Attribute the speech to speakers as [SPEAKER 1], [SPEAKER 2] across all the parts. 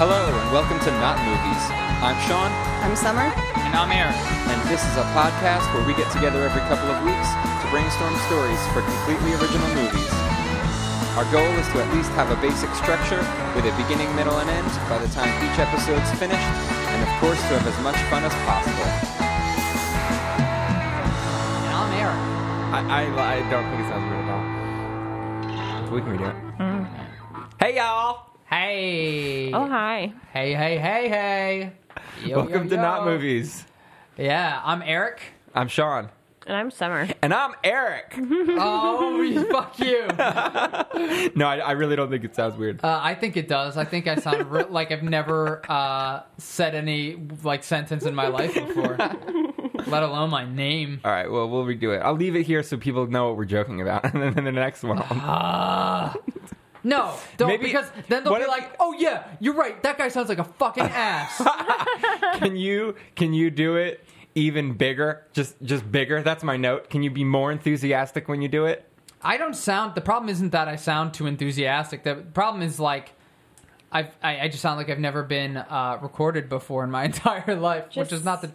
[SPEAKER 1] Welcome to Not Movies. I'm Sean,
[SPEAKER 2] I'm Summer.
[SPEAKER 3] And I'm Aaron.
[SPEAKER 1] and this is a podcast where we get together every couple of weeks to brainstorm stories for completely original movies. Our goal is to at least have a basic structure with a beginning, middle, and end by the time each episode's finished, and of course to have as much fun as possible.
[SPEAKER 3] And I'm Aaron.
[SPEAKER 4] I, I, I don't think it sounds weird at all. We can redo it. Hey, y'all.
[SPEAKER 3] Mm. Hey.
[SPEAKER 2] Oh, hi.
[SPEAKER 3] Hey, hey, hey, hey. Yo,
[SPEAKER 4] Welcome
[SPEAKER 3] yo,
[SPEAKER 4] to
[SPEAKER 3] yo.
[SPEAKER 4] Not Movies.
[SPEAKER 3] Yeah, I'm Eric.
[SPEAKER 4] I'm Sean.
[SPEAKER 2] And I'm Summer.
[SPEAKER 4] And I'm Eric.
[SPEAKER 3] Mm-hmm. Oh, fuck you. Uh,
[SPEAKER 4] no, I, I really don't think it sounds weird.
[SPEAKER 3] I think it does. I think I sound re- like I've never uh, said any like sentence in my life before, let alone my name.
[SPEAKER 4] all right, well, we'll redo it. I'll leave it here so people know what we're joking about. and then in the next one, I'll-
[SPEAKER 3] Uh, no, don't
[SPEAKER 4] Maybe-
[SPEAKER 3] because then they'll
[SPEAKER 4] what
[SPEAKER 3] be
[SPEAKER 4] if-
[SPEAKER 3] like, "Oh yeah, you're right. That guy sounds like a fucking ass."
[SPEAKER 4] can you can you do it even bigger? Just just bigger. That's my note. Can you be more enthusiastic when you do it?
[SPEAKER 3] I don't sound. The problem isn't that I sound too enthusiastic. The problem is like, I've, I I just sound like I've never been uh, recorded before in my entire life, which
[SPEAKER 2] Just-
[SPEAKER 3] is not the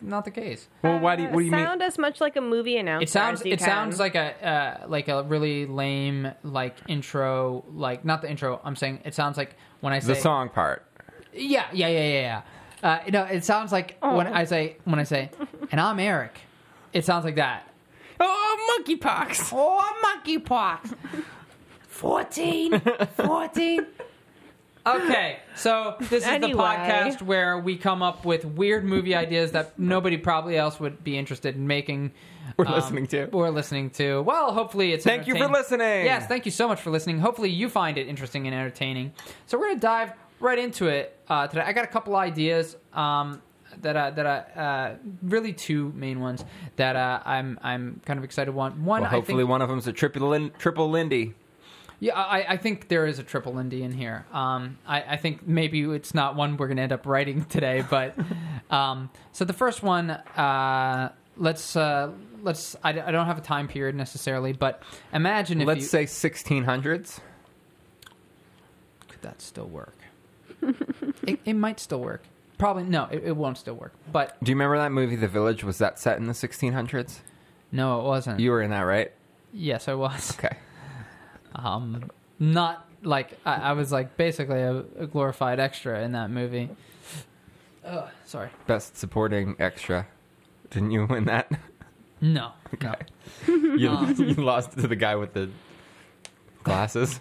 [SPEAKER 3] not the case.
[SPEAKER 4] Well, why do you, what do you
[SPEAKER 3] Uh,
[SPEAKER 4] mean?
[SPEAKER 2] sound as much like a movie announcer.
[SPEAKER 3] It sounds
[SPEAKER 2] as you
[SPEAKER 3] it
[SPEAKER 2] can.
[SPEAKER 3] sounds like a uh, like a really lame like intro like not the intro. I'm saying it sounds like when I say
[SPEAKER 4] The song part.
[SPEAKER 3] Yeah, yeah, yeah, yeah. yeah. Uh, you know, it sounds like
[SPEAKER 4] Oh.
[SPEAKER 3] when I say when I say, and I'm Eric. It sounds like that.
[SPEAKER 4] Oh, monkeypox.
[SPEAKER 3] Oh, monkeypox. 14. 14. Okay, so this is
[SPEAKER 2] Anyway.
[SPEAKER 3] the podcast where we come up with weird movie ideas that nobody probably else would be interested in making. um,
[SPEAKER 4] We're listening to.
[SPEAKER 3] We're listening to. Well, hopefully it's
[SPEAKER 4] Thank you for
[SPEAKER 3] entertaining.
[SPEAKER 4] listening.
[SPEAKER 3] Yes, thank you so much for listening. Hopefully you find it interesting and entertaining. So we're gonna dive right into it uh, today. I got a couple ideas um, that I, that I, uh, really two main ones that uh, I'm I'm kind of excited. One, one
[SPEAKER 4] Well,
[SPEAKER 3] I
[SPEAKER 4] hopefully
[SPEAKER 3] think,
[SPEAKER 4] one of them's a triple, Lin- triple Lindy.
[SPEAKER 3] yeah, I, I think there is a triple Indy in here. Um, I, I think maybe it's not one we're going to end up writing today, but um, so the first one, uh, let's uh, let's. I, I don't have a time period necessarily, but imagine if
[SPEAKER 4] Let's
[SPEAKER 3] you,
[SPEAKER 4] say 1600s.
[SPEAKER 3] could that still work? it, it might still work. Probably no, it, it won't still work. But
[SPEAKER 4] Do you remember that movie, The Village? Was that set in the 1600s?
[SPEAKER 3] no, it wasn't.
[SPEAKER 4] You were in that, right?
[SPEAKER 3] yes, I was.
[SPEAKER 4] Okay.
[SPEAKER 3] um, not like I, I was like basically a, a glorified extra in that movie. Oh, sorry.
[SPEAKER 4] Best supporting extra. Didn't you win that?
[SPEAKER 3] No, no.
[SPEAKER 4] You, you lost to the guy with the glasses.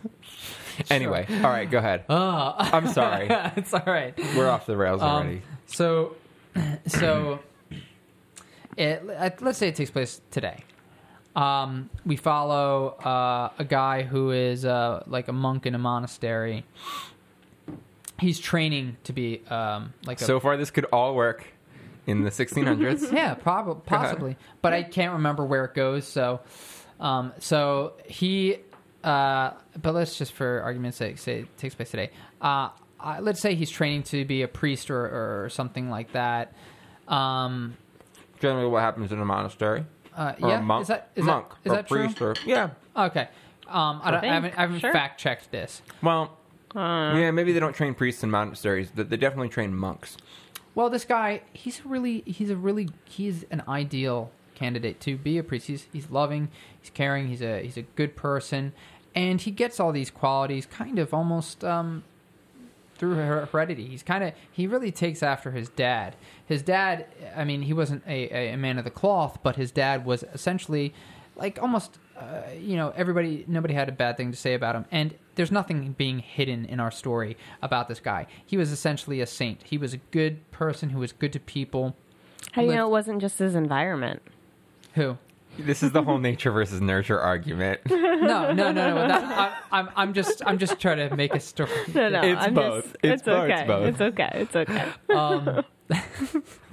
[SPEAKER 4] Anyway, all right, go ahead.
[SPEAKER 3] Oh,
[SPEAKER 4] I'm sorry.
[SPEAKER 3] it's all right.
[SPEAKER 4] We're off the rails
[SPEAKER 3] Um,
[SPEAKER 4] already.
[SPEAKER 3] So, so it, let- let's say it takes place today. Um, we follow uh, a guy who is uh, like a monk in a monastery. He's training to be um, like a
[SPEAKER 4] so far, this could all work in the 1600s.
[SPEAKER 3] yeah,
[SPEAKER 2] Mm-hmm.
[SPEAKER 3] probably, possibly, but I can't remember where it goes. So, um, so he, uh, but let's just for argument's sake say it takes place today. Uh, I, let's say he's training to be a priest or, or something like that. Um,
[SPEAKER 4] Generally, what happens in a monastery?
[SPEAKER 3] uh,
[SPEAKER 4] Or
[SPEAKER 3] yeah,
[SPEAKER 4] a monk,
[SPEAKER 3] is that is
[SPEAKER 4] monk
[SPEAKER 3] that, is
[SPEAKER 4] or
[SPEAKER 3] that true?
[SPEAKER 4] priest, or yeah.
[SPEAKER 3] Okay, um, I, don't, I,
[SPEAKER 2] think,
[SPEAKER 3] haven't, I haven't
[SPEAKER 2] sure.
[SPEAKER 3] fact checked this.
[SPEAKER 4] Well,
[SPEAKER 3] Uh.
[SPEAKER 4] yeah, maybe they don't train priests in monasteries. They they definitely train monks.
[SPEAKER 3] Well, this guy, he's really, he's a really, he's an ideal candidate to be a priest. He's, he's loving, he's caring, he's a, he's a good person, and he gets all these qualities kind of almost um, through her- heredity. He's kind of, he really takes after his dad. His dad, I mean, he wasn't a, a, a man of the cloth, but his dad was essentially like almost, uh, you know, everybody, nobody had a bad thing to say about him, and there's nothing being hidden in our story about this guy. He was essentially a saint. He was a good person who was good to people.
[SPEAKER 2] How do you
[SPEAKER 3] Lived-
[SPEAKER 2] know it wasn't just his environment?
[SPEAKER 3] Who?
[SPEAKER 4] This is the whole nature versus nurture argument.
[SPEAKER 3] No, no, no, no. That, I, I'm, I'm just, I'm just trying to make a story.
[SPEAKER 2] No, no.
[SPEAKER 4] It's
[SPEAKER 2] I'm
[SPEAKER 4] both.
[SPEAKER 2] Just,
[SPEAKER 4] It's both,
[SPEAKER 2] okay.
[SPEAKER 4] it's both.
[SPEAKER 2] It's okay. It's okay.
[SPEAKER 3] Um,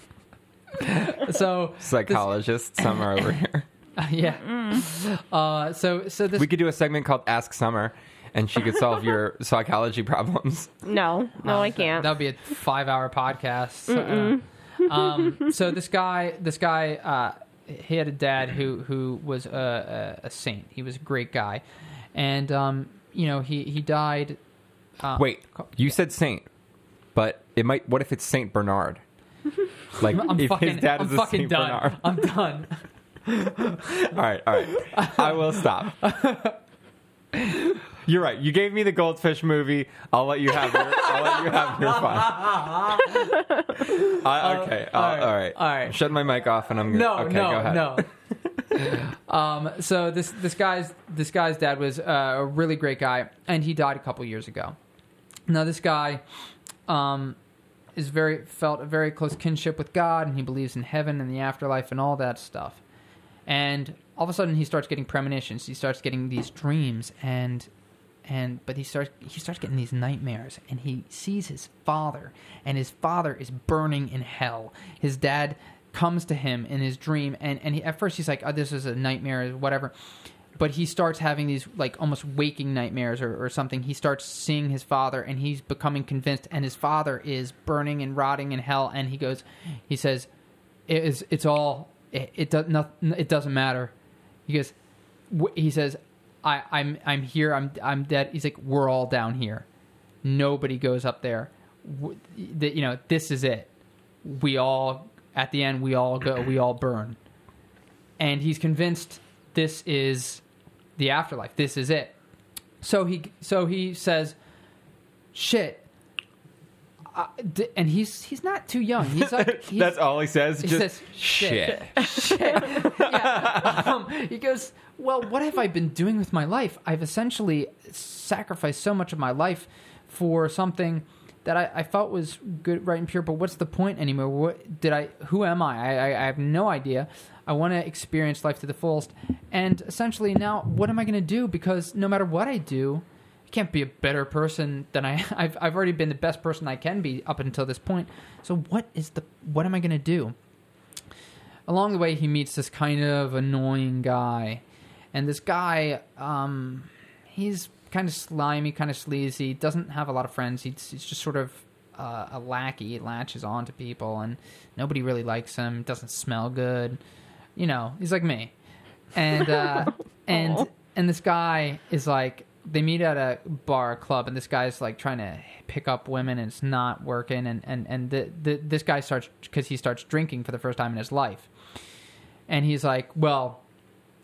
[SPEAKER 3] so
[SPEAKER 4] Psychologists, Summer over here.
[SPEAKER 3] yeah. Uh, so, so this.
[SPEAKER 4] We could do a segment called Ask Summer, and she could solve your psychology problems.
[SPEAKER 2] No,
[SPEAKER 4] Oh,
[SPEAKER 2] no, I can't.
[SPEAKER 3] That would be a five-hour podcast. So, uh, um, so this guy, this guy, uh, he had a dad who who was a, a, a saint. He was a great guy, and um, you know he he died. Uh,
[SPEAKER 4] Wait, you said saint. But it might. What if it's Saint Bernard? Like
[SPEAKER 3] I'm
[SPEAKER 4] if
[SPEAKER 3] fucking,
[SPEAKER 4] his dad
[SPEAKER 3] I'm
[SPEAKER 4] is a
[SPEAKER 3] fucking
[SPEAKER 4] Saint
[SPEAKER 3] done.
[SPEAKER 4] Bernard.
[SPEAKER 3] I'm done.
[SPEAKER 4] All right, all right. I will stop. You're right. You gave me the goldfish movie. I'll let you have your. I'll let you have your fun. I, okay.
[SPEAKER 3] Uh,
[SPEAKER 4] uh,
[SPEAKER 3] all
[SPEAKER 4] all right.
[SPEAKER 3] right,
[SPEAKER 4] All right.
[SPEAKER 3] all right.
[SPEAKER 4] Shut my mic off, and I'm gonna.
[SPEAKER 3] No,
[SPEAKER 4] okay,
[SPEAKER 3] no,
[SPEAKER 4] go ahead.
[SPEAKER 3] no. um, so this this guy's this guy's dad was uh, a really great guy, and he died a couple years ago. Now this guy um, is very felt a very close kinship with God, and he believes in heaven and the afterlife and all that stuff. And all of a sudden, he starts getting premonitions. He starts getting these dreams, and and but he starts he starts getting these nightmares, and he sees his father, and his father is burning in hell. His dad comes to him in his dream, and and he, at first he's like, "Oh, this is a nightmare, whatever." But he starts having these like almost waking nightmares or, or something. He starts seeing his father, and he's becoming convinced. And his father is burning and rotting in hell. And he goes, he says, it is it's all it, it does not it doesn't matter he goes wh- he says i i'm i'm here i'm i'm dead he's like we're all down here nobody goes up there W- th- you know this is it we all at the end we all go we all burn and he's convinced this is the afterlife this is it so he so he says shit I- d- and he's he's not too young. He's like he's,
[SPEAKER 4] That's all he says.
[SPEAKER 3] He
[SPEAKER 4] just
[SPEAKER 3] says, "Shit." yeah. um, he goes, Well, what have I been doing with my life? I've essentially sacrificed so much of my life for something that I, I felt was good, right, and pure, but what's the point anymore? What did I, who am I? I, I, I have no idea. I want to experience life to the fullest. And essentially, now, what am I going to do? Because no matter what I do, I can't be a better person than I. I've I've already been the best person I can be up until this point. So what is the what am I going to do? along the way he meets this kind of annoying guy and this guy um he's kind of slimy kind of sleazy doesn't have a lot of friends he's, he's just sort of uh, a lackey He latches on to people and nobody really likes him doesn't smell good you know he's like me and uh and and this guy is like they meet at a bar a club and this guy's like trying to pick up women and it's not working and and and the, the, this guy starts because he starts drinking for the first time in his life and he's like well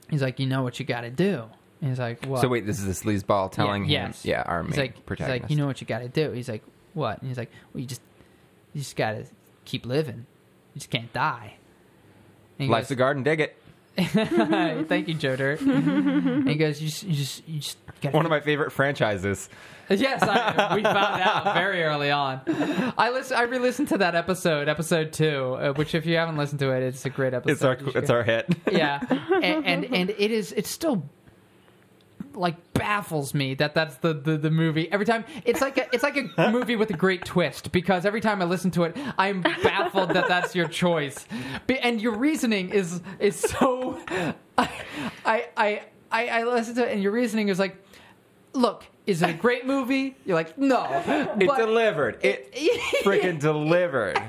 [SPEAKER 3] he's like you know what you got to do and he's like what
[SPEAKER 4] So wait, this is the sleazeball telling
[SPEAKER 3] yeah,
[SPEAKER 4] him.
[SPEAKER 3] yes.
[SPEAKER 4] Yeah, our main
[SPEAKER 3] he's like, He's
[SPEAKER 4] protagonist.
[SPEAKER 3] like, you know what you got to do. He's like, what? And he's like, well, you just, you just got to keep living. You just can't die. And he
[SPEAKER 4] life's a garden. Dig it.
[SPEAKER 3] goes, Thank you, Joe Dirt. and he goes, you just, you just, you just got
[SPEAKER 4] One of my favorite franchises.
[SPEAKER 3] Yes, I, we found out very early on. I listen. I re-listened to that episode, episode two, uh, which if you haven't listened to it, it's a great episode.
[SPEAKER 4] It's our.
[SPEAKER 3] You should
[SPEAKER 4] It's
[SPEAKER 3] go-
[SPEAKER 4] our hit.
[SPEAKER 3] yeah, and, and and it is. It's still like baffles me that that's the, the the movie every time it's like a it's like a movie with a great twist because every time i listen to it i'm baffled that that's your choice Be, and your reasoning is is so I, I i i i listen to it and your reasoning is like look is it a great movie you're like no
[SPEAKER 4] It
[SPEAKER 3] but
[SPEAKER 4] delivered. It freaking delivered.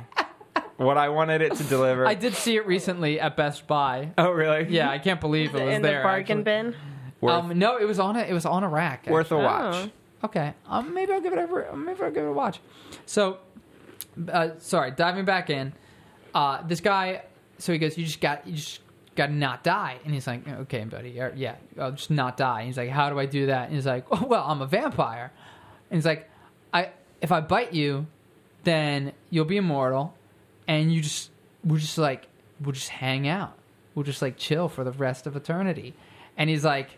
[SPEAKER 4] What I wanted it to deliver.
[SPEAKER 3] i did see it recently at best buy
[SPEAKER 4] Oh really?
[SPEAKER 3] yeah i can't believe it was
[SPEAKER 2] in
[SPEAKER 3] there
[SPEAKER 2] the bargain
[SPEAKER 3] actually.
[SPEAKER 2] bin.
[SPEAKER 4] Worth,
[SPEAKER 3] Um, no, it was on a it was on a rack.
[SPEAKER 4] worth a watch.
[SPEAKER 2] Oh.
[SPEAKER 3] Okay, um, maybe I'll give it a maybe I'll give it a watch. So, uh, sorry, diving back in. Uh, this guy, so he goes, you just got you just got to not die, and he's like, okay, buddy, uh, yeah, I'll just not die. And he's like, how do I do that? And he's like, oh, well, I'm a vampire, and he's like, I if I bite you, then you'll be immortal, and you just we'll just like we'll just hang out, we'll just like chill for the rest of eternity, and he's like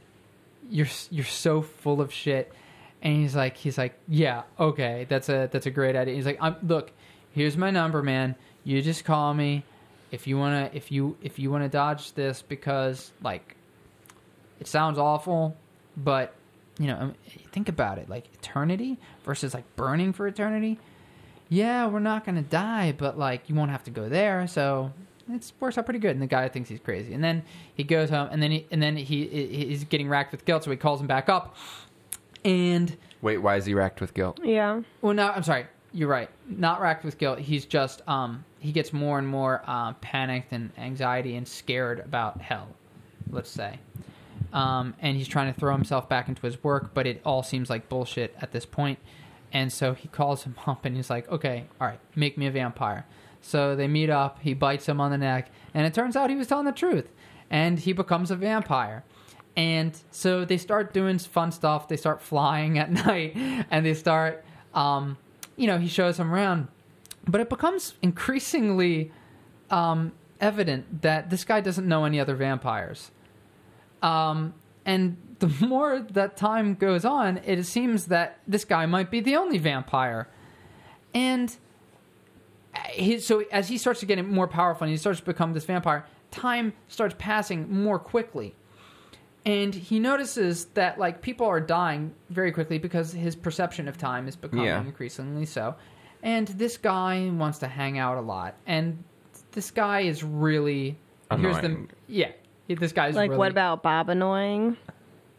[SPEAKER 3] you're you're so full of shit and he's like he's like yeah okay that's a that's a great idea he's like I'm, look here's my number man you just call me if you want to if you if you want to dodge this because like it sounds awful but you know um, think about it like eternity versus like burning for eternity yeah we're not gonna die but like you won't have to go there so it works out pretty good and the guy thinks he's crazy and then he goes home and then he and then he he- he's getting racked with guilt so he calls him back up and
[SPEAKER 4] Wait, why is he racked with guilt?
[SPEAKER 2] Yeah.
[SPEAKER 3] well, no, I'm sorry. You're right. Not racked with guilt. He's just um he gets more and more uh, panicked and anxiety and scared about hell. Let's say. Um, and he's trying to throw himself back into his work, but it all seems like bullshit at this point. And so he calls him up and he's like, okay, all right, make me a vampire. So they meet up, he bites him on the neck, and it turns out he was telling the truth. And he becomes a vampire. And so they start doing fun stuff. They start flying at night and they start, um, you know, he shows him around. But it becomes increasingly um, evident that this guy doesn't know any other vampires. Um, and the more that time goes on, it seems that this guy might be the only vampire. And uh, he, so as he starts to get more powerful and he starts to become this vampire, time starts passing more quickly. And he notices that like people are dying very quickly because his perception of time is becoming
[SPEAKER 4] Yeah.
[SPEAKER 3] increasingly so. And this guy wants to hang out a lot. And this guy is really here's the
[SPEAKER 4] Annoying.
[SPEAKER 3] yeah. This guy's
[SPEAKER 2] Like,
[SPEAKER 3] really,
[SPEAKER 2] what about Bob annoying?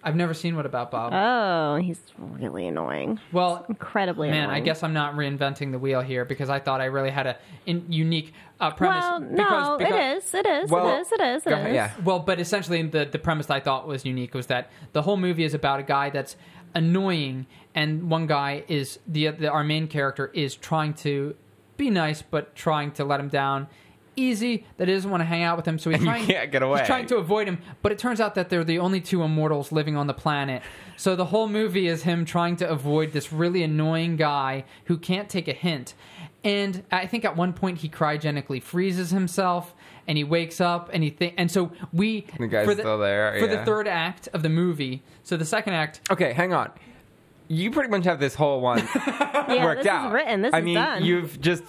[SPEAKER 3] I've never seen What About Bob.
[SPEAKER 2] Oh, he's really annoying.
[SPEAKER 3] well,
[SPEAKER 2] Incredibly
[SPEAKER 3] man,
[SPEAKER 2] annoying.
[SPEAKER 3] I guess I'm not reinventing the wheel here because I thought I really had a in, unique uh, premise.
[SPEAKER 2] Well,
[SPEAKER 3] because,
[SPEAKER 2] no,
[SPEAKER 3] because-
[SPEAKER 2] it is. It is.
[SPEAKER 4] Well,
[SPEAKER 2] it is. It is. It
[SPEAKER 4] go
[SPEAKER 2] is.
[SPEAKER 4] ahead, yeah.
[SPEAKER 3] Well, but essentially, the the premise I thought was unique was that the whole movie is about a guy that's annoying, and one guy is the, the our main character is trying to be nice, but trying to let him down easy. That he doesn't want to hang out with him, so he's
[SPEAKER 4] You
[SPEAKER 3] trying.
[SPEAKER 4] can't get away.
[SPEAKER 3] He's trying to avoid him, but it turns out that they're the only two immortals living on the planet. So the whole movie is him trying to avoid this really annoying guy who can't take a hint. And I think at one point he cryogenically freezes himself, and he wakes up, and he thi- and so we
[SPEAKER 4] The guy's
[SPEAKER 3] for
[SPEAKER 4] still there,
[SPEAKER 3] for the
[SPEAKER 4] yeah.
[SPEAKER 3] third act of the movie. So the second act,
[SPEAKER 4] Okay, hang on. You pretty much have this whole one
[SPEAKER 2] Yeah,
[SPEAKER 4] worked
[SPEAKER 2] this
[SPEAKER 4] out.
[SPEAKER 2] is written. This
[SPEAKER 4] I
[SPEAKER 2] is
[SPEAKER 4] mean,
[SPEAKER 2] done.
[SPEAKER 4] you've just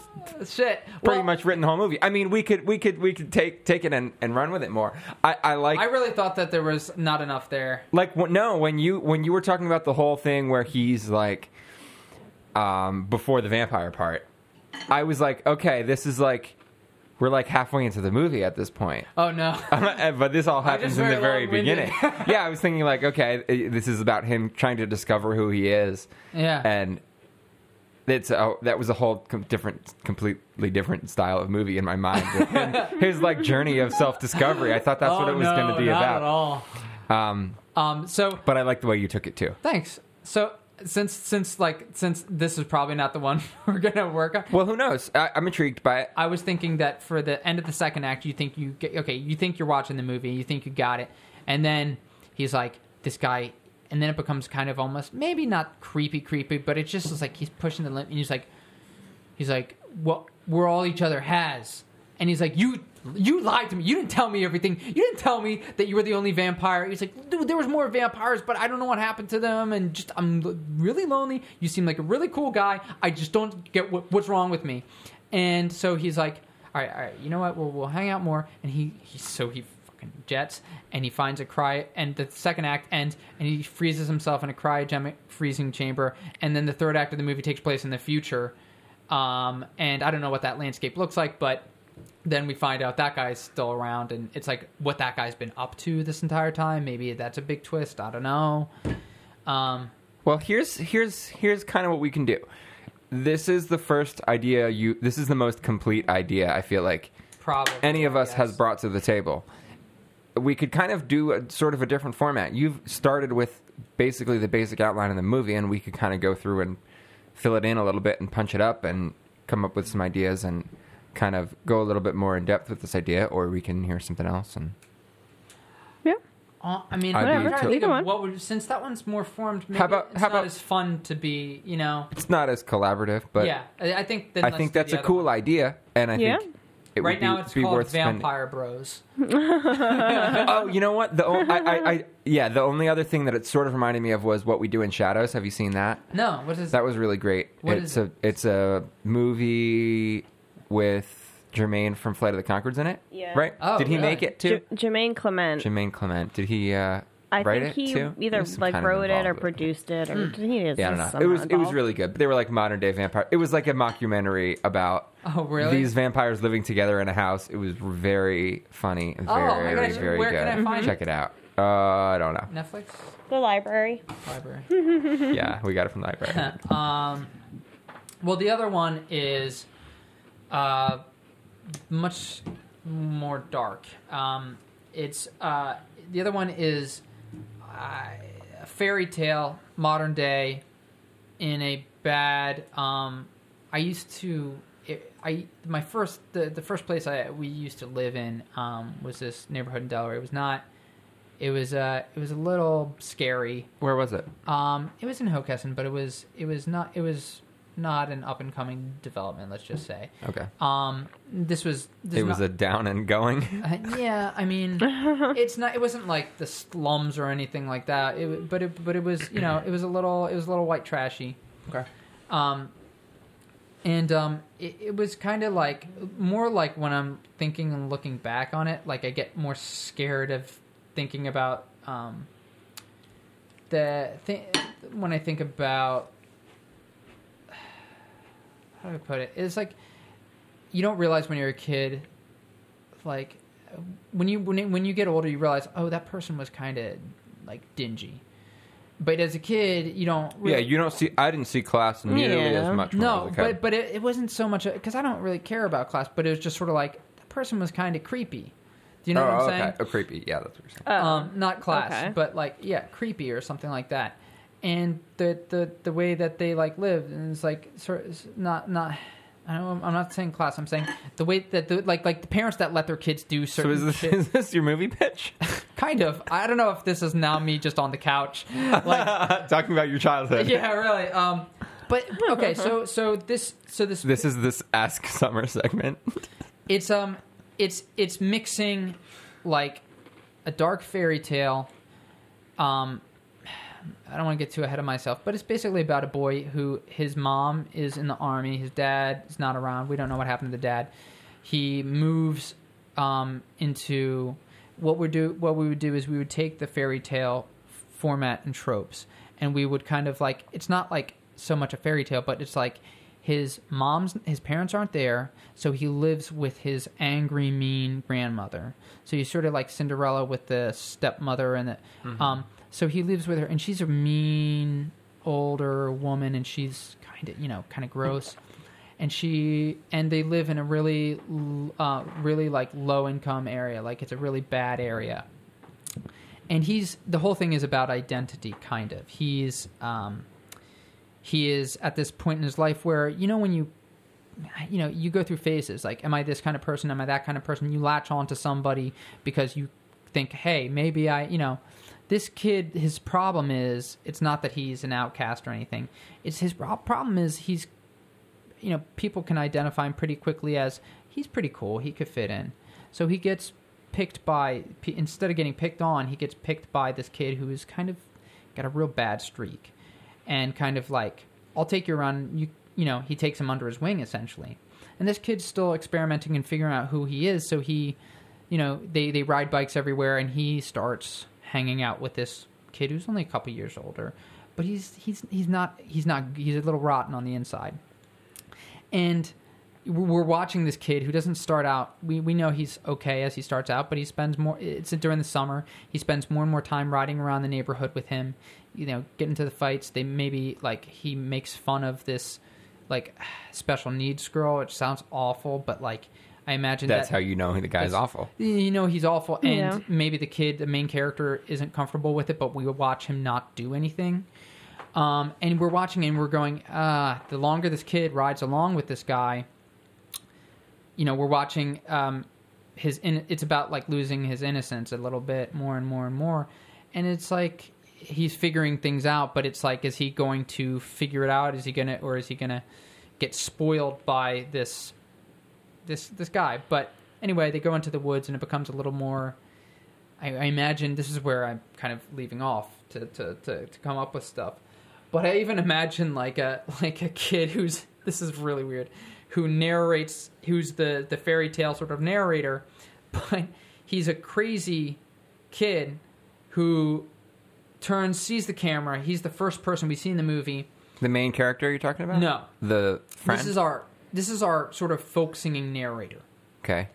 [SPEAKER 3] shit,
[SPEAKER 4] pretty
[SPEAKER 3] Well,
[SPEAKER 4] much written the whole movie. I mean, we could we could we could take take it and, and run with it more. I, I like
[SPEAKER 3] I really thought that there was not enough there.
[SPEAKER 4] like wh- no when you when you were talking about the whole thing where he's like um before the vampire part i was like okay this is like we're like halfway into the movie at this point
[SPEAKER 3] Oh no.
[SPEAKER 4] but this all happens
[SPEAKER 3] just
[SPEAKER 4] in the very
[SPEAKER 3] very
[SPEAKER 4] beginning
[SPEAKER 3] long-winded.
[SPEAKER 4] yeah i was thinking like okay i- this is about him trying to discover who he is
[SPEAKER 3] Yeah.
[SPEAKER 4] and it's a, that was a whole com- different, completely different style of movie in my mind. with him- his like journey of self discovery. I thought that's what
[SPEAKER 3] Oh,
[SPEAKER 4] it was
[SPEAKER 3] no,
[SPEAKER 4] going to be
[SPEAKER 3] not
[SPEAKER 4] about.
[SPEAKER 3] At all.
[SPEAKER 4] Um,
[SPEAKER 3] Um, so
[SPEAKER 4] but I like the way you took it too.
[SPEAKER 3] Thanks. So since since like since this is probably not the one we're gonna work on.
[SPEAKER 4] Well, who knows? I, I'm intrigued by it.
[SPEAKER 3] I was thinking that for the end of the second act, you think you get okay, you think you're watching the movie, you think you got it, and then he's like this guy, and then it becomes kind of almost maybe not creepy, creepy, but it's just it's like he's pushing the limit, and he's like, he's like, well, we're all each other has, and he's like, you. You lied to me. You didn't tell me everything. You didn't tell me that you were the only vampire. He's like, dude, there was more vampires, but I don't know what happened to them, and just I'm l- really lonely. You seem like a really cool guy. I just don't get what, what's wrong with me. And so he's like, all right, all right, you know what? We'll, we'll hang out more. And he, he, so he fucking jets and he finds a cry. And the second act ends and he freezes himself in a cryogenic freezing chamber. And then the third act of the movie takes place in the future. Um, and I don't know what that landscape looks like, but then we find out that guy's still around and it's like what that guy's been up to this entire time. Maybe that's a big twist. I don't know. Um,
[SPEAKER 4] Well, here's here's here's kind of what we can do. This is the first idea you. This is the most complete idea I feel like
[SPEAKER 3] probably
[SPEAKER 4] any of
[SPEAKER 3] I
[SPEAKER 4] us has
[SPEAKER 3] guess.
[SPEAKER 4] brought to the table. We could kind of do a, sort of a different format. You've started with basically the basic outline of the movie, and we could kind of go through and fill it in a little bit and punch it up and come up with some ideas and kind of go a little bit more in depth with this idea, or we can hear something else and.
[SPEAKER 2] Yeah.
[SPEAKER 3] Uh, I mean,
[SPEAKER 4] I'd
[SPEAKER 3] I'm
[SPEAKER 4] be
[SPEAKER 3] trying to
[SPEAKER 4] too-
[SPEAKER 3] think
[SPEAKER 2] Either
[SPEAKER 3] of
[SPEAKER 2] one.
[SPEAKER 3] what would, since that one's more formed, maybe
[SPEAKER 4] How about-
[SPEAKER 3] it's
[SPEAKER 4] how
[SPEAKER 3] not
[SPEAKER 4] about-
[SPEAKER 3] as fun to be, you know.
[SPEAKER 4] It's not as collaborative, but
[SPEAKER 3] yeah, I I think. Then
[SPEAKER 4] I
[SPEAKER 3] let's
[SPEAKER 4] think
[SPEAKER 3] do
[SPEAKER 4] that's
[SPEAKER 3] the
[SPEAKER 4] a
[SPEAKER 3] other
[SPEAKER 4] cool
[SPEAKER 3] one.
[SPEAKER 4] idea, and I
[SPEAKER 2] Yeah.
[SPEAKER 4] think it
[SPEAKER 3] right
[SPEAKER 4] would
[SPEAKER 3] now,
[SPEAKER 4] be,
[SPEAKER 3] it's
[SPEAKER 4] be
[SPEAKER 3] called
[SPEAKER 4] worth spending.
[SPEAKER 3] Vampire Bros.
[SPEAKER 4] Oh, you know what? The on- I, I, I, yeah, the only other thing that it sort of reminded me of was what we do in Shadows. Have you seen that?
[SPEAKER 3] No, what is
[SPEAKER 4] That was really great.
[SPEAKER 3] What
[SPEAKER 4] it's
[SPEAKER 3] is
[SPEAKER 4] a
[SPEAKER 3] it?
[SPEAKER 4] it's a movie with Jermaine from Flight of the Concords in it.
[SPEAKER 2] Yeah.
[SPEAKER 4] Right?
[SPEAKER 3] Oh,
[SPEAKER 4] Did he
[SPEAKER 3] really?
[SPEAKER 4] make it
[SPEAKER 2] J-
[SPEAKER 4] too?
[SPEAKER 2] Jermaine Clement.
[SPEAKER 4] Jermaine Clement. Did he uh,
[SPEAKER 2] I
[SPEAKER 4] write
[SPEAKER 2] think
[SPEAKER 4] it
[SPEAKER 2] he
[SPEAKER 4] too?
[SPEAKER 2] either
[SPEAKER 4] was
[SPEAKER 2] like
[SPEAKER 4] kind of
[SPEAKER 2] wrote it or
[SPEAKER 4] involved with Hmm.
[SPEAKER 2] produced it or he is.
[SPEAKER 4] Yeah, I don't know.
[SPEAKER 2] somehow
[SPEAKER 4] It was it was
[SPEAKER 2] involved.
[SPEAKER 4] really good. They were like modern day vampire. It was like a mockumentary about
[SPEAKER 3] Oh, really?
[SPEAKER 4] these vampires living together in a house. It was very funny and
[SPEAKER 3] Oh,
[SPEAKER 4] very
[SPEAKER 3] I gotta-
[SPEAKER 4] very
[SPEAKER 3] where
[SPEAKER 4] good.
[SPEAKER 3] can I find it?
[SPEAKER 4] Check it out. Uh, I don't know.
[SPEAKER 3] Netflix
[SPEAKER 2] the library.
[SPEAKER 3] library.
[SPEAKER 4] yeah, we got it from the library.
[SPEAKER 3] um, well, the other one is uh, much more dark. Um, it's uh, the other one is uh, a fairy tale, modern day in a bad. Um, I used to. It, I my first the, the first place I we used to live in um, was this neighborhood in Delaware. It was not. It was uh it was a little scary.
[SPEAKER 4] Where was it?
[SPEAKER 3] Um, it was in Hokesson, but it was it was not it was not an up and coming development. Let's just say.
[SPEAKER 4] Okay.
[SPEAKER 3] Um, this was this
[SPEAKER 4] It was
[SPEAKER 3] not-
[SPEAKER 4] a down and going.
[SPEAKER 3] uh, yeah, I mean, it's not. It wasn't like the slums or anything like that. It, wa- but it, but it was, you know, it was a little, it was a little white trashy.
[SPEAKER 4] Okay.
[SPEAKER 3] Um, and um, it, it was kind of like more like when I'm thinking and looking back on it, like I get more scared of thinking about um, the thi- when I think about how do I put it? It's like you don't realize when you're a kid, like when you when, you- when you get older, you realize oh that person was kind of like dingy. But as a kid, you don't.
[SPEAKER 4] Yeah,
[SPEAKER 3] really-
[SPEAKER 4] you don't see. I didn't see class nearly
[SPEAKER 2] Yeah.
[SPEAKER 4] as much. When I
[SPEAKER 3] no,
[SPEAKER 4] was a kid.
[SPEAKER 3] but but it, it wasn't so much because I don't really care about class, but it was just sort of like the person was kind of creepy. Do you know
[SPEAKER 4] oh,
[SPEAKER 3] what I'm
[SPEAKER 4] okay.
[SPEAKER 3] saying?
[SPEAKER 4] Oh, creepy. Yeah, that's what you're saying.
[SPEAKER 3] um, not class,
[SPEAKER 2] Oh. okay.
[SPEAKER 3] but like yeah, creepy or something like that. And the the the way that they like lived and it's like sort it's not not. I don't, I'm not saying class. I'm saying the way that the like like the parents that let their kids do
[SPEAKER 4] so
[SPEAKER 3] certain
[SPEAKER 4] is this
[SPEAKER 3] shit.
[SPEAKER 4] is this your movie pitch?
[SPEAKER 3] kind of. I don't know if this is now me just on the couch, like
[SPEAKER 4] Talking about your childhood.
[SPEAKER 3] yeah, really. Um, but okay, so so this so this
[SPEAKER 4] This is this Ask Summer segment.
[SPEAKER 3] it's um it's it's mixing like a dark fairy tale um i don't want to get too ahead of myself but it's basically about a boy who his mom is in the army his dad is not around we don't know what happened to the dad he moves um into what we do what we would do is we would take the fairy tale format and tropes and we would kind of like it's not like so much a fairy tale but it's like his mom's his parents aren't there so he lives with his angry mean grandmother so he's sort of like cinderella with the stepmother and the um so he lives with her and she's a mean older woman and she's kind of you know kind of gross and she and they live in a really l- uh really like low income area like it's a really bad area and he's the whole thing is about identity kind of he's um he is at this point in his life where you know when you you know you go through phases like am i this kind of person am i that kind of person you latch on to somebody because you think hey maybe i you know this kid his problem is it's not that he's an outcast or anything it's his prob- problem is he's you know people can identify him pretty quickly as he's pretty cool he could fit in so he gets picked by p- instead of getting picked on he gets picked by this kid who is kind of got a real bad streak and kind of like i'll take you around you you know he takes him under his wing essentially and this kid's still experimenting and figuring out who he is so he you know they they ride bikes everywhere and he starts hanging out with this kid who's only a couple years older but he's he's he's not he's not he's a little rotten on the inside and we're watching this kid who doesn't start out we, we know he's okay as he starts out but he spends more it's during the summer he spends more and more time riding around the neighborhood with him you know get into the fights they maybe like he makes fun of this like special needs girl which sounds awful but like i imagine
[SPEAKER 4] That's
[SPEAKER 3] that,
[SPEAKER 4] how you know the guy's
[SPEAKER 3] That's-
[SPEAKER 4] awful.
[SPEAKER 3] you know he's awful and
[SPEAKER 2] Yeah.
[SPEAKER 3] maybe the kid the main character isn't comfortable with it but we would watch him not do anything um, and we're watching and we're going ah the longer this kid rides along with this guy you know we're watching um, his in, it's about like losing his innocence a little bit more and more and more and it's like he's figuring things out but it's like is he going to figure it out is he gonna or is he gonna get spoiled by this this this guy. But anyway, they go into the woods and it becomes a little more. I, I imagine this is where I'm kind of leaving off to, to, to, to come up with stuff. But I even imagine like a like a kid who's this is really weird, who narrates who's the the fairy tale sort of narrator, but he's a crazy kid who turns sees the camera. He's the first person we see in the movie.
[SPEAKER 4] The main character you're talking about?
[SPEAKER 3] No.
[SPEAKER 4] The friend.
[SPEAKER 3] This is our this is our sort of folk singing narrator.
[SPEAKER 4] okay.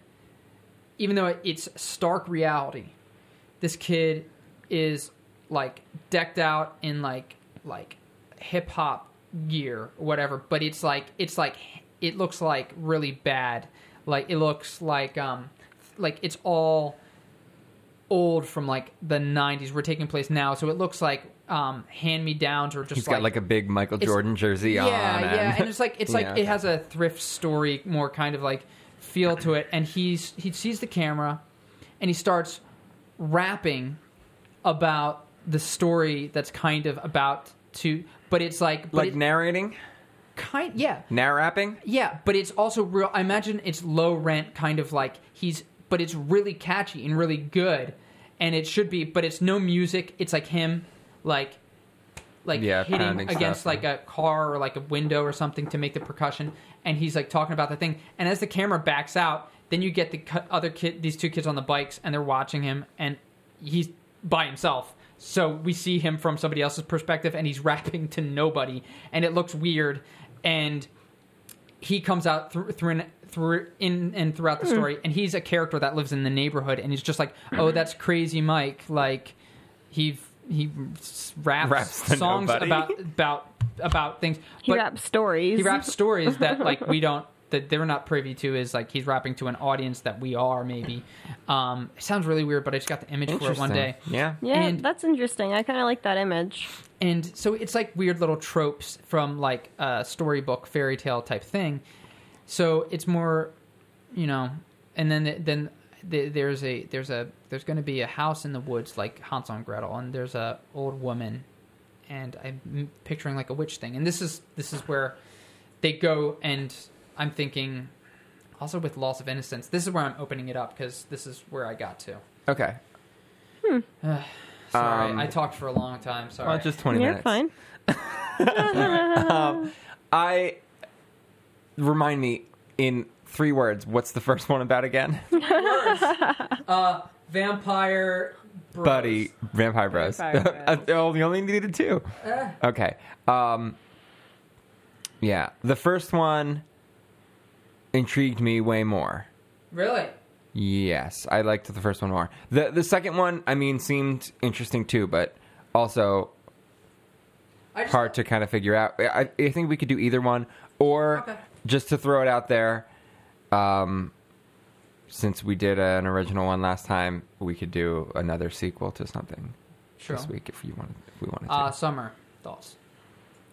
[SPEAKER 3] even though it's stark reality, this kid is like decked out in like like hip hop gear or whatever, but it's like it's like it looks like really bad. Like it looks like um like it's all old from like the 90s. We're taking place now, so it looks like um, hand me downs or just
[SPEAKER 4] He's got like a big Michael
[SPEAKER 3] It's-
[SPEAKER 4] Jordan jersey
[SPEAKER 3] yeah,
[SPEAKER 4] on.
[SPEAKER 3] yeah, and it's like it's like
[SPEAKER 4] Yeah,
[SPEAKER 3] it has a thrift story more kind of like feel to it. And he's he sees the camera, and he starts rapping about the story that's kind of about to, but it's like but
[SPEAKER 4] like
[SPEAKER 3] it-
[SPEAKER 4] narrating,
[SPEAKER 3] kind yeah
[SPEAKER 4] narrapping.
[SPEAKER 3] yeah, but it's also real. I imagine it's low rent, kind of like he's, but it's really catchy and really good, and it should be. But it's no music. It's like him, like, like
[SPEAKER 4] Yeah,
[SPEAKER 3] hitting
[SPEAKER 4] pounding stuff.
[SPEAKER 3] against like a car or like a window or something to make the percussion, and he's like talking about the thing. And as the camera backs out, then you get the cu- other kid, these two kids on the bikes, and they're watching him, and he's by himself. So we see him from somebody else's perspective, and he's rapping to nobody, and it looks weird, and he comes out through through and through in and throughout the
[SPEAKER 2] Mm.
[SPEAKER 3] story, and he's a character that lives in the neighborhood, and he's just like, oh, that's crazy, Mike. Like he he raps,
[SPEAKER 4] Raps to
[SPEAKER 3] songs
[SPEAKER 4] nobody.
[SPEAKER 3] about about about things.
[SPEAKER 2] He
[SPEAKER 3] but
[SPEAKER 2] raps stories.
[SPEAKER 3] he raps stories that like we don't that they're not privy to. Is like he's rapping to an audience that we are maybe. Um, it sounds really weird, but I just got the image for it one day.
[SPEAKER 4] Interesting. Yeah.
[SPEAKER 2] Yeah,
[SPEAKER 3] and-
[SPEAKER 2] that's interesting. I kind of like that image.
[SPEAKER 3] and so it's like weird little tropes from like a storybook fairy tale type thing so it's more you know and then then th- there's a there's a there's going to be a house in the woods like hansel and gretel and there's a old woman and i'm picturing like a witch thing and this is this is where they go and i'm thinking also with loss of innocence this is where i'm opening it up because this is where i got to
[SPEAKER 4] Okay.
[SPEAKER 3] sorry
[SPEAKER 4] Um,
[SPEAKER 3] i talked for a long time sorry
[SPEAKER 4] Well, just 20
[SPEAKER 2] You're
[SPEAKER 4] minutes.
[SPEAKER 2] fine.
[SPEAKER 4] I remind me in three words. What's the first one about again?
[SPEAKER 3] Uh, vampire bros.
[SPEAKER 4] Buddy, Vampire Bros.
[SPEAKER 2] Vampire
[SPEAKER 4] oh, we only needed two.
[SPEAKER 3] Eh.
[SPEAKER 4] Okay. Um, yeah, the first one intrigued me way more.
[SPEAKER 3] Really?
[SPEAKER 4] Yes, I liked the first one more. the The second one, I mean, seemed interesting too, but also
[SPEAKER 3] I just,
[SPEAKER 4] hard to kind of figure out. I, I think we could do either one, or
[SPEAKER 3] Okay.
[SPEAKER 4] just to throw it out there. Um, since we did an original one last time, we could do another sequel to something
[SPEAKER 3] Sure.
[SPEAKER 4] this week if you wanted. If we wanted to.
[SPEAKER 3] Uh, summer thoughts.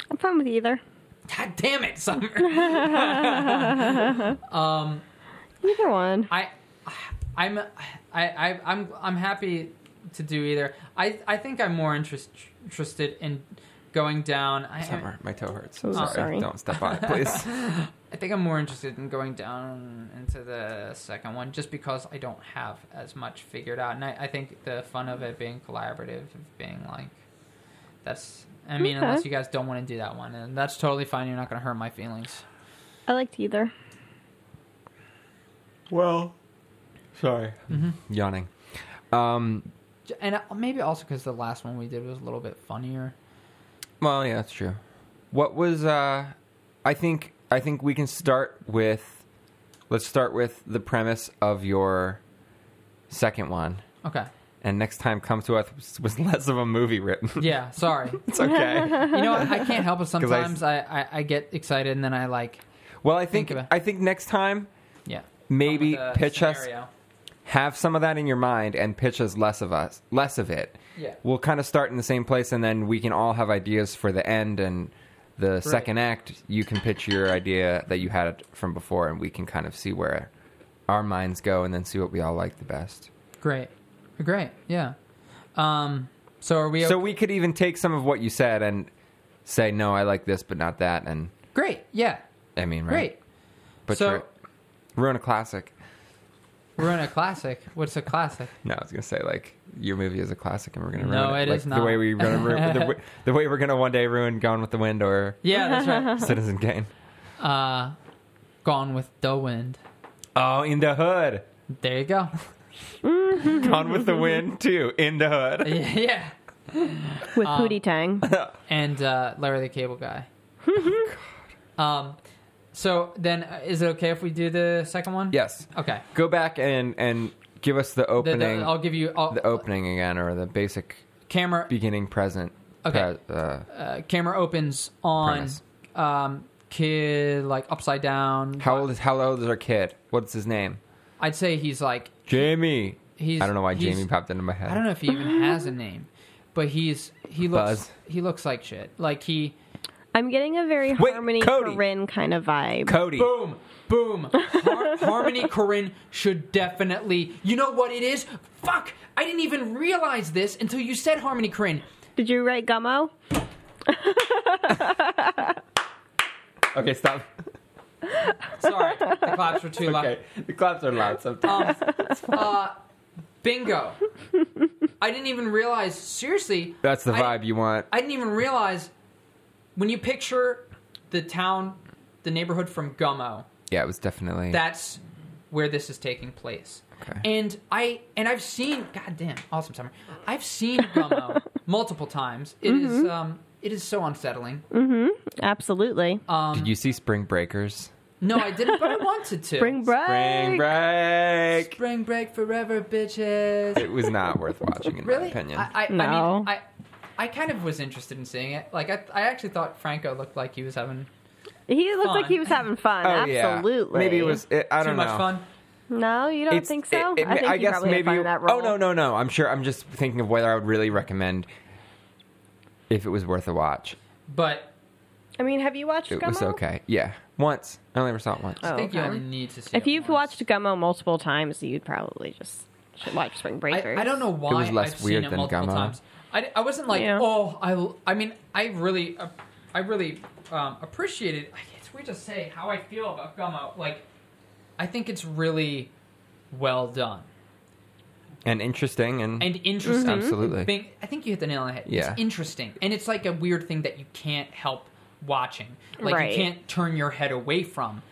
[SPEAKER 2] I'm fine with either.
[SPEAKER 3] God damn it, summer. um,
[SPEAKER 2] Either one.
[SPEAKER 3] I, I'm, I, I, I'm, I'm happy to do either. I, I think I'm more interest, interested in going down. I,
[SPEAKER 4] Summer, my toe hurts.
[SPEAKER 2] Oh,
[SPEAKER 4] sorry.
[SPEAKER 2] sorry.
[SPEAKER 4] don't step on it, please.
[SPEAKER 3] I think I'm more interested in going down into the second one just because I don't have as much figured out. And I, I think the fun of it being collaborative, of being like, that's, I mean,
[SPEAKER 2] Okay.
[SPEAKER 3] unless you guys don't want to do that one, and that's totally fine. You're not going to hurt my feelings.
[SPEAKER 2] I liked either.
[SPEAKER 4] well, sorry. Yawning. Um,
[SPEAKER 3] J- And uh, maybe also because the last one we did was a little bit funnier.
[SPEAKER 4] well, yeah, that's true. What was? Uh, I think I think we can start with. Let's start with the premise of your second one,
[SPEAKER 3] Okay.
[SPEAKER 4] and next time come to us with less of a movie written.
[SPEAKER 3] Yeah, sorry.
[SPEAKER 4] it's okay.
[SPEAKER 3] you know, what? I can't help it.
[SPEAKER 4] 'Cause I-
[SPEAKER 3] Sometimes I, I, I get excited and then I like,
[SPEAKER 4] well, I think
[SPEAKER 3] Think of it.
[SPEAKER 4] I think next time
[SPEAKER 3] yeah.
[SPEAKER 4] maybe
[SPEAKER 3] Come with a
[SPEAKER 4] pitch us
[SPEAKER 3] scenario.
[SPEAKER 4] have some of that in your mind and pitch us less of us less of it
[SPEAKER 3] Yeah.
[SPEAKER 4] we'll kind of start in the same place and then we can all have ideas for the end and the second act you can pitch your idea that you had from before and we can kind of see where our minds go and then see what we all like the best
[SPEAKER 3] Great. Great. Yeah. Um, so are we
[SPEAKER 4] so we could even take some of what you said and say no i like this but not that and
[SPEAKER 3] Great. Yeah.
[SPEAKER 4] i mean
[SPEAKER 3] Great.
[SPEAKER 4] right but
[SPEAKER 3] So-
[SPEAKER 4] ruin a classic
[SPEAKER 3] We're in a classic. What's a classic?
[SPEAKER 4] No, I was gonna say like your movie is a classic, and we're gonna ruin
[SPEAKER 3] No,
[SPEAKER 4] it.
[SPEAKER 3] it
[SPEAKER 4] like,
[SPEAKER 3] is
[SPEAKER 4] the
[SPEAKER 3] not.
[SPEAKER 4] way we gonna ruin, the, w- the way we're gonna one day ruin Gone with the Wind or
[SPEAKER 3] Yeah, that's
[SPEAKER 4] Citizen Kane.
[SPEAKER 3] right. Uh, Gone with the Wind.
[SPEAKER 4] Oh, in the hood,
[SPEAKER 3] There you go.
[SPEAKER 4] Gone with the Wind too, in the hood.
[SPEAKER 3] yeah.
[SPEAKER 2] With
[SPEAKER 4] Um,
[SPEAKER 2] Pootie Tang.
[SPEAKER 3] And uh, Larry the Cable Guy. Um, so then, uh, is it okay if we do the second one?
[SPEAKER 4] Yes,
[SPEAKER 3] Okay.
[SPEAKER 4] go back and and give us the
[SPEAKER 3] The, the-
[SPEAKER 4] opening,
[SPEAKER 3] I'll give you I'll,
[SPEAKER 4] the opening again, or the basic
[SPEAKER 3] camera.
[SPEAKER 4] beginning present.
[SPEAKER 3] Okay.
[SPEAKER 4] pre- uh,
[SPEAKER 3] Uh, camera opens on
[SPEAKER 4] Premise.
[SPEAKER 3] um, kid like upside down.
[SPEAKER 4] how old is how old is our kid? What's his name?
[SPEAKER 3] I'd say he's like
[SPEAKER 4] Jamie.
[SPEAKER 3] He's-
[SPEAKER 4] I don't know why
[SPEAKER 3] he's-
[SPEAKER 4] Jamie popped into my head.
[SPEAKER 3] I don't know if he even has a name, but he's he looks
[SPEAKER 4] Buzz.
[SPEAKER 3] he looks like shit. Like he
[SPEAKER 2] I'm getting a very
[SPEAKER 4] Wait,
[SPEAKER 2] Harmony
[SPEAKER 4] Cody.
[SPEAKER 2] Corinne kind of vibe.
[SPEAKER 4] Cody.
[SPEAKER 3] boom boom Har- Harmony Corinne should definitely. You know what it is? Fuck! I didn't even realize this until you said Harmony Corinne.
[SPEAKER 2] Did you write Gummo?
[SPEAKER 4] Okay, stop.
[SPEAKER 3] Sorry, the claps were too loud.
[SPEAKER 4] Okay, the claps are loud sometimes.
[SPEAKER 3] Um, uh, bingo. I didn't even realize. Seriously,
[SPEAKER 4] That's the
[SPEAKER 3] I-
[SPEAKER 4] vibe you want.
[SPEAKER 3] I didn't even realize when you picture the town, the neighborhood from Gummo.
[SPEAKER 4] Yeah, it was definitely.
[SPEAKER 3] That's where this is taking place.
[SPEAKER 4] Okay.
[SPEAKER 3] And I and I've seen goddamn awesome summer. I've seen Gummo multiple times. It is
[SPEAKER 2] Mm-hmm.
[SPEAKER 3] um it is so unsettling.
[SPEAKER 2] Absolutely.
[SPEAKER 3] Um
[SPEAKER 4] Did you see Spring Breakers?
[SPEAKER 3] no, I didn't but I wanted to.
[SPEAKER 2] Spring break.
[SPEAKER 4] Spring Break.
[SPEAKER 3] Spring break forever bitches.
[SPEAKER 4] It was not worth watching, in my
[SPEAKER 3] Really?
[SPEAKER 4] opinion.
[SPEAKER 3] I, I, I
[SPEAKER 2] No.
[SPEAKER 3] mean, I, I kind of was interested in seeing it. Like, I, I actually thought Franco looked like he was having
[SPEAKER 2] He looked like
[SPEAKER 3] Fun.
[SPEAKER 2] he was having fun.
[SPEAKER 4] oh
[SPEAKER 2] Absolutely.
[SPEAKER 4] yeah, maybe it was. It, I
[SPEAKER 3] too
[SPEAKER 4] don't
[SPEAKER 3] much
[SPEAKER 4] know.
[SPEAKER 3] fun.
[SPEAKER 2] No, you don't
[SPEAKER 4] It's-
[SPEAKER 2] think so?
[SPEAKER 4] it- it-
[SPEAKER 2] I think you
[SPEAKER 4] guess
[SPEAKER 2] probably
[SPEAKER 4] maybe.
[SPEAKER 2] had fun in that role.
[SPEAKER 4] Oh no, no, no! I'm sure. I'm just thinking of whether I would really recommend if it was worth a watch.
[SPEAKER 3] But
[SPEAKER 2] I mean, have you watched
[SPEAKER 4] It
[SPEAKER 2] Gummo?
[SPEAKER 4] was okay. Yeah, once I only ever saw it once.
[SPEAKER 2] Oh,
[SPEAKER 3] I think you
[SPEAKER 2] okay.
[SPEAKER 3] only need to see
[SPEAKER 2] If
[SPEAKER 3] it
[SPEAKER 2] you've
[SPEAKER 3] once.
[SPEAKER 2] watched Gummo multiple times, you'd probably just should watch Spring Breakers.
[SPEAKER 3] I, I don't know why
[SPEAKER 4] was less
[SPEAKER 3] I've
[SPEAKER 4] weird
[SPEAKER 3] seen it
[SPEAKER 4] than
[SPEAKER 3] multiple
[SPEAKER 4] Gummo.
[SPEAKER 3] times. I, I wasn't like,
[SPEAKER 2] Yeah.
[SPEAKER 3] oh, I, I mean, I really, uh, I really um, appreciated. like, It's weird to say how I feel about Gummo. Like, I think it's really well done
[SPEAKER 4] And interesting and,
[SPEAKER 3] and interesting.
[SPEAKER 2] Mm-hmm.
[SPEAKER 4] Absolutely.
[SPEAKER 3] Bing- I think you hit the nail on the head.
[SPEAKER 4] Yeah.
[SPEAKER 3] It's interesting, and it's like a weird thing that you can't help watching. Like
[SPEAKER 2] Right.
[SPEAKER 3] you can't turn your head away from.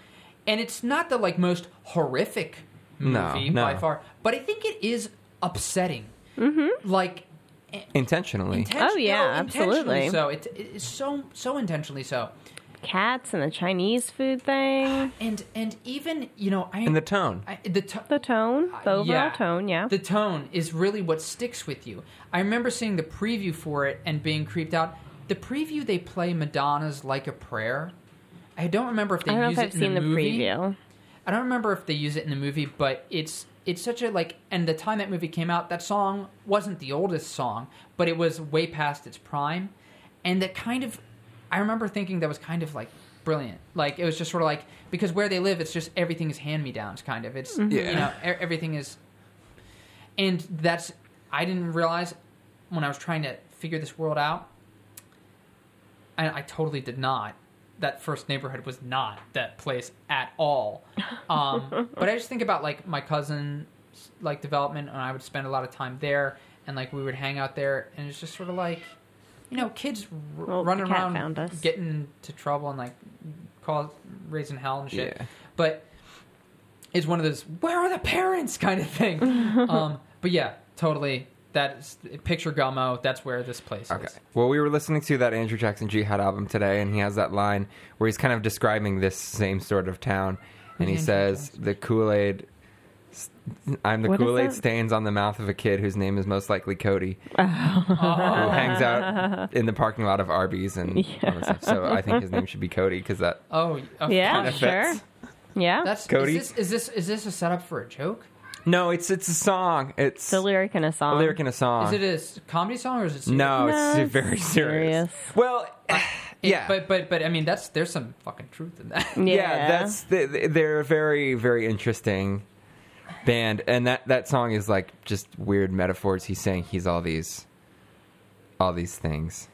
[SPEAKER 3] And it's not the like most horrific
[SPEAKER 4] No,
[SPEAKER 3] movie
[SPEAKER 4] no.
[SPEAKER 3] by far, but I think it is upsetting. Mm-hmm. Like
[SPEAKER 4] Oh, intentionally.
[SPEAKER 3] intention-
[SPEAKER 2] Oh, yeah,
[SPEAKER 3] no, intentionally
[SPEAKER 2] absolutely.
[SPEAKER 3] So it's it's so so intentionally so,
[SPEAKER 2] Cats and the Chinese food thing.
[SPEAKER 3] and and even you know I
[SPEAKER 4] and the tone.
[SPEAKER 3] I, the to-
[SPEAKER 2] The tone, the overall
[SPEAKER 3] Uh, yeah.
[SPEAKER 2] tone, yeah.
[SPEAKER 3] The tone is really what sticks with you. I remember seeing the preview for it and being creeped out. The preview they play Madonna's "Like a Prayer." I don't remember if they
[SPEAKER 2] I don't know
[SPEAKER 3] use
[SPEAKER 2] if
[SPEAKER 3] it
[SPEAKER 2] I've
[SPEAKER 3] in
[SPEAKER 2] seen
[SPEAKER 3] the
[SPEAKER 2] the,
[SPEAKER 3] movie.
[SPEAKER 2] preview.
[SPEAKER 3] I don't remember if they use it in the movie, but it's it's such a like. And the time that movie came out, that song wasn't the oldest song, but it was way past its prime. And that kind of, I remember thinking that was kind of like brilliant. Like it was just sort of like because where they live, it's just everything is hand me downs. Kind of, it's
[SPEAKER 4] Yeah.
[SPEAKER 3] you know e- everything is. And that's I didn't realize when I was trying to figure this world out and I totally did not. That first neighborhood was not that place at all. Um, but I just think about like my cousin, like development, and I would spend a lot of time there, and like we would hang out there, and it's just sort of like, you know, kids r-
[SPEAKER 2] Well, the
[SPEAKER 3] running
[SPEAKER 2] cat
[SPEAKER 3] around,
[SPEAKER 2] found us.
[SPEAKER 3] getting into trouble, and like cause raising hell and shit.
[SPEAKER 4] Yeah.
[SPEAKER 3] But it's one of those "Where are the parents?" kind of thing. um, but yeah, totally. That's picture Gummo. That's where this place
[SPEAKER 4] Okay.
[SPEAKER 3] is.
[SPEAKER 4] Well, we were listening to that Andrew Jackson Jihad album today, and he has that line where he's kind of describing this same sort of town, and he
[SPEAKER 3] Andrew
[SPEAKER 4] says, "The Kool Aid, I'm the
[SPEAKER 2] What is
[SPEAKER 4] Kool Aid
[SPEAKER 2] that?
[SPEAKER 4] stains on the mouth of a kid whose name is most likely Cody, who
[SPEAKER 3] Oh.
[SPEAKER 4] hangs out in the parking lot of Arby's and all that stuff." So I think his name should be Cody because that
[SPEAKER 3] Oh, of
[SPEAKER 2] Yeah,
[SPEAKER 3] course.
[SPEAKER 2] sure.
[SPEAKER 4] fits.
[SPEAKER 2] Yeah.
[SPEAKER 3] That's
[SPEAKER 4] Cody?
[SPEAKER 3] Is this, is this is this a setup for a joke?
[SPEAKER 4] no, it's it's a song. It's
[SPEAKER 2] it's a lyric in a
[SPEAKER 4] a
[SPEAKER 2] song.
[SPEAKER 4] lyric in a song.
[SPEAKER 3] Is it a s- comedy song or is it serious?
[SPEAKER 4] no,
[SPEAKER 2] No,
[SPEAKER 4] it's very
[SPEAKER 2] it's
[SPEAKER 4] serious.
[SPEAKER 2] serious.
[SPEAKER 4] Well,
[SPEAKER 3] It-
[SPEAKER 4] yeah,
[SPEAKER 3] but but but I mean that's there's some fucking truth in that.
[SPEAKER 2] yeah.
[SPEAKER 4] yeah, that's th- th- they're a very very interesting band and that that song is like just weird metaphors he's saying he's all these all these things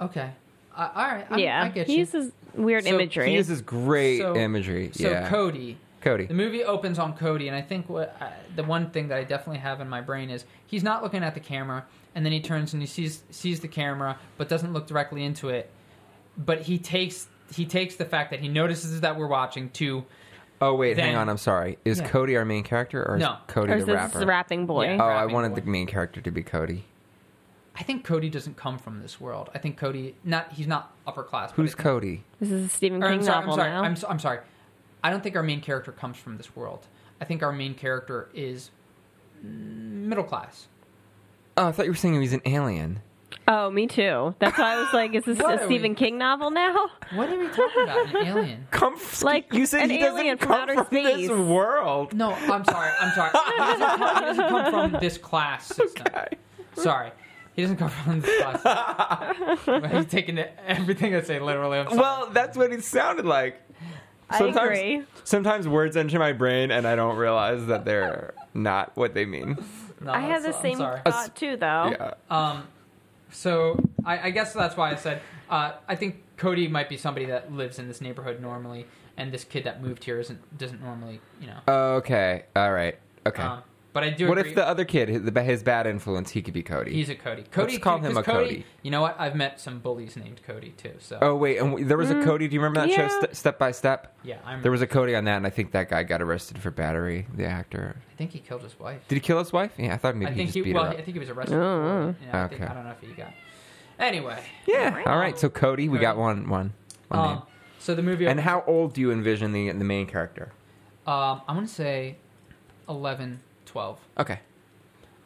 [SPEAKER 3] okay, uh, all right, I,
[SPEAKER 2] yeah.
[SPEAKER 3] I get
[SPEAKER 2] he
[SPEAKER 3] you.
[SPEAKER 2] uses weird
[SPEAKER 3] So
[SPEAKER 2] imagery.
[SPEAKER 4] he uses great
[SPEAKER 3] So-
[SPEAKER 4] imagery
[SPEAKER 3] So
[SPEAKER 4] yeah
[SPEAKER 3] Cody,
[SPEAKER 4] cody
[SPEAKER 3] the movie opens on Cody, and I think what I, the one thing that I definitely have in my brain is he's not looking at the camera, and then he turns and he sees sees the camera, but doesn't look directly into it. But he takes he takes the fact that he notices that we're watching to
[SPEAKER 4] oh wait hang
[SPEAKER 3] then-
[SPEAKER 4] on i'm sorry is
[SPEAKER 3] Yeah.
[SPEAKER 4] cody our main character or is
[SPEAKER 3] No.
[SPEAKER 4] cody
[SPEAKER 2] or is
[SPEAKER 4] the
[SPEAKER 2] this
[SPEAKER 4] rapper
[SPEAKER 2] rapping boy?
[SPEAKER 4] oh
[SPEAKER 3] Yeah.
[SPEAKER 4] i
[SPEAKER 3] Rapping
[SPEAKER 4] wanted
[SPEAKER 3] boy.
[SPEAKER 4] the main character to be cody
[SPEAKER 3] I think Cody doesn't come from this world. I think Cody not he's not upper class. but
[SPEAKER 4] who's
[SPEAKER 3] I think-
[SPEAKER 4] cody
[SPEAKER 2] This is a Stephen
[SPEAKER 3] Or,
[SPEAKER 2] King
[SPEAKER 3] I'm sorry. I'm
[SPEAKER 2] novel
[SPEAKER 3] sorry.
[SPEAKER 2] now.
[SPEAKER 3] I'm, so, I'm sorry. I don't think our main character comes from this world. I think our main character is middle class.
[SPEAKER 4] oh i thought you were saying he was an alien
[SPEAKER 2] Oh, me too. That's why I was like, is this
[SPEAKER 3] What are
[SPEAKER 2] a Stephen
[SPEAKER 3] we-
[SPEAKER 2] King novel now?
[SPEAKER 3] What are we talking about? An alien?
[SPEAKER 4] come
[SPEAKER 2] Like you said an he doesn't alien from come outer from this space.
[SPEAKER 4] world
[SPEAKER 3] No, I'm sorry. I'm sorry. He doesn't come, he doesn't come from this class system. Sorry. He doesn't go from the spots. He's taking everything I say literally. I'm sorry.
[SPEAKER 4] Well, that's what it sounded like.
[SPEAKER 2] I agree.
[SPEAKER 4] Sometimes words enter my brain and I don't realize that they're not what they mean.
[SPEAKER 3] No,
[SPEAKER 2] I had
[SPEAKER 3] that's-
[SPEAKER 2] the
[SPEAKER 3] I'm
[SPEAKER 2] same
[SPEAKER 3] sorry.
[SPEAKER 2] thought too, though.
[SPEAKER 4] Yeah.
[SPEAKER 3] Um, so I, I guess that's why I said uh, I think Cody might be somebody that lives in this neighborhood normally, and this kid that moved here isn't doesn't normally, you know.
[SPEAKER 4] Okay. All right. Okay.
[SPEAKER 3] Um, but I do.
[SPEAKER 4] what
[SPEAKER 3] agree,
[SPEAKER 4] if the other kid, his, the- his bad influence, he could be Cody?
[SPEAKER 3] he's a Cody? Cody,
[SPEAKER 4] call
[SPEAKER 3] too,
[SPEAKER 4] him a
[SPEAKER 3] 'cause
[SPEAKER 4] Cody.
[SPEAKER 3] You know what? I've met some bullies named Cody too. So
[SPEAKER 4] oh wait, and w- there was a Cody. Do you remember that
[SPEAKER 2] Mm, yeah.
[SPEAKER 4] show, Ste Step by Step?
[SPEAKER 3] yeah, I'm,
[SPEAKER 4] There was a Cody on that, and I think that guy got arrested for battery. The actor
[SPEAKER 3] I think he killed his wife.
[SPEAKER 4] did he kill his wife? Yeah, I thought maybe
[SPEAKER 3] I
[SPEAKER 4] he
[SPEAKER 3] think
[SPEAKER 4] just
[SPEAKER 3] he.
[SPEAKER 4] beat
[SPEAKER 3] Well,
[SPEAKER 4] her
[SPEAKER 3] I
[SPEAKER 4] up.
[SPEAKER 3] think he was arrested.
[SPEAKER 2] Oh.
[SPEAKER 3] for it. Yeah, I, think,
[SPEAKER 4] Okay.
[SPEAKER 3] I don't know if he got. Anyway,
[SPEAKER 4] yeah. All right. So Cody, Oh, we got one, one, one
[SPEAKER 3] um,
[SPEAKER 4] name.
[SPEAKER 3] so the movie.
[SPEAKER 4] And how old do you envision the the main character?
[SPEAKER 3] Um, I want to say 11, 12.
[SPEAKER 4] Okay.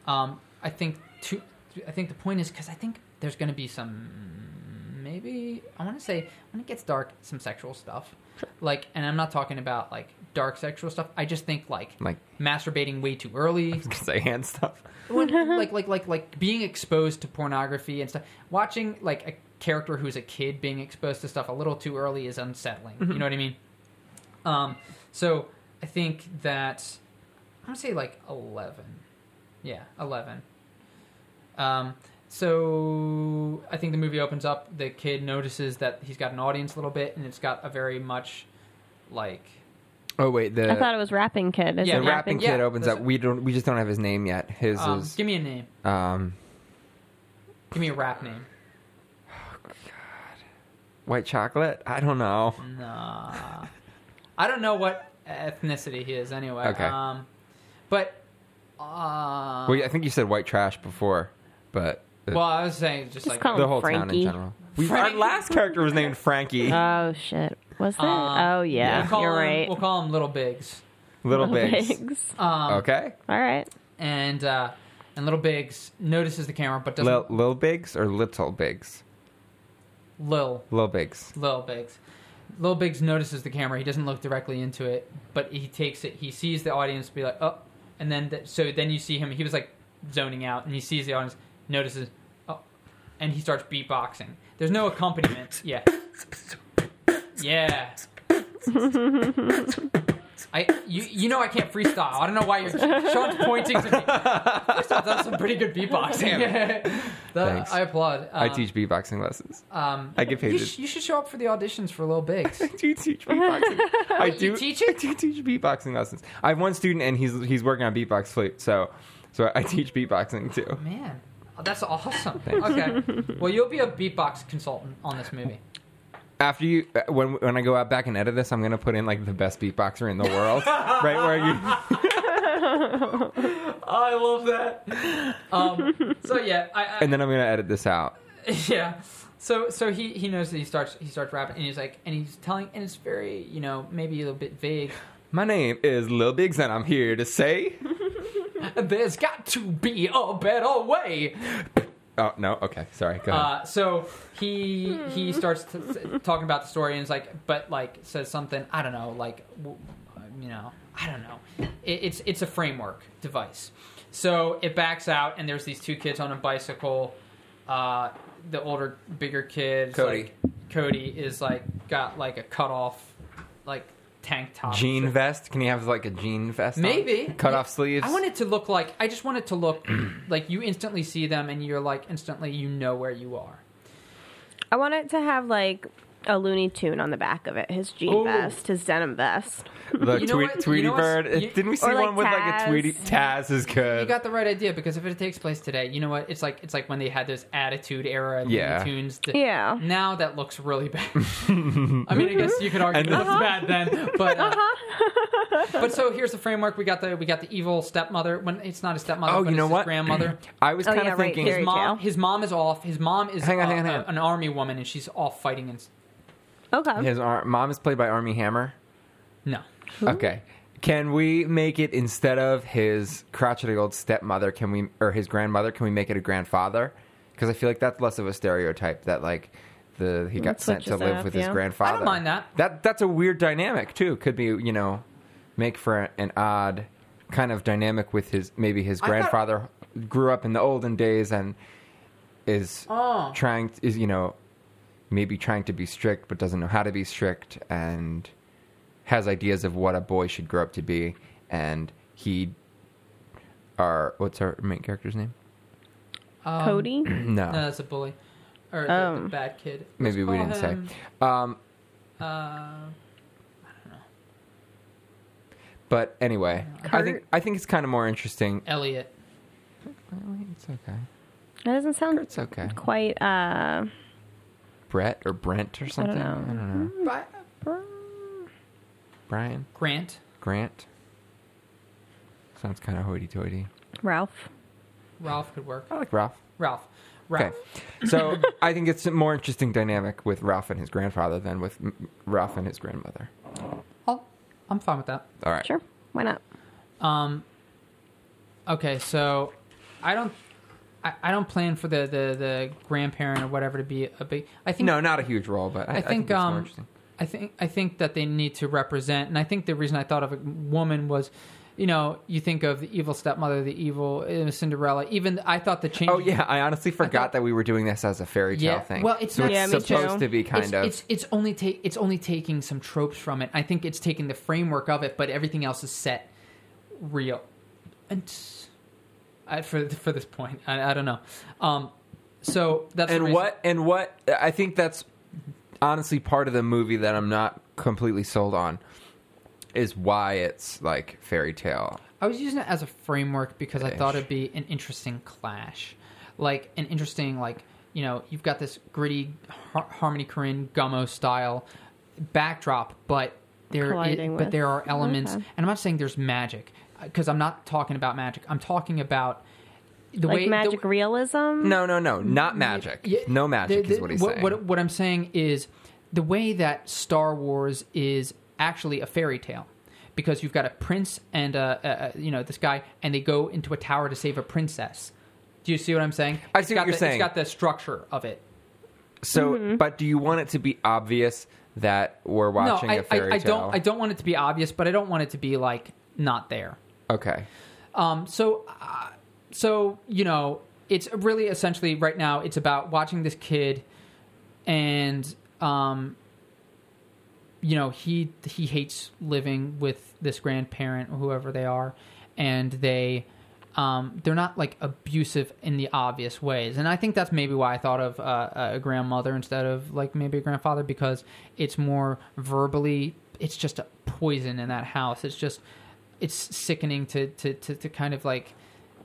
[SPEAKER 3] Um, I think two. I think the point is because I think there's going to be some maybe I want to say when it gets dark, some sexual stuff. Like, and I'm not talking about like dark sexual stuff. I just think like
[SPEAKER 4] Like
[SPEAKER 3] masturbating way too early,
[SPEAKER 4] say hand stuff.
[SPEAKER 3] when, like like like like being exposed to pornography and stuff. Watching like a character who's a kid being exposed to stuff a little too early is unsettling. You know what I mean? Um, so I think that I'm gonna say like eleven. Yeah, eleven. Um, so I think the movie opens up. The kid notices that he's got an audience a little bit, and it's got a very much like
[SPEAKER 4] Oh wait, the
[SPEAKER 2] I thought it was rapping kid. Is
[SPEAKER 3] Yeah,
[SPEAKER 2] it
[SPEAKER 4] the rapping
[SPEAKER 3] yeah,
[SPEAKER 4] kid opens
[SPEAKER 3] that's
[SPEAKER 4] up.
[SPEAKER 3] it.
[SPEAKER 4] We don't. We just don't have his name yet. His
[SPEAKER 3] um,
[SPEAKER 4] is
[SPEAKER 3] give me a name,
[SPEAKER 4] um,
[SPEAKER 3] give me a rap name.
[SPEAKER 4] white chocolate. I don't know.
[SPEAKER 3] Nah. I don't know what ethnicity he is anyway.
[SPEAKER 4] Okay.
[SPEAKER 3] Um, but uh,
[SPEAKER 4] well, I think you said white trash before, but uh,
[SPEAKER 3] well, I was saying just,
[SPEAKER 2] Just
[SPEAKER 3] like
[SPEAKER 2] call
[SPEAKER 4] the
[SPEAKER 2] him
[SPEAKER 4] whole town in
[SPEAKER 2] Frankie.
[SPEAKER 4] general. We, our
[SPEAKER 3] Frankie.
[SPEAKER 4] last character was named Frankie.
[SPEAKER 2] Oh shit. Was that?
[SPEAKER 3] um,
[SPEAKER 2] oh yeah.
[SPEAKER 3] we'll call
[SPEAKER 2] You're
[SPEAKER 3] him,
[SPEAKER 2] right.
[SPEAKER 3] We'll call him Little Biggs.
[SPEAKER 4] Little Biggs.
[SPEAKER 2] Biggs.
[SPEAKER 3] Um,
[SPEAKER 4] Okay.
[SPEAKER 2] All right.
[SPEAKER 3] and uh, and Little Biggs notices the camera but doesn't
[SPEAKER 4] Lil, Lil Biggs or Little Biggs?
[SPEAKER 3] Lil
[SPEAKER 4] Lil Biggs.
[SPEAKER 3] Lil Biggs. Lil Biggs notices the camera. He doesn't look directly into it, but he takes it. He sees the audience be like, oh, and then th- so then you see him. He was like zoning out, and he sees the audience, notices, oh, and he starts beatboxing. There's no accompaniment. Yeah. Yeah. I you you know I can't freestyle. I don't know why you're Sean's pointing to me. Freestyle does some pretty good beatboxing. The-
[SPEAKER 4] Thanks.
[SPEAKER 3] I applaud. Um,
[SPEAKER 4] I teach beatboxing lessons.
[SPEAKER 3] Um,
[SPEAKER 4] I get paid.
[SPEAKER 3] you, sh- you should show up for the auditions for Lil Biggs.
[SPEAKER 4] I do teach beatboxing. I
[SPEAKER 3] Wait, you
[SPEAKER 4] do
[SPEAKER 3] teach
[SPEAKER 4] I do teach beatboxing lessons. I have one student and he's he's working on beatbox flute, so so I teach beatboxing too.
[SPEAKER 3] Man, oh, that's awesome. Okay, well you'll be a beatbox consultant on this movie.
[SPEAKER 4] After you, uh, when when I go out back and edit this, I'm gonna put in like the best beatboxer in the world, right where you.
[SPEAKER 3] I love that. Um, so yeah, I, I
[SPEAKER 4] And then I'm gonna edit this out.
[SPEAKER 3] yeah. So so he he knows that he starts he starts rapping and he's like and he's telling and it's very you know maybe a little bit vague.
[SPEAKER 4] My name is Lil Biggs, and I'm here to say.
[SPEAKER 3] There's got to be a better way.
[SPEAKER 4] Oh no, okay, sorry. Go ahead.
[SPEAKER 3] Uh, so he he starts t- t- talking about the story and is like, but like says something I don't know, like w- you know, I don't know. It, it's it's a framework device. So it backs out and there's these two kids on a bicycle. Uh, the older, bigger kid, is
[SPEAKER 4] Cody.
[SPEAKER 3] like, Cody is like got like a cut off, like tank top
[SPEAKER 4] jean
[SPEAKER 3] shirt.
[SPEAKER 4] vest? Can he have like a jean vest? on?
[SPEAKER 3] Uh, Maybe
[SPEAKER 4] cut off
[SPEAKER 3] Yeah.
[SPEAKER 4] sleeves.
[SPEAKER 3] I want it to look like I just want it to look like you instantly see them and you're like instantly you know where you are.
[SPEAKER 2] I want it to have like a Looney Tune on the back of it. His jean
[SPEAKER 3] Ooh.
[SPEAKER 2] vest, his denim vest.
[SPEAKER 4] the
[SPEAKER 3] You know
[SPEAKER 4] Tweet-
[SPEAKER 3] what- you
[SPEAKER 4] Tweety
[SPEAKER 3] know what's-
[SPEAKER 4] Bird.
[SPEAKER 3] you-
[SPEAKER 4] Didn't we see
[SPEAKER 2] or, like,
[SPEAKER 4] one with like a
[SPEAKER 2] Taz.
[SPEAKER 4] Tweety? Taz is good.
[SPEAKER 3] You got the right idea because if it takes place today, you know what? It's like it's like when they had those attitude era Looney
[SPEAKER 4] Yeah.
[SPEAKER 3] Tunes. to-
[SPEAKER 2] Yeah.
[SPEAKER 3] Now that looks really bad. I mean, I guess you could argue
[SPEAKER 4] And-
[SPEAKER 3] it looks bad then, but uh,
[SPEAKER 2] Uh-huh.
[SPEAKER 3] but so here's the framework. We got the we got the evil stepmother. When it's not a stepmother,
[SPEAKER 4] oh,
[SPEAKER 3] but
[SPEAKER 4] you know
[SPEAKER 3] it's his
[SPEAKER 4] what?
[SPEAKER 3] grandmother.
[SPEAKER 4] I was
[SPEAKER 2] Oh,
[SPEAKER 4] kind
[SPEAKER 2] yeah,
[SPEAKER 4] of
[SPEAKER 2] right,
[SPEAKER 4] thinking.
[SPEAKER 2] Fairy
[SPEAKER 3] His mom,
[SPEAKER 2] tale.
[SPEAKER 3] his mom is off. His mom is
[SPEAKER 4] Hang on,
[SPEAKER 3] uh,
[SPEAKER 4] hang on, hang
[SPEAKER 3] a-
[SPEAKER 4] on.
[SPEAKER 3] an army woman, and she's off fighting. And s-
[SPEAKER 2] Okay.
[SPEAKER 4] His ar- mom is played by Army Hammer.
[SPEAKER 3] no,
[SPEAKER 4] Okay. Can we make it instead of his crotchety old stepmother? Can we or his grandmother? Can we make it a grandfather? Because I feel like that's less of a stereotype that like the he got
[SPEAKER 2] Let's
[SPEAKER 4] sent
[SPEAKER 2] switch
[SPEAKER 4] to
[SPEAKER 2] this
[SPEAKER 4] live
[SPEAKER 2] up,
[SPEAKER 4] with his
[SPEAKER 2] yeah.
[SPEAKER 4] grandfather.
[SPEAKER 3] I don't mind that.
[SPEAKER 4] That that's a weird dynamic too. Could be you know make for an odd kind of dynamic with his maybe his
[SPEAKER 3] I thought-
[SPEAKER 4] grandfather grew up in the olden days and is
[SPEAKER 3] Oh.
[SPEAKER 4] trying is you know maybe trying to be strict but doesn't know how to be strict and has ideas of what a boy should grow up to be and he our what's our main character's name
[SPEAKER 3] Um,
[SPEAKER 2] Cody?
[SPEAKER 4] no
[SPEAKER 3] No, that's a bully. Or the, the
[SPEAKER 2] Um,
[SPEAKER 3] bad kid. Let's
[SPEAKER 4] maybe we
[SPEAKER 3] call
[SPEAKER 4] didn't
[SPEAKER 3] him,
[SPEAKER 4] say um
[SPEAKER 3] Uh,
[SPEAKER 4] but anyway i think
[SPEAKER 2] Kurt?
[SPEAKER 4] i think it's kind of more interesting
[SPEAKER 3] Elliot.
[SPEAKER 4] Really? it's okay
[SPEAKER 2] That doesn't sound
[SPEAKER 4] it's okay
[SPEAKER 2] quite. uh
[SPEAKER 4] brett or brent or something
[SPEAKER 2] know.
[SPEAKER 4] know.
[SPEAKER 2] br-
[SPEAKER 4] brian
[SPEAKER 3] Grant.
[SPEAKER 4] grant sounds kind of hoity-toity
[SPEAKER 2] Ralph.
[SPEAKER 3] Ralph could work.
[SPEAKER 4] i like ralph
[SPEAKER 3] Ralph. Ralph.
[SPEAKER 4] Okay. So I think it's a more interesting dynamic with Ralph and his grandfather than with M- Ralph and his grandmother.
[SPEAKER 3] I'll, I'm fine with that.
[SPEAKER 4] All right.
[SPEAKER 2] Sure. Why not?
[SPEAKER 3] Um, okay, so I don't. I, I don't plan for the, the, the grandparent or whatever to be a big. I think
[SPEAKER 4] No, not a huge role, but I,
[SPEAKER 3] I think,
[SPEAKER 4] it's more
[SPEAKER 3] um,
[SPEAKER 4] interesting.
[SPEAKER 3] I think I think that they need to represent, and I think the reason I thought of a woman was, you know, you think of the evil stepmother, the evil uh, Cinderella. Even I thought the change.
[SPEAKER 4] Oh yeah, I honestly forgot
[SPEAKER 3] thought-
[SPEAKER 4] that we were doing this as a fairy tale
[SPEAKER 3] Yeah,
[SPEAKER 4] thing.
[SPEAKER 3] well, it's
[SPEAKER 4] so
[SPEAKER 3] not-
[SPEAKER 2] Yeah, me
[SPEAKER 4] it's supposed
[SPEAKER 2] too.
[SPEAKER 4] to be kind
[SPEAKER 3] it's,
[SPEAKER 4] of
[SPEAKER 3] It's it's only take it's only taking some tropes from it. I think it's taking the framework of it, but everything else is set real. And s- I, for for this point, I, I don't know. Um, so that's the
[SPEAKER 4] and
[SPEAKER 3] reason-
[SPEAKER 4] what and what I think that's honestly part of the movie that I'm not completely sold on is why it's like fairy tale.
[SPEAKER 3] I was using it as a framework because I
[SPEAKER 4] Ish.
[SPEAKER 3] thought it'd be an interesting clash, like an interesting like you know you've got this gritty Har- Harmony Korine Gummo style backdrop, but there i-
[SPEAKER 2] Colliding
[SPEAKER 3] but
[SPEAKER 2] with-
[SPEAKER 3] there are elements,
[SPEAKER 2] Okay.
[SPEAKER 3] and I'm not saying there's magic because I'm not talking about magic. I'm talking about the
[SPEAKER 2] Like
[SPEAKER 3] way the-
[SPEAKER 2] magic realism?
[SPEAKER 4] No, no, no, not magic.
[SPEAKER 3] Mm, yeah,
[SPEAKER 4] no magic
[SPEAKER 3] the-
[SPEAKER 4] is what he's saying.
[SPEAKER 3] What, what I'm saying is the way that Star Wars is actually a fairy tale, because you've got a prince and a, a, a you know this guy, and they go into a tower to save a princess. Do you see what I'm saying?
[SPEAKER 4] I
[SPEAKER 3] It's
[SPEAKER 4] see what
[SPEAKER 3] got
[SPEAKER 4] you're
[SPEAKER 3] the,
[SPEAKER 4] saying.
[SPEAKER 3] It's got the structure of it.
[SPEAKER 4] So, but do you want it to be obvious that we're watching
[SPEAKER 3] Mm-hmm. no, I,
[SPEAKER 4] a fairy
[SPEAKER 3] I, I
[SPEAKER 4] tale?
[SPEAKER 3] don't. I don't want it to be obvious, but I don't want it to be like not there.
[SPEAKER 4] Okay.
[SPEAKER 3] Um, so, uh, so you know, it's really essentially right now. It's about watching this kid, and um, you know, he he hates living with this grandparent or whoever they are, and they. Um, they're not like abusive in the obvious ways, and I think that's maybe why I thought of uh, a grandmother instead of like maybe a grandfather because it's more verbally. It's just a poison in that house. It's just it's sickening to to to, to kind of like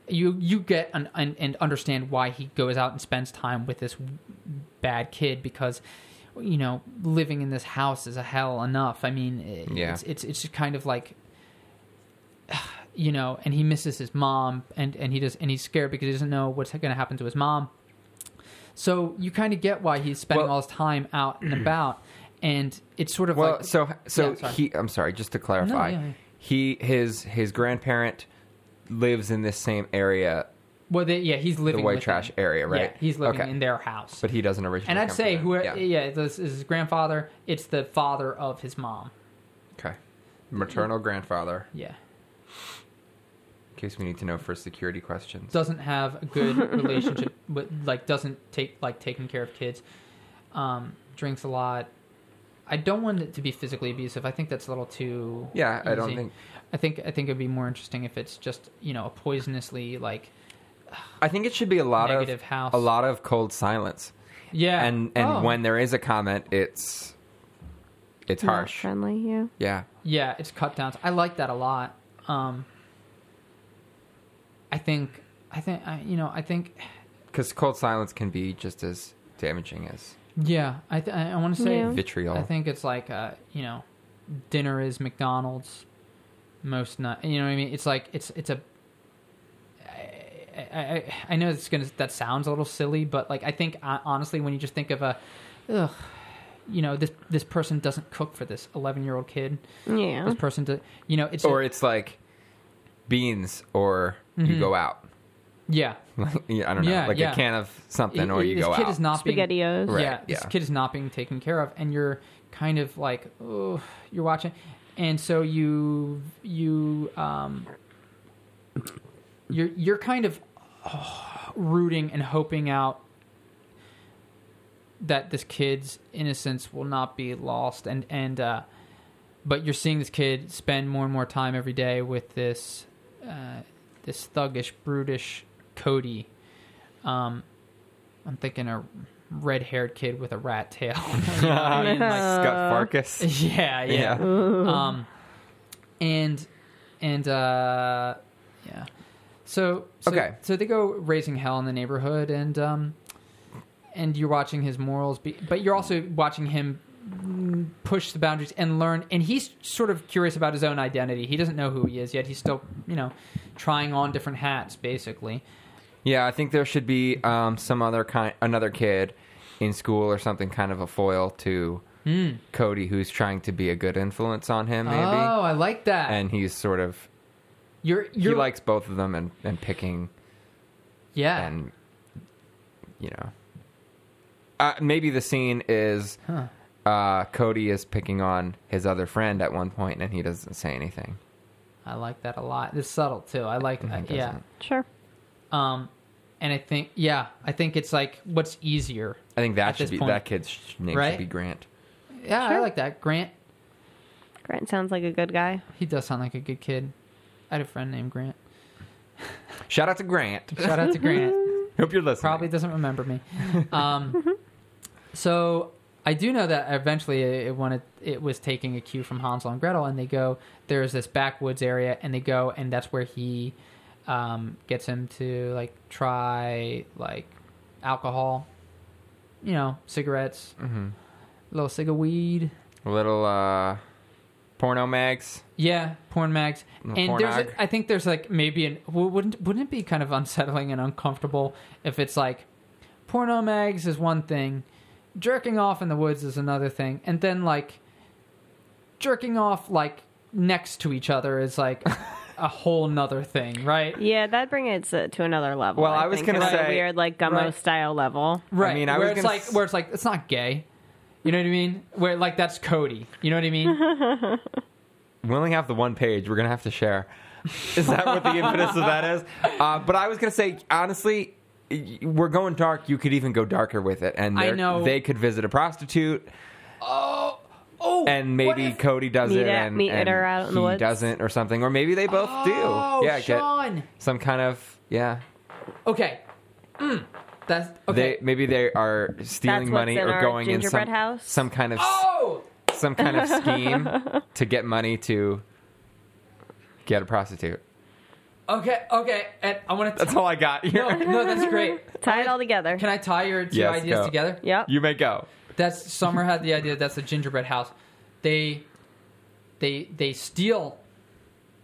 [SPEAKER 3] you you get an, an, and understand why he goes out and spends time with this bad kid because you know living in this house is a hell enough. I mean, it-
[SPEAKER 4] Yeah.
[SPEAKER 3] it's it's it's just kind of like you know, and he misses his mom, and and he does, and he's scared because he doesn't know what's going to happen to his mom. So you kind of get why he's spending
[SPEAKER 4] Well-
[SPEAKER 3] all his time out and about, and it's sort of
[SPEAKER 4] Well,
[SPEAKER 3] like
[SPEAKER 4] so so
[SPEAKER 3] Yeah, sorry.
[SPEAKER 4] he. I'm sorry. Just to clarify,
[SPEAKER 3] yeah, yeah.
[SPEAKER 4] he his his grandparent lives in this same area,
[SPEAKER 3] well, they, yeah, he's living
[SPEAKER 4] the white
[SPEAKER 3] with
[SPEAKER 4] trash
[SPEAKER 3] them.
[SPEAKER 4] area, right?
[SPEAKER 3] Yeah, he's living
[SPEAKER 4] Okay.
[SPEAKER 3] in their house.
[SPEAKER 4] But he doesn't originally.
[SPEAKER 3] and I'd
[SPEAKER 4] come
[SPEAKER 3] say
[SPEAKER 4] from
[SPEAKER 3] who,
[SPEAKER 4] there.
[SPEAKER 3] yeah,
[SPEAKER 4] Yeah.
[SPEAKER 3] this is his grandfather. It's the father of his mom.
[SPEAKER 4] Okay. Maternal grandfather,
[SPEAKER 3] Yeah,
[SPEAKER 4] in case we need to know for security questions.
[SPEAKER 3] doesn't have a good relationship with, like, doesn't take like taking care of kids. Um, drinks a lot. I don't want it to be physically abusive. I think that's a little too.
[SPEAKER 4] yeah, I don't
[SPEAKER 3] easy.
[SPEAKER 4] think.
[SPEAKER 3] I think I think it'd be more interesting if it's just you know a poisonously like
[SPEAKER 4] I think it should be a lot
[SPEAKER 3] negative
[SPEAKER 4] of
[SPEAKER 3] house.
[SPEAKER 4] a lot of cold silence,
[SPEAKER 3] yeah
[SPEAKER 4] and and
[SPEAKER 3] Oh.
[SPEAKER 4] when there is a comment, it's it's
[SPEAKER 2] Not
[SPEAKER 4] harsh.
[SPEAKER 2] friendly, yeah.
[SPEAKER 4] Yeah.
[SPEAKER 3] yeah it's cut downs. I like that a lot. Um, I think I think I, you know I think
[SPEAKER 4] because cold silence can be just as damaging as
[SPEAKER 3] yeah I th- I want to say
[SPEAKER 2] Yeah.
[SPEAKER 4] vitriol.
[SPEAKER 3] I think it's like uh, you know dinner is McDonald's most not you know what I mean it's like it's it's a I, I, I- I know it's gonna that sounds a little silly but like I think uh, honestly when you just think of a ugh, you know this this person doesn't cook for this 11 year old kid
[SPEAKER 2] Yeah.
[SPEAKER 3] this person does you know it's a-
[SPEAKER 4] or it's like beans, or you go out.
[SPEAKER 3] yeah
[SPEAKER 4] Like, yeah, I don't know,
[SPEAKER 3] Mm-hmm. Yeah,
[SPEAKER 4] like
[SPEAKER 3] yeah.
[SPEAKER 4] a can of something, or
[SPEAKER 3] I- I-
[SPEAKER 4] you
[SPEAKER 3] this
[SPEAKER 4] go
[SPEAKER 3] kid
[SPEAKER 4] out.
[SPEAKER 3] is not being
[SPEAKER 2] SpaghettiOs.
[SPEAKER 4] Right,
[SPEAKER 3] yeah, this
[SPEAKER 4] yeah.
[SPEAKER 3] kid is not being taken care of, and you're kind of like, oh, you're watching, and so you you um, you're you're kind of oh, rooting and uh, hoping out that this kid's innocence will not be lost and and uh but you're seeing this kid spend more and more time every day with this uh this thuggish brutish cody um i'm thinking a red-haired kid with a rat tail You know what I mean? Like,
[SPEAKER 4] Scott Farkas.
[SPEAKER 3] yeah, yeah.
[SPEAKER 4] Yeah.
[SPEAKER 3] um, and and uh, yeah. So, so
[SPEAKER 4] Okay.
[SPEAKER 3] So they go raising hell in the neighborhood, and um, and you're watching his morals, be, but you're also watching him push the boundaries and learn. And he's sort of curious about his own identity. He doesn't know who he is yet. He's still, you know, trying on different hats, basically.
[SPEAKER 4] Yeah, I think there should be um, some other kind, another kid in school or something, kind of a foil to
[SPEAKER 3] Hmm.
[SPEAKER 4] Cody, who's trying to be a good influence on him, maybe.
[SPEAKER 3] Oh, I like that.
[SPEAKER 4] And he's sort of
[SPEAKER 3] you're you're
[SPEAKER 4] he likes both of them and, and picking
[SPEAKER 3] yeah.
[SPEAKER 4] and you know uh, maybe the scene is
[SPEAKER 3] Huh.
[SPEAKER 4] uh, Cody is picking on his other friend at one point and he doesn't say anything.
[SPEAKER 3] I like that a lot. It's subtle too. I like
[SPEAKER 4] And he
[SPEAKER 3] that. Uh, Yeah.
[SPEAKER 4] doesn't.
[SPEAKER 2] Sure.
[SPEAKER 3] Um, and I think, yeah, I think it's like what's easier.
[SPEAKER 4] I think
[SPEAKER 3] At
[SPEAKER 4] that
[SPEAKER 3] this
[SPEAKER 4] should be
[SPEAKER 3] point.
[SPEAKER 4] that kid's sh- name
[SPEAKER 3] Right?
[SPEAKER 4] should be Grant.
[SPEAKER 3] Yeah, I
[SPEAKER 2] Sure.
[SPEAKER 3] like that. Grant,
[SPEAKER 2] Grant sounds like a good guy.
[SPEAKER 3] he does sound like a good kid. I had a friend named Grant.
[SPEAKER 4] Shout out to Grant.
[SPEAKER 3] Shout out to Grant.
[SPEAKER 4] Hope you're listening.
[SPEAKER 3] Probably doesn't remember me. Um, so I do know that eventually it it wanted it was taking a cue from Hansel and Gretel, and they go. There's this backwoods area, and they go, and that's where he um, gets him to like try like alcohol, you know, cigarettes,
[SPEAKER 4] Mhm.
[SPEAKER 3] little cig of weed.
[SPEAKER 4] little uh, porno mags.
[SPEAKER 3] Yeah, porn mags.
[SPEAKER 4] Mm,
[SPEAKER 3] And
[SPEAKER 4] porn
[SPEAKER 3] there's,
[SPEAKER 4] mag.
[SPEAKER 3] a, I think there's like maybe an w- wouldn't wouldn't it be kind of unsettling and uncomfortable if it's like, porno mags is one thing, jerking off in the woods is another thing, and then like, jerking off like next to each other is like a whole nother thing, right?
[SPEAKER 2] Yeah, that brings it uh, to another level.
[SPEAKER 4] Well, I was
[SPEAKER 2] think,
[SPEAKER 4] gonna
[SPEAKER 2] it's a
[SPEAKER 4] say-
[SPEAKER 2] weird, like gummo
[SPEAKER 3] Right.
[SPEAKER 2] style level.
[SPEAKER 3] Right.
[SPEAKER 4] mean, I
[SPEAKER 3] where
[SPEAKER 4] was
[SPEAKER 3] it's
[SPEAKER 4] gonna
[SPEAKER 3] like
[SPEAKER 4] s-
[SPEAKER 3] where it's like it's not gay. You know what I mean? Where like that's Cody. You know what I mean?
[SPEAKER 4] We only have the one page. We're gonna have to share. Is that what the impetus of that is? Uh, but I was gonna say honestly, y- we're going dark. You could even go darker with it, and
[SPEAKER 3] I
[SPEAKER 4] they're-
[SPEAKER 3] know.
[SPEAKER 4] they could visit a prostitute,
[SPEAKER 3] oh, oh.
[SPEAKER 4] and
[SPEAKER 3] what
[SPEAKER 4] maybe
[SPEAKER 3] if-
[SPEAKER 4] Cody does
[SPEAKER 2] Meet
[SPEAKER 4] it,
[SPEAKER 2] at-
[SPEAKER 4] and,
[SPEAKER 2] meet at
[SPEAKER 4] and
[SPEAKER 2] her out in the
[SPEAKER 4] he
[SPEAKER 2] woods?
[SPEAKER 4] doesn't, or something, or maybe they both
[SPEAKER 3] Oh,
[SPEAKER 4] do. Yeah,
[SPEAKER 3] Sean.
[SPEAKER 4] get some kind of yeah.
[SPEAKER 3] Okay. Mm. That's okay.
[SPEAKER 4] They maybe they are stealing
[SPEAKER 2] what's
[SPEAKER 4] money
[SPEAKER 2] in
[SPEAKER 4] or
[SPEAKER 2] our
[SPEAKER 4] going in some
[SPEAKER 2] gingerbread house?
[SPEAKER 4] some kind of
[SPEAKER 3] oh,
[SPEAKER 4] some kind of scheme to get money to get a prostitute.
[SPEAKER 3] okay, okay. And I want to.
[SPEAKER 4] That's all I got.
[SPEAKER 3] no, no, that's great.
[SPEAKER 2] Tie it all together.
[SPEAKER 3] Can I tie your two
[SPEAKER 4] Yes,
[SPEAKER 3] ideas
[SPEAKER 4] go.
[SPEAKER 3] together?
[SPEAKER 2] Yep.
[SPEAKER 4] You may go.
[SPEAKER 3] That's Summer had the idea. That's the gingerbread house. They, they, they steal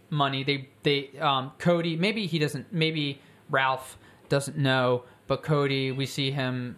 [SPEAKER 3] money. They, they. Um, Cody. Maybe he doesn't. Maybe Ralph doesn't know. But Cody, we see him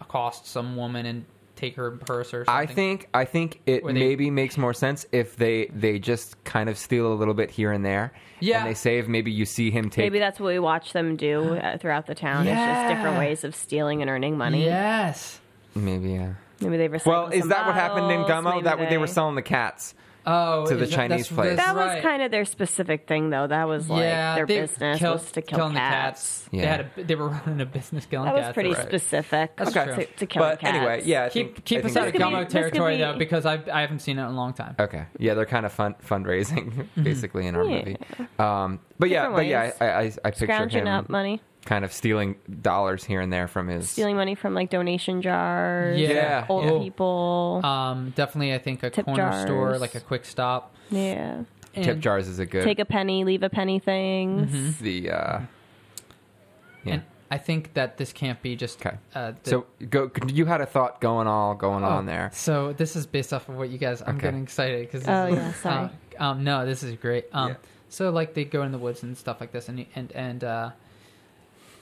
[SPEAKER 3] accost some woman and take her purse or something.
[SPEAKER 4] I think I think it
[SPEAKER 3] Where they-
[SPEAKER 4] maybe makes more sense if they they just kind of steal a little bit here and there.
[SPEAKER 3] Yeah.
[SPEAKER 4] And they save maybe you see him take
[SPEAKER 2] Maybe that's what we watch them do uh, throughout the town. It's just different
[SPEAKER 3] Yeah.
[SPEAKER 2] ways of stealing and earning money.
[SPEAKER 3] Yes.
[SPEAKER 4] maybe yeah.
[SPEAKER 2] Maybe they recycle.
[SPEAKER 4] Well, is
[SPEAKER 2] some
[SPEAKER 4] that what happened in
[SPEAKER 2] bottles,
[SPEAKER 4] Gummo?
[SPEAKER 2] maybe
[SPEAKER 4] That they... they were
[SPEAKER 2] they-
[SPEAKER 4] selling the cats.
[SPEAKER 3] Oh,
[SPEAKER 4] To the
[SPEAKER 3] is that-
[SPEAKER 4] Chinese
[SPEAKER 3] that's-
[SPEAKER 4] place.
[SPEAKER 3] that's
[SPEAKER 2] That was
[SPEAKER 3] right.
[SPEAKER 2] kind of their specific thing, though. That was like their
[SPEAKER 3] they
[SPEAKER 2] business
[SPEAKER 3] killed-
[SPEAKER 2] was to kill
[SPEAKER 3] killing
[SPEAKER 2] cats.
[SPEAKER 3] the cats. They
[SPEAKER 4] Yeah.
[SPEAKER 3] had a, they were running a business killing
[SPEAKER 2] That
[SPEAKER 3] cats.
[SPEAKER 2] was pretty
[SPEAKER 3] right.
[SPEAKER 2] specific
[SPEAKER 3] That's
[SPEAKER 2] to,
[SPEAKER 3] true.
[SPEAKER 2] to kill
[SPEAKER 4] but
[SPEAKER 2] cats.
[SPEAKER 4] anyway, yeah. I
[SPEAKER 3] Keep
[SPEAKER 4] think-
[SPEAKER 3] keep
[SPEAKER 4] I
[SPEAKER 3] us
[SPEAKER 4] think
[SPEAKER 3] out
[SPEAKER 4] that-
[SPEAKER 3] of
[SPEAKER 2] could be-
[SPEAKER 3] Gummo
[SPEAKER 2] this could
[SPEAKER 3] territory
[SPEAKER 2] be-
[SPEAKER 3] though, because I I haven't seen it in a long time.
[SPEAKER 4] Okay. Yeah, they're kind of fun fundraising basically in our
[SPEAKER 2] Mm-hmm. Yeah.
[SPEAKER 4] movie. Um, but yeah,
[SPEAKER 2] Different
[SPEAKER 4] but yeah,
[SPEAKER 2] ways.
[SPEAKER 4] I, I, I picture
[SPEAKER 2] scrounging
[SPEAKER 4] him
[SPEAKER 2] up money,
[SPEAKER 4] kind of stealing dollars here and there from his
[SPEAKER 2] stealing money from like donation jars,
[SPEAKER 4] Yeah,
[SPEAKER 2] old
[SPEAKER 4] yeah.
[SPEAKER 2] people.
[SPEAKER 3] Um, definitely, I think a
[SPEAKER 2] Tip
[SPEAKER 3] corner store
[SPEAKER 2] jars.
[SPEAKER 3] like a quick stop.
[SPEAKER 2] yeah,
[SPEAKER 3] And,
[SPEAKER 4] tip jars is a good
[SPEAKER 2] take a penny, leave a penny things.
[SPEAKER 4] the uh,
[SPEAKER 3] Mm-hmm.
[SPEAKER 4] yeah.
[SPEAKER 3] And I think that this can't be just.
[SPEAKER 4] Okay.
[SPEAKER 3] Uh, the-
[SPEAKER 4] so go. You had a thought going all
[SPEAKER 3] Oh.
[SPEAKER 4] going on there.
[SPEAKER 3] So this is based off of what you guys. I'm
[SPEAKER 4] Okay.
[SPEAKER 3] getting excited because.
[SPEAKER 2] Oh, yeah, sorry.
[SPEAKER 3] um, no, this is great. Um,
[SPEAKER 4] Yeah.
[SPEAKER 3] so like they go in the woods and stuff like this, and and and uh,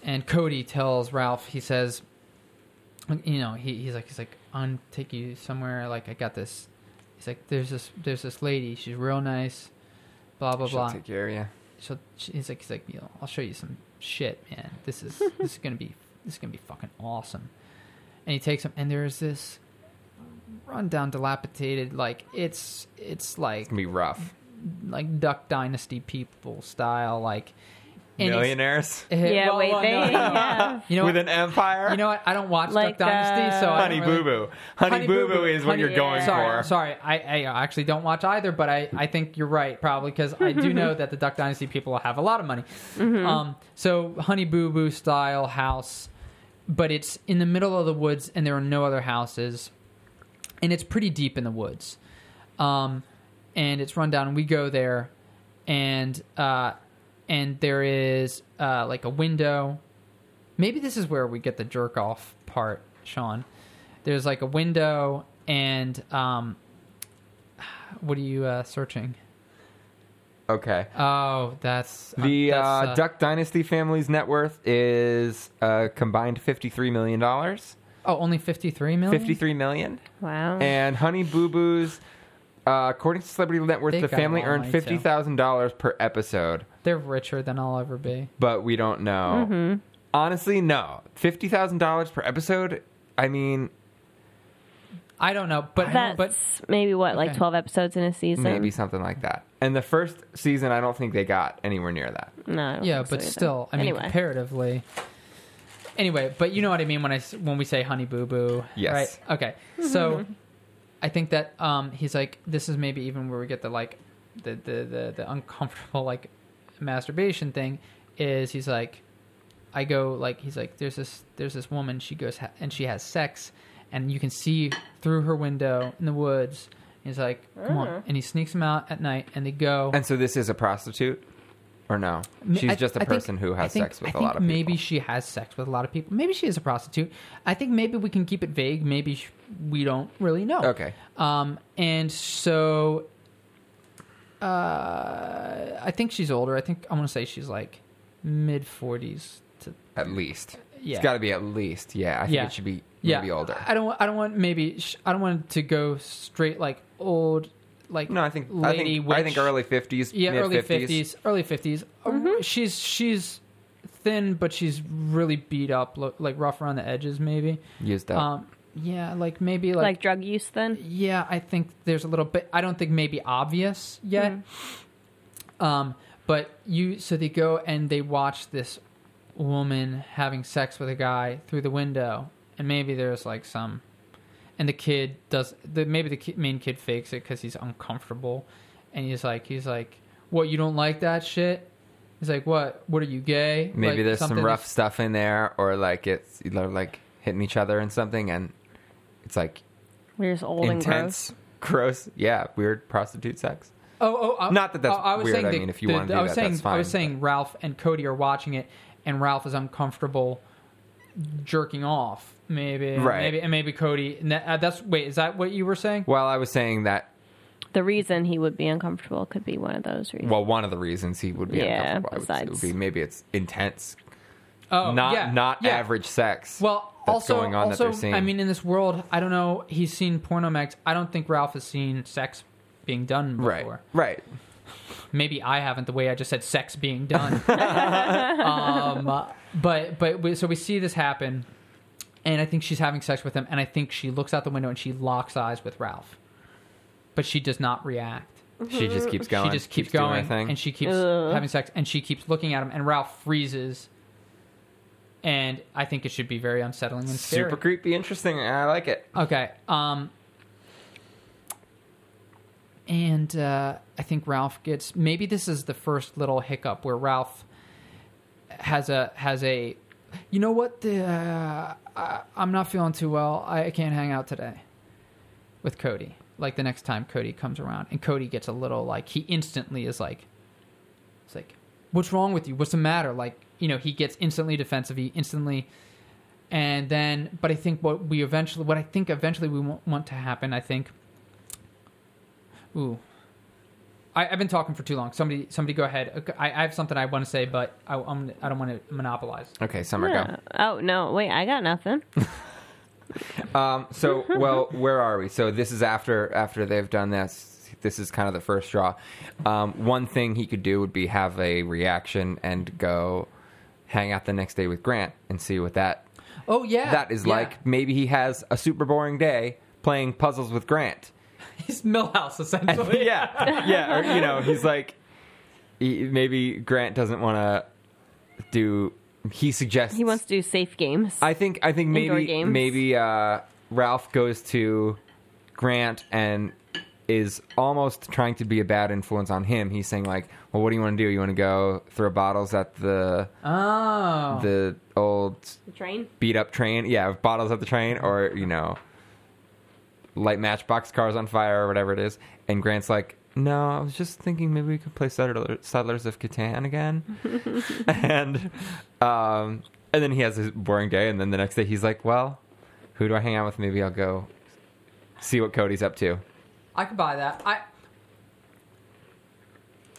[SPEAKER 3] and Cody tells Ralph. He says, you know, he, he's like he's like I'm gonna take you somewhere. Like I got this. He's like there's this there's this lady. She's real nice. Blah blah
[SPEAKER 4] She'll
[SPEAKER 3] blah.
[SPEAKER 4] take care, yeah.
[SPEAKER 3] So she- he's like, he's like, you know, I'll show you some shit, man. This is this is gonna be this is gonna be fucking awesome. And he takes him, and there's this rundown, dilapidated, like it's it's like
[SPEAKER 4] It's gonna be rough.
[SPEAKER 3] like Duck Dynasty people style, like and it's-
[SPEAKER 4] millionaires
[SPEAKER 3] eh,
[SPEAKER 2] Yeah,
[SPEAKER 3] well,
[SPEAKER 2] wait,
[SPEAKER 3] well,
[SPEAKER 2] they.
[SPEAKER 3] no,
[SPEAKER 2] yeah.
[SPEAKER 3] you know
[SPEAKER 4] with
[SPEAKER 3] what?
[SPEAKER 4] an empire.
[SPEAKER 3] You know what? I don't watch
[SPEAKER 2] Like,
[SPEAKER 3] Duck Dynasty, so
[SPEAKER 2] uh,
[SPEAKER 3] I don't
[SPEAKER 4] honey
[SPEAKER 3] really-
[SPEAKER 4] boo boo. Honey,
[SPEAKER 3] Honey
[SPEAKER 4] boo
[SPEAKER 3] Boo
[SPEAKER 4] boo
[SPEAKER 3] Boo.
[SPEAKER 4] is what
[SPEAKER 3] Honey-
[SPEAKER 4] you're going
[SPEAKER 2] yeah.
[SPEAKER 3] Sorry,
[SPEAKER 4] for.
[SPEAKER 3] sorry. I, I actually don't watch either, but I, I think you're right, probably because I do know that the Duck Dynasty people have a lot of money.
[SPEAKER 4] Mm-hmm.
[SPEAKER 3] Um, so Honey Boo Boo style house, but it's in the middle of the woods and there are no other houses, and it's pretty deep in the woods, um, and it's run down. We go there, and uh, and there is uh, like a window Maybe this is where we get the jerk off part, Sean. There's like a window, and um, what are you uh, searching?
[SPEAKER 4] Okay.
[SPEAKER 3] Oh, that's
[SPEAKER 4] The
[SPEAKER 3] that's,
[SPEAKER 4] uh, Duck Dynasty family's net worth is uh, combined fifty-three million dollars.
[SPEAKER 3] Oh, only fifty-three million.
[SPEAKER 4] Fifty-three million.
[SPEAKER 2] Wow.
[SPEAKER 4] And Honey Boo Boo's, uh, according to Celebrity Net Worth,
[SPEAKER 3] They
[SPEAKER 4] the
[SPEAKER 3] got a
[SPEAKER 4] family
[SPEAKER 3] lot of
[SPEAKER 4] earned
[SPEAKER 3] money, too.
[SPEAKER 4] fifty thousand dollars per episode,
[SPEAKER 3] They're richer than I'll ever be.
[SPEAKER 4] but we don't know.
[SPEAKER 3] Mm-hmm.
[SPEAKER 4] Honestly, no. Fifty thousand dollars per episode. I mean,
[SPEAKER 3] I don't know, but
[SPEAKER 2] That's
[SPEAKER 3] but
[SPEAKER 2] maybe what, like
[SPEAKER 3] Okay.
[SPEAKER 2] 12 episodes in a season?
[SPEAKER 4] maybe something like that. And the first season, I don't think they got anywhere near that.
[SPEAKER 2] No. I don't
[SPEAKER 3] yeah,
[SPEAKER 2] think so
[SPEAKER 3] but
[SPEAKER 2] either.
[SPEAKER 3] still, I mean,
[SPEAKER 2] anyway.
[SPEAKER 3] comparatively. Anyway, but you know what I mean when I s- when we say honey boo boo,
[SPEAKER 4] Yes.
[SPEAKER 3] right? Okay, so I think that um, he's like this is maybe even where we get the like the the the, the uncomfortable like masturbation thing is he's like I go like he's like there's this there's this woman she goes ha- and she has sex and you can see through her window in the woods. He's like, come
[SPEAKER 2] Uh-huh.
[SPEAKER 3] on, and he sneaks them out at night, and they go.
[SPEAKER 4] And so this is a prostitute, or no?
[SPEAKER 3] Ma-
[SPEAKER 4] She's
[SPEAKER 3] I-
[SPEAKER 4] just a
[SPEAKER 3] I think-
[SPEAKER 4] person who
[SPEAKER 3] I
[SPEAKER 4] has
[SPEAKER 3] think-
[SPEAKER 4] sex with
[SPEAKER 3] I
[SPEAKER 4] a
[SPEAKER 3] think
[SPEAKER 4] lot of
[SPEAKER 3] maybe
[SPEAKER 4] people.
[SPEAKER 3] she has sex with a lot of people. Maybe she is a prostitute. I think maybe we can keep it vague. Maybe sh- we don't really know.
[SPEAKER 4] Okay.
[SPEAKER 3] Um, and so, uh, I think she's older. I think I want to say she's like mid forties to
[SPEAKER 4] At least.
[SPEAKER 3] Yeah.
[SPEAKER 4] It's got to be at least. Yeah. I think
[SPEAKER 3] Yeah.
[SPEAKER 4] it should be
[SPEAKER 3] yeah.
[SPEAKER 4] maybe older.
[SPEAKER 3] I don't. want- I don't want maybe. Sh- I don't want to go straight like old. Like
[SPEAKER 4] no, I think I
[SPEAKER 3] lady
[SPEAKER 4] think I
[SPEAKER 3] witch.
[SPEAKER 4] think early 50s,
[SPEAKER 3] yeah,
[SPEAKER 4] mid
[SPEAKER 3] early fifties, early 50s Uh, She's she's thin, but she's really beat up, lo- like rough around the edges, maybe.
[SPEAKER 4] Used up.
[SPEAKER 3] Um, yeah, like maybe
[SPEAKER 2] Like,
[SPEAKER 3] like,
[SPEAKER 2] drug use then?
[SPEAKER 3] yeah, I think there's a little bit. I don't think maybe obvious yet.
[SPEAKER 2] Hmm.
[SPEAKER 3] Um, but you so they go and they watch this woman having sex with a guy through the window, and maybe there's like some, and the kid does the maybe the ki main kid fakes it because he's uncomfortable, and he's like he's like, what you don't like that shit. He's like, what? What are you gay?
[SPEAKER 4] maybe
[SPEAKER 3] Like,
[SPEAKER 4] there's some
[SPEAKER 3] something-
[SPEAKER 4] rough stuff in there, or like it's they're like hitting each other and something, and it's like
[SPEAKER 2] We're just old and gross.
[SPEAKER 4] intense, gross. Yeah, weird prostitute sex.
[SPEAKER 3] Oh, oh, I,
[SPEAKER 4] Not that that's
[SPEAKER 3] oh, I was
[SPEAKER 4] weird,
[SPEAKER 3] Saying
[SPEAKER 4] I
[SPEAKER 3] the-
[SPEAKER 4] mean, if you
[SPEAKER 3] the-
[SPEAKER 4] wanna do
[SPEAKER 3] I was
[SPEAKER 4] that,
[SPEAKER 3] saying,
[SPEAKER 4] that's
[SPEAKER 3] I was
[SPEAKER 4] fine,
[SPEAKER 3] saying Ralph and Cody are watching it, and Ralph is uncomfortable jerking off. Maybe,
[SPEAKER 4] Right.
[SPEAKER 3] Maybe, and maybe Cody. and that- uh, that's wait. Is that what you were saying?
[SPEAKER 4] Well, I was saying that.
[SPEAKER 2] The reason he would be uncomfortable could be one of those reasons.
[SPEAKER 4] Well, one of the reasons he would be
[SPEAKER 2] Yeah,
[SPEAKER 4] uncomfortable, I would, say, would
[SPEAKER 2] besides-
[SPEAKER 4] be maybe it's intense,
[SPEAKER 3] Oh,
[SPEAKER 4] not
[SPEAKER 3] yeah,
[SPEAKER 4] not
[SPEAKER 3] yeah.
[SPEAKER 4] average sex.
[SPEAKER 3] Well,
[SPEAKER 4] that's
[SPEAKER 3] also,
[SPEAKER 4] going on
[SPEAKER 3] also,
[SPEAKER 4] that they're seeing.
[SPEAKER 3] I mean, in this world, I don't know. He's seen pornomags. I don't think Ralph has seen sex being done before.
[SPEAKER 4] right, right.
[SPEAKER 3] maybe I haven't the way I just said sex being done. um, uh, but but we, so we see this happen, and I think she's having sex with him, and I think she looks out the window and she locks eyes with Ralph, but she does not react.
[SPEAKER 4] She just
[SPEAKER 2] Mm-hmm.
[SPEAKER 4] keeps going.
[SPEAKER 3] She just keeps,
[SPEAKER 4] doing her
[SPEAKER 3] going,
[SPEAKER 4] thing.
[SPEAKER 3] and she keeps
[SPEAKER 2] Ugh.
[SPEAKER 3] having sex, and she keeps looking at him, and Ralph freezes. And I think it should be very unsettling and scary.
[SPEAKER 4] super creepy, interesting. and I like it.
[SPEAKER 3] Okay. Um and uh I think Ralph gets maybe this is the first little hiccup where Ralph has a has a you know what the uh, I, I'm not feeling too well. I, I can't hang out today with Cody. Like the next time Cody comes around and Cody gets a little like he instantly is like it's like what's wrong with you? What's the matter? Like, you know, he gets instantly defensive. He instantly and then but i think what we eventually what i think eventually we want, want to happen i think ooh I, i've been talking for too long somebody somebody go ahead Okay, i, I have something i want to say but i, I'm, I don't want to monopolize
[SPEAKER 4] Okay, summer
[SPEAKER 2] Yeah. Oh, no. Wait, I got nothing.
[SPEAKER 4] go. Um, so,
[SPEAKER 2] Mm-hmm.
[SPEAKER 4] well, where are we? So this is after after they've done this. This is kind of the first straw. Um, one thing he could do would be have a reaction and go hang out the next day with Grant and see what that
[SPEAKER 3] oh yeah
[SPEAKER 4] that is
[SPEAKER 3] yeah.
[SPEAKER 4] like. Maybe he has a super boring day playing puzzles with Grant.
[SPEAKER 3] it's millhouse essentially
[SPEAKER 4] yeah, yeah. Or you know, he's like, he, maybe Grant doesn't want to do. He suggests
[SPEAKER 2] He wants to do safe games.
[SPEAKER 4] I think I think
[SPEAKER 2] Indoor
[SPEAKER 4] maybe
[SPEAKER 2] games.
[SPEAKER 4] maybe uh, Ralph goes to Grant and is almost trying to be a bad influence on him. He's saying like, "Well, what do you want to do? You want to go throw bottles at the
[SPEAKER 3] Oh.
[SPEAKER 4] the old
[SPEAKER 2] the train.
[SPEAKER 4] beat up train? Yeah, bottles at the train, or you know, light matchbox cars on fire or whatever it is." And Grant's like. No, I was just thinking maybe we could play Settler- Settlers of Catan again, and um, and then he has his boring day, and then the next day he's like, "Well, who do I hang out with? Maybe I'll go see what Cody's up to."
[SPEAKER 3] I could buy that. I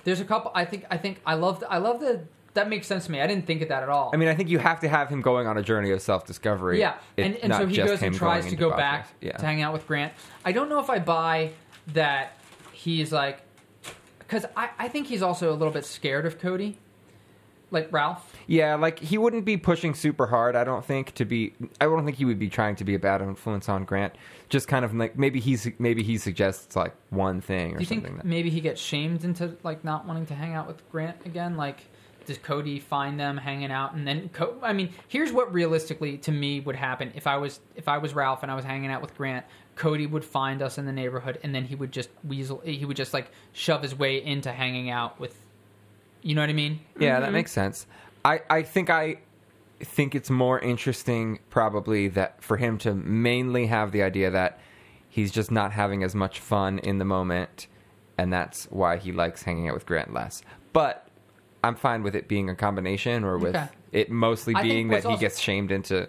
[SPEAKER 3] there's a couple. I think. I think. I love. I love the. That makes sense to me. I didn't think of that at all.
[SPEAKER 4] I mean, I think you have to have him going on a journey of self-discovery.
[SPEAKER 3] yeah,
[SPEAKER 4] It-
[SPEAKER 3] and, and
[SPEAKER 4] not
[SPEAKER 3] so he
[SPEAKER 4] just
[SPEAKER 3] goes and
[SPEAKER 4] him going
[SPEAKER 3] tries to
[SPEAKER 4] into
[SPEAKER 3] go
[SPEAKER 4] Bosnia.
[SPEAKER 3] back
[SPEAKER 4] Yeah,
[SPEAKER 3] to hang out with Grant. I don't know if I buy that he's like, because I, I think he's also a little bit scared of Cody, like Ralph.
[SPEAKER 4] yeah. Like he wouldn't be pushing super hard. I don't think to be. I don't think he would be trying to be a bad influence on Grant. Just kind of like maybe he's maybe he suggests like one thing or
[SPEAKER 3] Do you
[SPEAKER 4] something.
[SPEAKER 3] think
[SPEAKER 4] that-
[SPEAKER 3] maybe he gets shamed into like not wanting to hang out with Grant again? Like, does Cody find them hanging out and then? Co- I mean, here's what realistically to me would happen if I was if I was Ralph and I was hanging out with Grant. Cody would find us in the neighborhood and then he would just weasel. He would just like shove his way into hanging out with. You know what I mean?
[SPEAKER 4] Yeah,
[SPEAKER 3] Mm-hmm.
[SPEAKER 4] that makes sense. I, I think I think it's more interesting probably that for him to mainly have the idea that he's just not having as much fun in the moment and that's why he likes hanging out with Grant less. But I'm fine with it being a combination or with
[SPEAKER 3] Okay.
[SPEAKER 4] it mostly
[SPEAKER 3] I think
[SPEAKER 4] being that
[SPEAKER 3] what's
[SPEAKER 4] he
[SPEAKER 3] also-
[SPEAKER 4] gets shamed into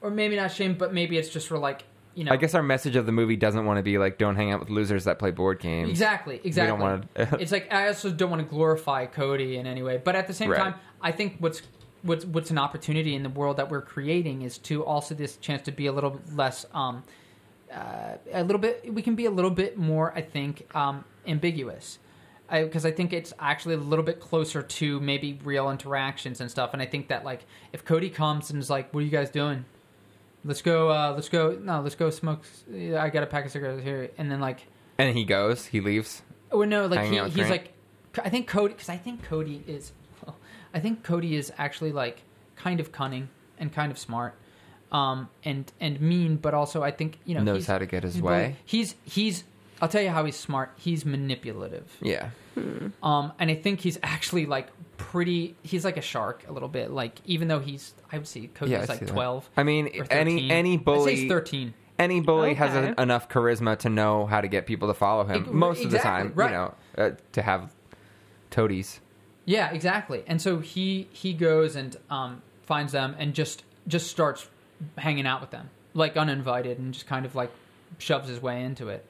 [SPEAKER 3] Or maybe not shamed, but maybe it's just for like you know.
[SPEAKER 4] I guess our message of the movie doesn't want to be like don't hang out with losers that play board games.
[SPEAKER 3] Exactly, exactly.
[SPEAKER 4] don't wanna-
[SPEAKER 3] it's like I also don't want to glorify Cody in any way, but at the same
[SPEAKER 4] Right.
[SPEAKER 3] time, I think what's what's what's an opportunity in the world that we're creating is to also this chance to be a little less, um, uh, a little bit. We can be a little bit more, I think, um, ambiguous. Because I, think it's actually a little bit closer to maybe real interactions and stuff, and I think that like if Cody comes and is like, "What are you guys doing? Let's go, uh, let's go, no, let's go smoke. c- yeah, I got a pack of cigarettes here," and then like
[SPEAKER 4] And he goes, he leaves.
[SPEAKER 3] well, Oh, no, like
[SPEAKER 4] Hanging
[SPEAKER 3] he,
[SPEAKER 4] out with
[SPEAKER 3] he's
[SPEAKER 4] Grant.
[SPEAKER 3] like, I think Cody, because I think Cody is, I think Cody is actually like kind of cunning and kind of smart, um, and and mean, but also I think you know
[SPEAKER 4] Knows
[SPEAKER 3] he's-
[SPEAKER 4] how to get his
[SPEAKER 3] he's
[SPEAKER 4] way.
[SPEAKER 3] bully- He's he's. I'll tell you how he's smart. He's manipulative.
[SPEAKER 4] Yeah.
[SPEAKER 3] Um, and I think he's actually like pretty. He's like a shark a little bit. Like even though he's, I would say Cody's
[SPEAKER 4] Yeah, I see
[SPEAKER 3] like
[SPEAKER 4] that.
[SPEAKER 3] twelve.
[SPEAKER 4] I mean,
[SPEAKER 3] or
[SPEAKER 4] any
[SPEAKER 3] 13.
[SPEAKER 4] any
[SPEAKER 3] I'd say
[SPEAKER 4] bully
[SPEAKER 3] he's thirteen.
[SPEAKER 4] any bully has
[SPEAKER 2] Okay.
[SPEAKER 4] a, enough charisma to know how to get people to follow him
[SPEAKER 3] Ex-
[SPEAKER 4] most of the
[SPEAKER 3] exactly,
[SPEAKER 4] time
[SPEAKER 3] right.
[SPEAKER 4] you know uh, to have toadies
[SPEAKER 3] Yeah, exactly. And so he he goes and um, finds them and just just starts hanging out with them, like uninvited, and just kind of like shoves his way into it,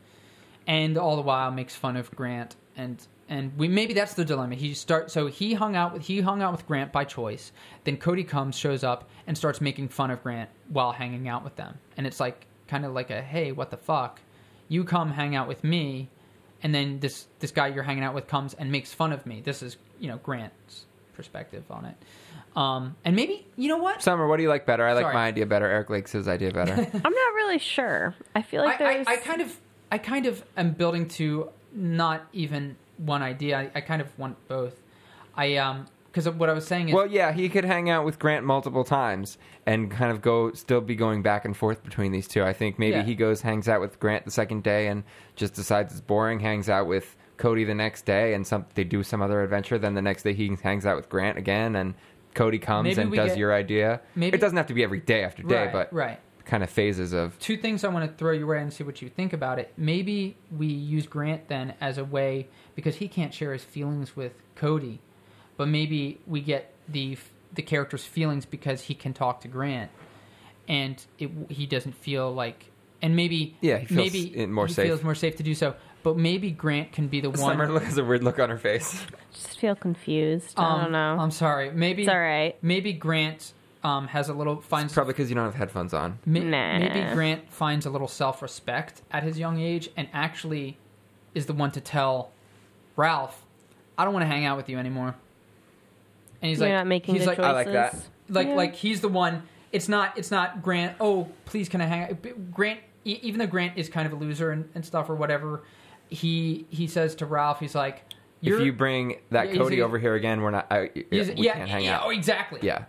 [SPEAKER 3] and all the while makes fun of Grant and and we maybe that's the dilemma. He start so he hung out with he hung out with Grant by choice. Then Cody comes, shows up, and starts making fun of Grant while hanging out with them, and it's like kind of like a hey, what the fuck? You come hang out with me, and then this this guy you're hanging out with comes and makes fun of me. This is you know Grant's perspective on it, um, and maybe you know what?
[SPEAKER 4] summer what do you like better i like
[SPEAKER 3] Sorry.
[SPEAKER 4] my idea better eric likes his idea better
[SPEAKER 2] I'm not really sure. I feel like
[SPEAKER 3] I,
[SPEAKER 2] there's.
[SPEAKER 3] I, I kind of I kind of am building to not even one idea. I, I kind of want both. I um because what I was saying is
[SPEAKER 4] well yeah he could hang out with grant multiple times and kind of go still be going back and forth between these two i think maybe
[SPEAKER 3] Yeah.
[SPEAKER 4] he goes hangs out with grant the second day and just decides it's boring hangs out with cody the next day and some they do some other adventure then the next day he hangs out with grant again and cody comes
[SPEAKER 3] Maybe
[SPEAKER 4] and
[SPEAKER 3] we
[SPEAKER 4] does
[SPEAKER 3] get-
[SPEAKER 4] your idea
[SPEAKER 3] maybe-
[SPEAKER 4] it doesn't have to be every day after day
[SPEAKER 3] right,
[SPEAKER 4] but
[SPEAKER 3] right.
[SPEAKER 4] kind of phases of
[SPEAKER 3] two things I want to throw your way and see what you think about it. Maybe we use Grant then as a way because he can't share his feelings with Cody, but maybe we get the the character's feelings because he can talk to Grant, and it, he doesn't feel like and maybe
[SPEAKER 4] Yeah, he feels
[SPEAKER 3] maybe
[SPEAKER 4] it more
[SPEAKER 3] he
[SPEAKER 4] safe.
[SPEAKER 3] feels more safe to do so. But maybe Grant can be the one.
[SPEAKER 4] Summer look- has a weird look on her face.
[SPEAKER 2] just feel confused. I don't
[SPEAKER 3] Um,
[SPEAKER 2] know.
[SPEAKER 3] I'm sorry. Maybe
[SPEAKER 2] it's all right.
[SPEAKER 3] Maybe Grant um, has a little finds
[SPEAKER 4] Probably because you don't have headphones on.
[SPEAKER 3] May-
[SPEAKER 2] Nah.
[SPEAKER 3] Maybe Grant finds a little self respect at his young age and actually is the one to tell Ralph, I don't want to hang out with you anymore. And he's
[SPEAKER 2] You're
[SPEAKER 3] like,
[SPEAKER 2] not making
[SPEAKER 3] he's
[SPEAKER 2] good
[SPEAKER 3] like, uh,
[SPEAKER 2] choices.
[SPEAKER 4] I like that.
[SPEAKER 3] like,
[SPEAKER 2] Yeah.
[SPEAKER 3] like he's the one. It's not, it's not Grant. Oh, please, can I hang out? B- Grant, e- even though Grant is kind of a loser and, and stuff or whatever, he he says to Ralph, he's like, You're-
[SPEAKER 4] if you bring that
[SPEAKER 3] Yeah, he's
[SPEAKER 4] Cody
[SPEAKER 3] a-
[SPEAKER 4] over here again, we're not. I, we
[SPEAKER 3] He's- yeah,
[SPEAKER 4] can't hang
[SPEAKER 3] yeah,
[SPEAKER 4] out.
[SPEAKER 3] oh, exactly.
[SPEAKER 4] yeah.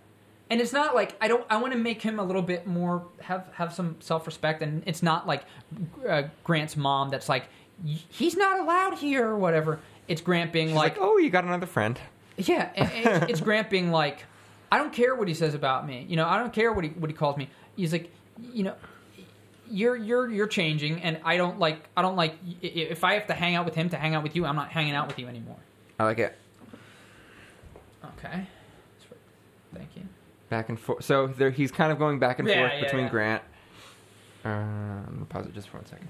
[SPEAKER 3] and it's not like I don't. I want to make him a little bit more have have some self respect, and it's not like uh, Grant's mom that's like "Y- he's not allowed here or whatever. It's Grant being
[SPEAKER 4] She's
[SPEAKER 3] like,
[SPEAKER 4] like, oh, you got another friend.
[SPEAKER 3] yeah, and, and it's- it's Grant being like, I don't care what he says about me. You know, I don't care what he what he calls me. He's like, you know, you're you're you're changing, and I don't like I don't like i- if I have to hang out with him to hang out with you. I'm not hanging out with you anymore.
[SPEAKER 4] I like it.
[SPEAKER 3] Okay, That's right. thank you.
[SPEAKER 4] Back and forth. So there, he's kind of going back and
[SPEAKER 3] Yeah,
[SPEAKER 4] forth
[SPEAKER 3] yeah,
[SPEAKER 4] between
[SPEAKER 3] yeah.
[SPEAKER 4] Grant. Uh, I'm gonna pause it just for one second.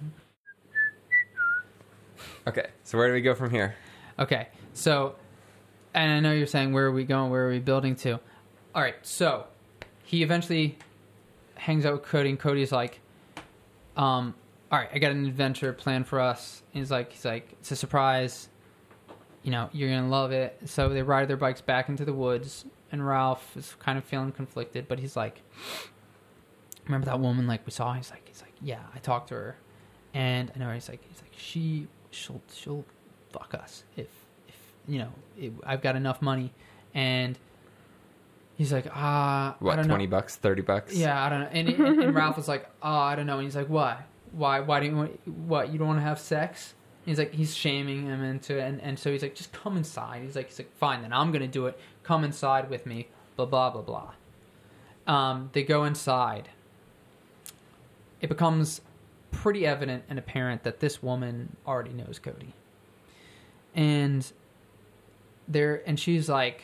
[SPEAKER 4] Okay, so where do we go from here?
[SPEAKER 3] Okay, so, and I know you're saying where are we going? Where are we building to? All right, so he eventually hangs out with Cody, and Cody's like, um, "All right, I got an adventure planned for us." And he's like, "He's like, it's a surprise. You know, you're gonna love it." So they ride their bikes back into the woods, and Ralph is kind of feeling conflicted, but he's like, "Remember that woman? Like we saw?" He's like, "He's like, yeah, I talked to her, and I know her." He's like, "He's like, she, she'll, she'll fuck us if, if you know, it, I've got enough money." And he's like, "Ah, I
[SPEAKER 4] What,
[SPEAKER 3] don't know."
[SPEAKER 4] twenty bucks, thirty bucks?
[SPEAKER 3] Yeah, I don't know. And, and, and Ralph was like, oh, I don't know. And he's like, why? Why? Why do you want? What? You don't want to have sex? And he's like, he's shaming him into it. And, and so he's like, just come inside. He's like, he's like, fine, then I'm gonna do it. Come inside with me. Blah blah blah blah. Um, they go inside. It becomes pretty evident and apparent that this woman already knows Cody. And there, and she's like,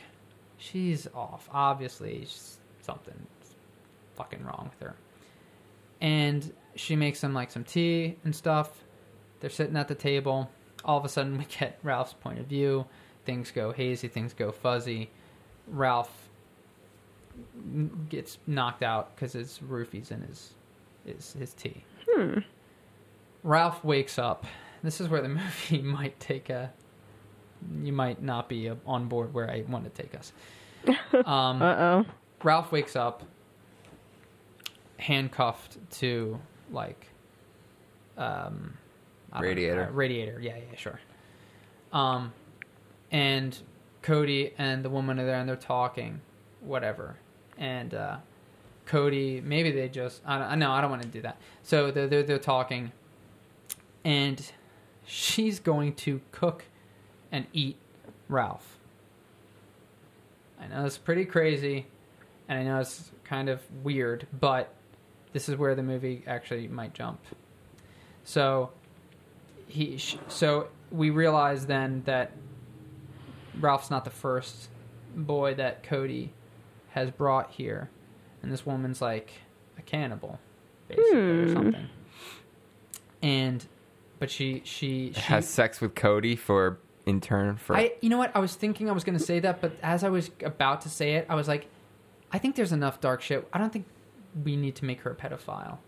[SPEAKER 3] she's off. Obviously, she's something fucking wrong with her. And she makes them like some tea and stuff. They're sitting at the table. All of a sudden, we get Ralph's point of view. Things go hazy, things go fuzzy. Ralph n- gets knocked out because his roofie's in his, his, his tea. Ralph wakes up. This is where the movie might take a. You might not be uh, on board where I want to take us. Um,
[SPEAKER 2] Uh oh.
[SPEAKER 3] Ralph wakes up handcuffed to like um I don't know,
[SPEAKER 4] Radiator.
[SPEAKER 3] uh, radiator. Yeah, yeah, sure. Um and Cody and the woman are there and they're talking whatever. And uh Cody maybe they just I don't no, I don't want to do that. So they're, they're they're talking and she's going to cook and eat Ralph. I know it's pretty crazy, and I know it's kind of weird, but this is where the movie actually might jump. So he, sh- so we realize then that Ralph's not the first boy that Cody has brought here, and this woman's like a cannibal, basically, or something. And, but she, she, she
[SPEAKER 4] Has sex with Cody for in turn for
[SPEAKER 3] I, you know what? I was thinking I was going to say that, but as I was about to say it, I was like, I think there's enough dark shit. I don't think we need to make her a pedophile.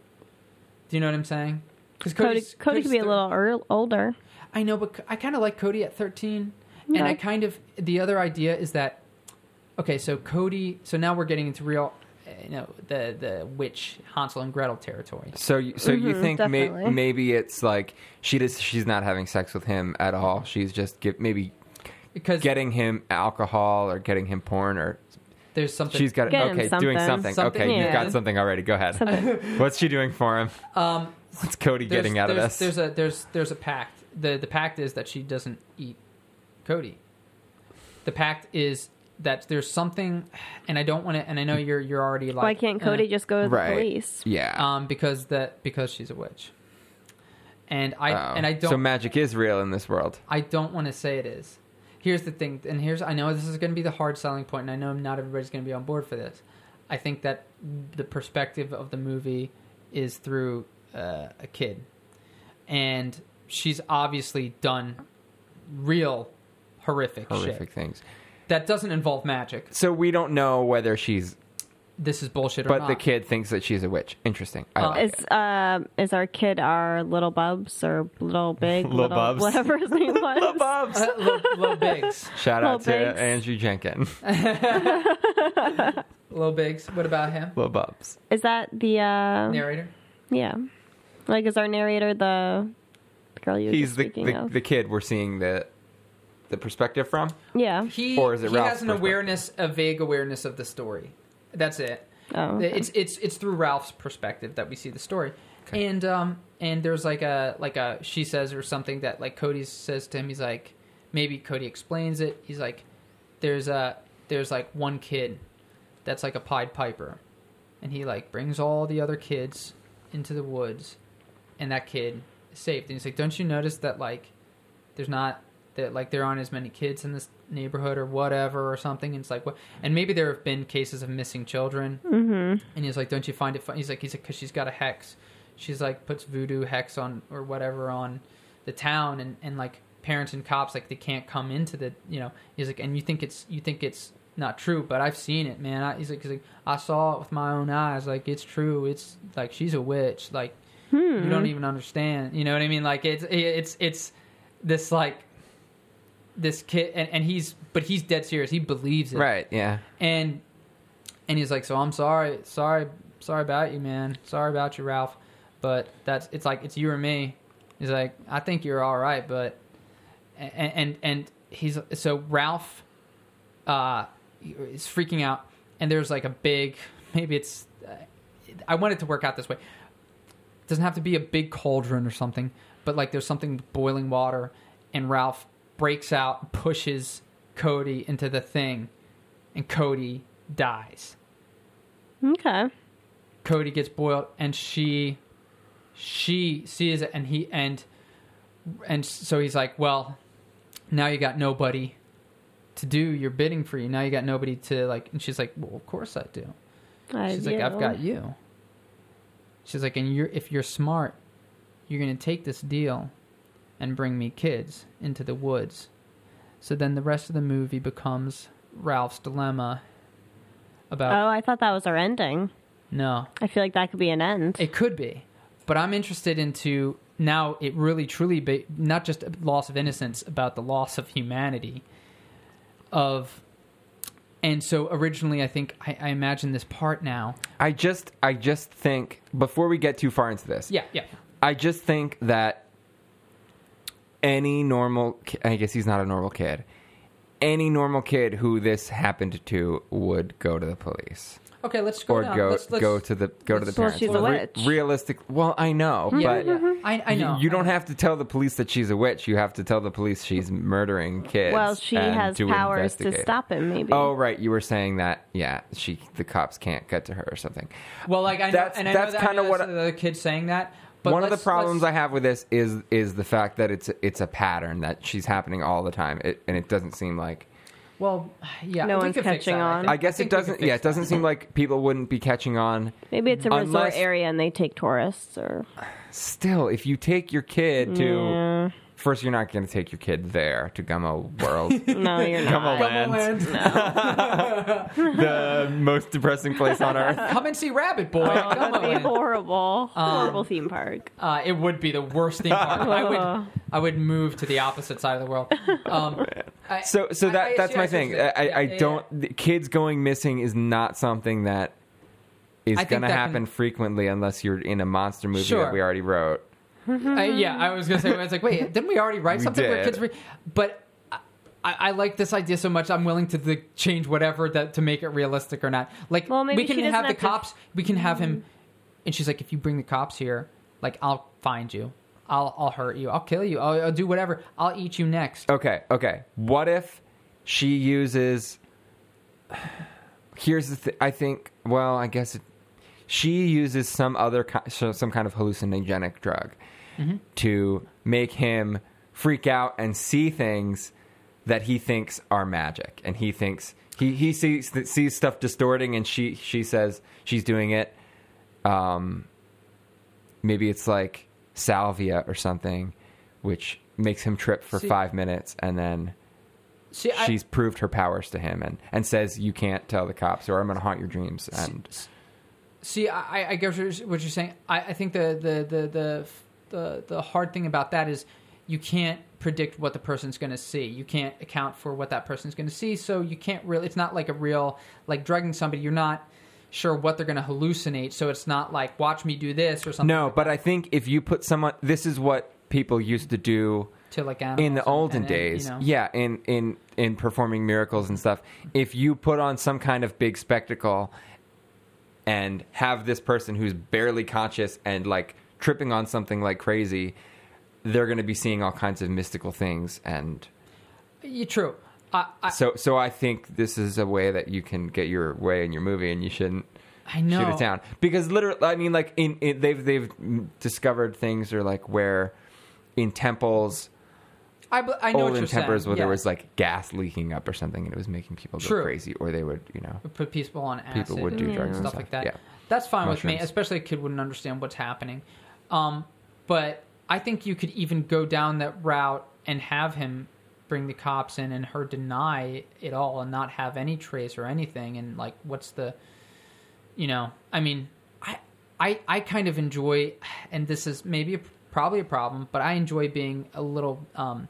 [SPEAKER 3] Do you know what I'm saying? Because
[SPEAKER 2] Cody, Cody could be a little earl- older.
[SPEAKER 3] I know, but I kind of like Cody at 13,
[SPEAKER 2] Yeah.
[SPEAKER 3] and I kind of the other idea is that okay, so Cody. So now we're getting into real, uh, you know, the the witch Hansel and Gretel territory.
[SPEAKER 4] So, you- so you
[SPEAKER 3] Mm-hmm,
[SPEAKER 2] Mhm,
[SPEAKER 4] think may,
[SPEAKER 2] definitely.
[SPEAKER 4] maybe it's like she just she's not having sex with him at all. She's just give, maybe
[SPEAKER 3] Because
[SPEAKER 4] getting him alcohol or getting him porn or
[SPEAKER 3] there's something
[SPEAKER 4] she's got
[SPEAKER 2] Get him
[SPEAKER 4] okay doing something.
[SPEAKER 2] something.
[SPEAKER 3] Something,
[SPEAKER 4] okay,
[SPEAKER 2] yeah.
[SPEAKER 4] you've got something already. Go ahead. What's she doing for him?
[SPEAKER 3] um,
[SPEAKER 4] What's Cody
[SPEAKER 3] There's-
[SPEAKER 4] getting out of
[SPEAKER 3] there's-
[SPEAKER 4] this?
[SPEAKER 3] There's a there's there's a pact. the The pact is that she doesn't eat Cody. The pact is that there's something, and I don't want to. And I know you're you're already like
[SPEAKER 2] Why can't Cody
[SPEAKER 3] eh,
[SPEAKER 2] just go to the
[SPEAKER 4] right.
[SPEAKER 2] police?
[SPEAKER 4] yeah.
[SPEAKER 3] um, because that because she's a witch, and I
[SPEAKER 4] Oh.
[SPEAKER 3] and I don't
[SPEAKER 4] So magic is real in this world.
[SPEAKER 3] I don't want to say it is. Here's the thing, and here's I know this is going to be the hard selling point, and I know not everybody's going to be on board for this. I think that the perspective of the movie is through uh, a kid, and she's obviously done real horrific,
[SPEAKER 4] Horrific
[SPEAKER 3] shit
[SPEAKER 4] things.
[SPEAKER 3] that doesn't involve magic.
[SPEAKER 4] So we don't know whether she's,
[SPEAKER 3] This is bullshit. or
[SPEAKER 4] but
[SPEAKER 3] not.
[SPEAKER 4] the kid thinks that she's a witch. Interesting. I
[SPEAKER 3] Uh,
[SPEAKER 4] like
[SPEAKER 2] Is
[SPEAKER 4] it.
[SPEAKER 2] uh is our kid our little bubs or little big
[SPEAKER 4] Lil
[SPEAKER 2] little
[SPEAKER 4] Bubs.
[SPEAKER 2] whatever his name was?
[SPEAKER 4] Bubs.
[SPEAKER 3] Uh, little, little Biggs,
[SPEAKER 4] Shout out to
[SPEAKER 2] Lil Biggs.
[SPEAKER 4] Andrew Jenkins.
[SPEAKER 3] little Biggs. What about him?
[SPEAKER 4] Little Bubs.
[SPEAKER 2] Is that the uh
[SPEAKER 3] Narrator.
[SPEAKER 2] yeah? Like is our narrator the girl you were
[SPEAKER 4] he's
[SPEAKER 2] just
[SPEAKER 4] the
[SPEAKER 2] speaking
[SPEAKER 4] the,
[SPEAKER 2] of?
[SPEAKER 4] the kid we're seeing the the perspective from?
[SPEAKER 2] Yeah.
[SPEAKER 3] He,
[SPEAKER 4] Or is it
[SPEAKER 3] he
[SPEAKER 4] Ralph's
[SPEAKER 3] has an
[SPEAKER 4] perspective?
[SPEAKER 3] awareness, a vague awareness of the story. That's it.
[SPEAKER 2] Oh, okay.
[SPEAKER 3] It's it's it's through Ralph's perspective that we see the story. And um and there's like a like a she says or something that like Cody says to him. He's like maybe Cody explains it. He's like there's a there's like one kid that's like a Pied Piper, and he like brings all the other kids into the woods, and that kid is saved. And he's like, don't you notice that like there's not that like there aren't as many kids in this neighborhood or whatever or something and it's like what and maybe there have been cases of missing children mm-hmm. and he's like don't you find it fun he's like he's like because she's got a hex she's like puts voodoo hex on or whatever on the town and and like parents and cops like they can't come into the you know he's like and you think it's you think it's not true but i've seen it man I, he's, like, he's like i saw it with my own eyes like it's true it's like she's a witch like you don't even understand you know what i mean like it's it's it's this like this kid and, and he's but he's dead serious he believes it
[SPEAKER 4] Right. Yeah.
[SPEAKER 3] and and he's like so i'm sorry sorry sorry about you man sorry about you ralph but that's it's like it's you or me he's like i think you're all right but and and, and he's so ralph uh is freaking out and there's like a big maybe it's i want it to work out this way doesn't have to be a big cauldron or something, but like there's something with boiling water, and Ralph breaks out, pushes Cody into the thing, and Cody dies.
[SPEAKER 2] Okay.
[SPEAKER 3] Cody gets boiled, and she she sees it, and he and and so he's like, well, now you got nobody to do your bidding for you. Now you got nobody to like, and she's like, well, of course I do.
[SPEAKER 2] I
[SPEAKER 3] She's like, I've
[SPEAKER 2] do.
[SPEAKER 3] got you. She's like, and you're if you're smart, you're gonna take this deal and bring me kids into the woods. So then the rest of the movie becomes Ralph's dilemma about
[SPEAKER 2] Oh, I thought that was our ending.
[SPEAKER 3] no.
[SPEAKER 2] I feel like that could be an end.
[SPEAKER 3] It could be, but I'm interested into now. It really, truly, be, not just loss of innocence, about the loss of humanity. Of, and so originally, I think I, I imagine this part now.
[SPEAKER 4] I just I just think before we get too far into this,
[SPEAKER 3] Yeah, yeah.
[SPEAKER 4] I just think that any normal ki- I guess he's not a normal kid. Any normal kid who this happened to would go to the police
[SPEAKER 3] Okay, let's go
[SPEAKER 4] or
[SPEAKER 3] down.
[SPEAKER 4] go
[SPEAKER 3] let's, let's,
[SPEAKER 4] go to the go to the
[SPEAKER 3] let's-
[SPEAKER 2] Well,
[SPEAKER 4] parents.
[SPEAKER 2] she's a
[SPEAKER 4] Re-
[SPEAKER 2] witch.
[SPEAKER 4] realistic. Well, I know,
[SPEAKER 3] Yeah,
[SPEAKER 4] but
[SPEAKER 3] yeah. I, I
[SPEAKER 4] you-
[SPEAKER 3] know.
[SPEAKER 4] you, don't have to tell the police that she's a witch. You have to tell the police she's murdering kids.
[SPEAKER 2] well, she
[SPEAKER 4] and
[SPEAKER 2] has
[SPEAKER 4] to
[SPEAKER 2] powers to
[SPEAKER 4] investigate.
[SPEAKER 2] stop him, maybe.
[SPEAKER 4] Oh, right. You were saying that. Yeah, she the cops can't get to her or something.
[SPEAKER 3] Well, like I
[SPEAKER 4] That's-
[SPEAKER 3] know, and I
[SPEAKER 4] that's
[SPEAKER 3] know
[SPEAKER 4] kinda
[SPEAKER 3] that, kind of
[SPEAKER 4] what
[SPEAKER 3] what
[SPEAKER 4] I-
[SPEAKER 3] the kid saying that. But
[SPEAKER 4] one of the
[SPEAKER 3] let's-
[SPEAKER 4] problems I
[SPEAKER 3] let's-
[SPEAKER 4] have with this is is the fact that it's it's a pattern that she's happening all the time, it, and it doesn't seem like.
[SPEAKER 3] well, yeah,
[SPEAKER 2] No
[SPEAKER 3] we
[SPEAKER 2] one's
[SPEAKER 3] could fix
[SPEAKER 2] catching
[SPEAKER 3] that,
[SPEAKER 2] on.
[SPEAKER 3] think.
[SPEAKER 4] I guess it
[SPEAKER 3] think we could
[SPEAKER 4] doesn't.
[SPEAKER 3] fix
[SPEAKER 4] Yeah, it doesn't seem like people wouldn't be catching on.
[SPEAKER 2] Maybe it's a resort
[SPEAKER 4] Unless-
[SPEAKER 2] area and they take tourists or
[SPEAKER 4] Still, if you take your kid to first, you're not going to take your kid there to Gummo World,
[SPEAKER 2] no, you're not.
[SPEAKER 4] Gummo Land,
[SPEAKER 3] that.
[SPEAKER 4] the most depressing place on earth.
[SPEAKER 3] Come and see Rabbit Boy.
[SPEAKER 2] Oh,
[SPEAKER 3] Come
[SPEAKER 2] that'd be
[SPEAKER 3] on. Um,
[SPEAKER 2] horrible. horrible theme park.
[SPEAKER 3] Uh, it would be the worst thing. I would, I would move to the opposite side of the world. Um, I-
[SPEAKER 4] So, so
[SPEAKER 3] I-
[SPEAKER 4] that
[SPEAKER 3] I-
[SPEAKER 4] that's
[SPEAKER 3] yeah,
[SPEAKER 4] my
[SPEAKER 3] I see what
[SPEAKER 4] thing.
[SPEAKER 3] you're
[SPEAKER 4] I,
[SPEAKER 3] saying.
[SPEAKER 4] I,
[SPEAKER 3] Yeah,
[SPEAKER 4] I
[SPEAKER 3] yeah, yeah.
[SPEAKER 4] don't. the Kids going missing is not something that is
[SPEAKER 3] I think
[SPEAKER 4] going to
[SPEAKER 3] that
[SPEAKER 4] happen
[SPEAKER 3] can-
[SPEAKER 4] frequently unless you're in a monster movie
[SPEAKER 3] Sure.
[SPEAKER 4] that we already wrote.
[SPEAKER 3] I, Uh, yeah, I was gonna say. I was like, wait, didn't we already write
[SPEAKER 4] We
[SPEAKER 3] something
[SPEAKER 4] did.
[SPEAKER 3] where kids? Re-? But I, I like this idea so much. I'm willing to the, change whatever that to make it realistic or not. Like,
[SPEAKER 2] Well, maybe
[SPEAKER 3] we can
[SPEAKER 2] she doesn't
[SPEAKER 3] have the
[SPEAKER 2] have to-
[SPEAKER 3] cops. We can have him. And she's like, if you bring the cops here, like I'll find you. I'll I'll hurt you. I'll kill you. I'll, I'll do whatever. I'll eat you next.
[SPEAKER 4] Okay, okay. What if she uses? Here's the. Th- I think. Well, I guess it, she uses some other ki- so some kind of hallucinogenic drug to make him freak out and see things that he thinks are magic, and he thinks he he sees sees stuff distorting, and she she says she's doing it. Um, maybe it's like salvia or something, which makes him trip for
[SPEAKER 3] See-
[SPEAKER 4] five minutes, and then
[SPEAKER 3] See, I-
[SPEAKER 4] she's proved her powers to him and, and says, "You can't tell the cops, or I'm going to haunt your dreams." And
[SPEAKER 3] See, I, I- I guess what you're- what you're saying. I, I think the the, the the the the hard thing about that is you can't predict what the person's going to see. You can't account for what that person's going to see. So you can't really. It's not like a real like drugging somebody. You're not sure what they're going to hallucinate. So it's not like watch me do this or something.
[SPEAKER 4] no, but I think if you put someone, this is what people used to do
[SPEAKER 3] to like animals
[SPEAKER 4] in the
[SPEAKER 3] and-
[SPEAKER 4] olden
[SPEAKER 3] and then,
[SPEAKER 4] days
[SPEAKER 3] you know.
[SPEAKER 4] yeah in in in performing miracles and stuff if you put on some kind of big spectacle and have this person who's barely conscious and like tripping on something like crazy they're going to be seeing all kinds of mystical things and
[SPEAKER 3] Yeah, true. I, I,
[SPEAKER 4] so so i think this is a way that you can get your way in your movie and you shouldn't
[SPEAKER 3] I know.
[SPEAKER 4] shoot it down because literally i mean like in, in they've they've discovered things or like where in temples
[SPEAKER 3] I, bl- I know
[SPEAKER 4] old
[SPEAKER 3] what
[SPEAKER 4] in
[SPEAKER 3] you're
[SPEAKER 4] tempers
[SPEAKER 3] saying.
[SPEAKER 4] where there
[SPEAKER 3] yeah.
[SPEAKER 4] was like gas leaking up or something and it was making people go
[SPEAKER 3] True.
[SPEAKER 4] crazy or they would you know
[SPEAKER 3] put people on acid
[SPEAKER 4] People would do
[SPEAKER 3] and
[SPEAKER 4] drugs and
[SPEAKER 3] stuff
[SPEAKER 4] stuff,
[SPEAKER 3] like that.
[SPEAKER 4] yeah.
[SPEAKER 3] That's fine with me,
[SPEAKER 4] Mushrooms.
[SPEAKER 3] especially a kid wouldn't understand what's happening. Um, but I think you could even go down that route and have him bring the cops in and her deny it all and not have any trace or anything and like what's the you know i mean i i i kind of enjoy and this is maybe a, probably a problem but i enjoy being a little um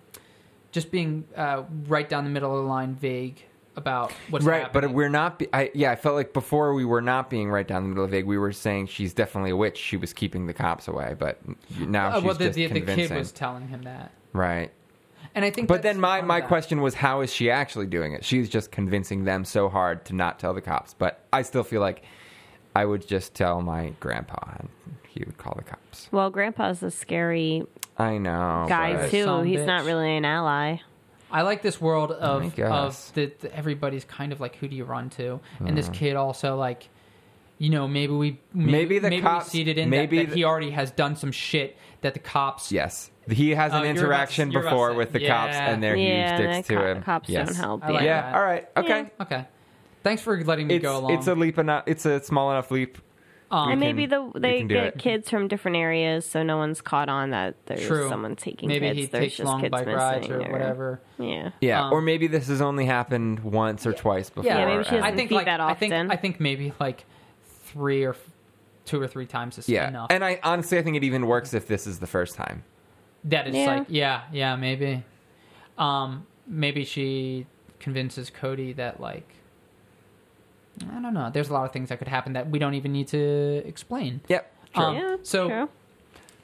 [SPEAKER 3] just being uh right down the middle of the line vague about what's
[SPEAKER 4] right
[SPEAKER 3] happening.
[SPEAKER 4] but we're not be- I, yeah i felt like before we were not being right down the middle of the egg we were saying she's definitely a witch she was keeping the cops away but now
[SPEAKER 3] Uh,
[SPEAKER 4] she's
[SPEAKER 3] well, the,
[SPEAKER 4] just
[SPEAKER 3] the, the
[SPEAKER 4] convincing
[SPEAKER 3] kid was telling him that,
[SPEAKER 4] right
[SPEAKER 3] and I think.
[SPEAKER 4] but then
[SPEAKER 3] that's
[SPEAKER 4] my,
[SPEAKER 3] part of
[SPEAKER 4] my
[SPEAKER 3] that.
[SPEAKER 4] question was how is she actually doing it she's just convincing them so hard to not tell the cops but i still feel like i would just tell my grandpa and he would call the cops
[SPEAKER 2] Well, Grandpa's a scary
[SPEAKER 4] i know
[SPEAKER 2] guy
[SPEAKER 4] but-
[SPEAKER 2] too.
[SPEAKER 3] Some
[SPEAKER 2] He's
[SPEAKER 3] bitch.
[SPEAKER 2] not really an ally.
[SPEAKER 3] I like this world
[SPEAKER 4] I
[SPEAKER 3] of
[SPEAKER 4] guess.
[SPEAKER 3] of the, the- everybody's kind of like who do you run to, and
[SPEAKER 4] Mm.
[SPEAKER 3] this kid also like, you know, maybe we maybe,
[SPEAKER 4] Maybe the
[SPEAKER 3] maybe
[SPEAKER 4] cops-
[SPEAKER 3] we seeded in that-
[SPEAKER 4] maybe
[SPEAKER 3] that,
[SPEAKER 4] the-
[SPEAKER 3] he already has done some shit that the cops.
[SPEAKER 4] Yes. He has an
[SPEAKER 3] Oh, you're about to-
[SPEAKER 4] interaction
[SPEAKER 3] you're about to
[SPEAKER 4] before
[SPEAKER 3] say-
[SPEAKER 4] with the
[SPEAKER 3] yeah.
[SPEAKER 4] cops, and they're
[SPEAKER 2] yeah,
[SPEAKER 4] huge
[SPEAKER 2] the
[SPEAKER 4] dicks to
[SPEAKER 2] co-
[SPEAKER 4] him.
[SPEAKER 2] cops
[SPEAKER 4] Yes.
[SPEAKER 2] don't help.
[SPEAKER 3] I like
[SPEAKER 2] yeah.
[SPEAKER 4] yeah.
[SPEAKER 3] that.
[SPEAKER 4] All right. Okay.
[SPEAKER 2] Yeah.
[SPEAKER 3] Okay. Thanks for letting me
[SPEAKER 4] It's
[SPEAKER 3] go along.
[SPEAKER 4] it's a leap enough. It's a small enough leap.
[SPEAKER 3] Um,
[SPEAKER 4] we
[SPEAKER 2] And
[SPEAKER 4] can-
[SPEAKER 2] maybe the,
[SPEAKER 4] we
[SPEAKER 2] they
[SPEAKER 4] can do
[SPEAKER 2] get
[SPEAKER 4] it.
[SPEAKER 2] kids from different areas, so no one's caught on that there's
[SPEAKER 3] True.
[SPEAKER 2] someone taking
[SPEAKER 3] maybe
[SPEAKER 2] kids.
[SPEAKER 3] he
[SPEAKER 2] there's
[SPEAKER 3] takes
[SPEAKER 2] just
[SPEAKER 3] long
[SPEAKER 2] kids
[SPEAKER 3] bike
[SPEAKER 2] missing
[SPEAKER 3] rides or whatever.
[SPEAKER 2] Yeah.
[SPEAKER 4] Yeah.
[SPEAKER 3] Um,
[SPEAKER 4] or maybe this has only happened once or twice before.
[SPEAKER 2] Yeah, maybe she
[SPEAKER 4] and-
[SPEAKER 2] doesn't
[SPEAKER 3] I think
[SPEAKER 2] feed
[SPEAKER 3] like
[SPEAKER 2] that
[SPEAKER 3] I think
[SPEAKER 2] often.
[SPEAKER 3] I think maybe like three or f- two or three times is
[SPEAKER 4] yeah.
[SPEAKER 3] enough.
[SPEAKER 4] And I honestly, I think it even works if this is the first time.
[SPEAKER 3] That it's
[SPEAKER 2] Yeah.
[SPEAKER 3] like, yeah, yeah, maybe. Um, maybe she convinces Cody that like I don't know. There's a lot of things that could happen that we don't even need to explain.
[SPEAKER 4] Yep. True.
[SPEAKER 3] Um,
[SPEAKER 2] yeah
[SPEAKER 3] so-
[SPEAKER 2] true.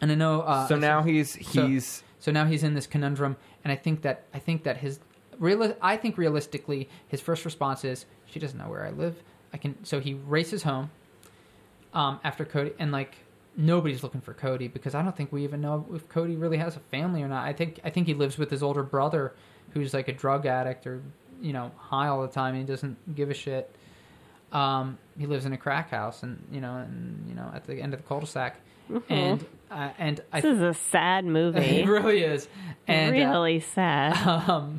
[SPEAKER 3] And I know uh,
[SPEAKER 4] so now he's
[SPEAKER 3] so-
[SPEAKER 4] he's
[SPEAKER 3] so now he's in this conundrum and I think that I think that his real I think realistically his first response is she doesn't know where I live. I can so he races home um, after Cody and like nobody's looking for Cody because I don't think we even know if Cody really has a family or not. I think I think he lives with his older brother who's like a drug addict or you know high all the time and he doesn't give a shit. Um, he lives in a crack house and you know and you know at the end of the cul-de-sac and uh, and I
[SPEAKER 2] This is a sad movie.
[SPEAKER 3] it really is and uh,
[SPEAKER 2] really sad.
[SPEAKER 3] um,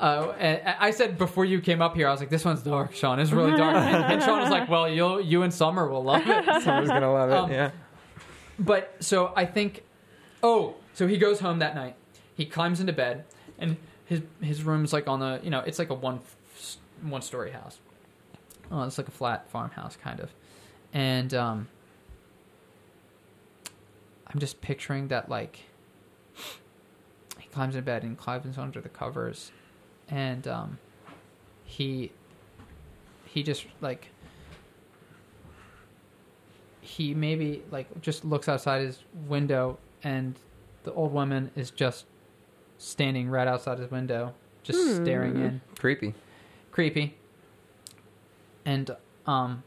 [SPEAKER 3] uh, and I said before you came up here, I was like, "This one's dark, Sean. It's really dark." and, and Sean was like, "Well, you'll you and Summer will love it."
[SPEAKER 4] someone's gonna love it.
[SPEAKER 3] Um,
[SPEAKER 4] yeah.
[SPEAKER 3] But so I think, oh, so he goes home that night. He climbs into bed, and his his room's like on the you know it's like a one one story house. Oh, it's like a flat farmhouse kind of, and um, I'm just picturing that like he climbs into bed and climbs under the covers, and um, he he just like he maybe like just looks outside his window and the old woman is just standing right outside his window just staring in
[SPEAKER 4] Creepy.
[SPEAKER 3] creepy and um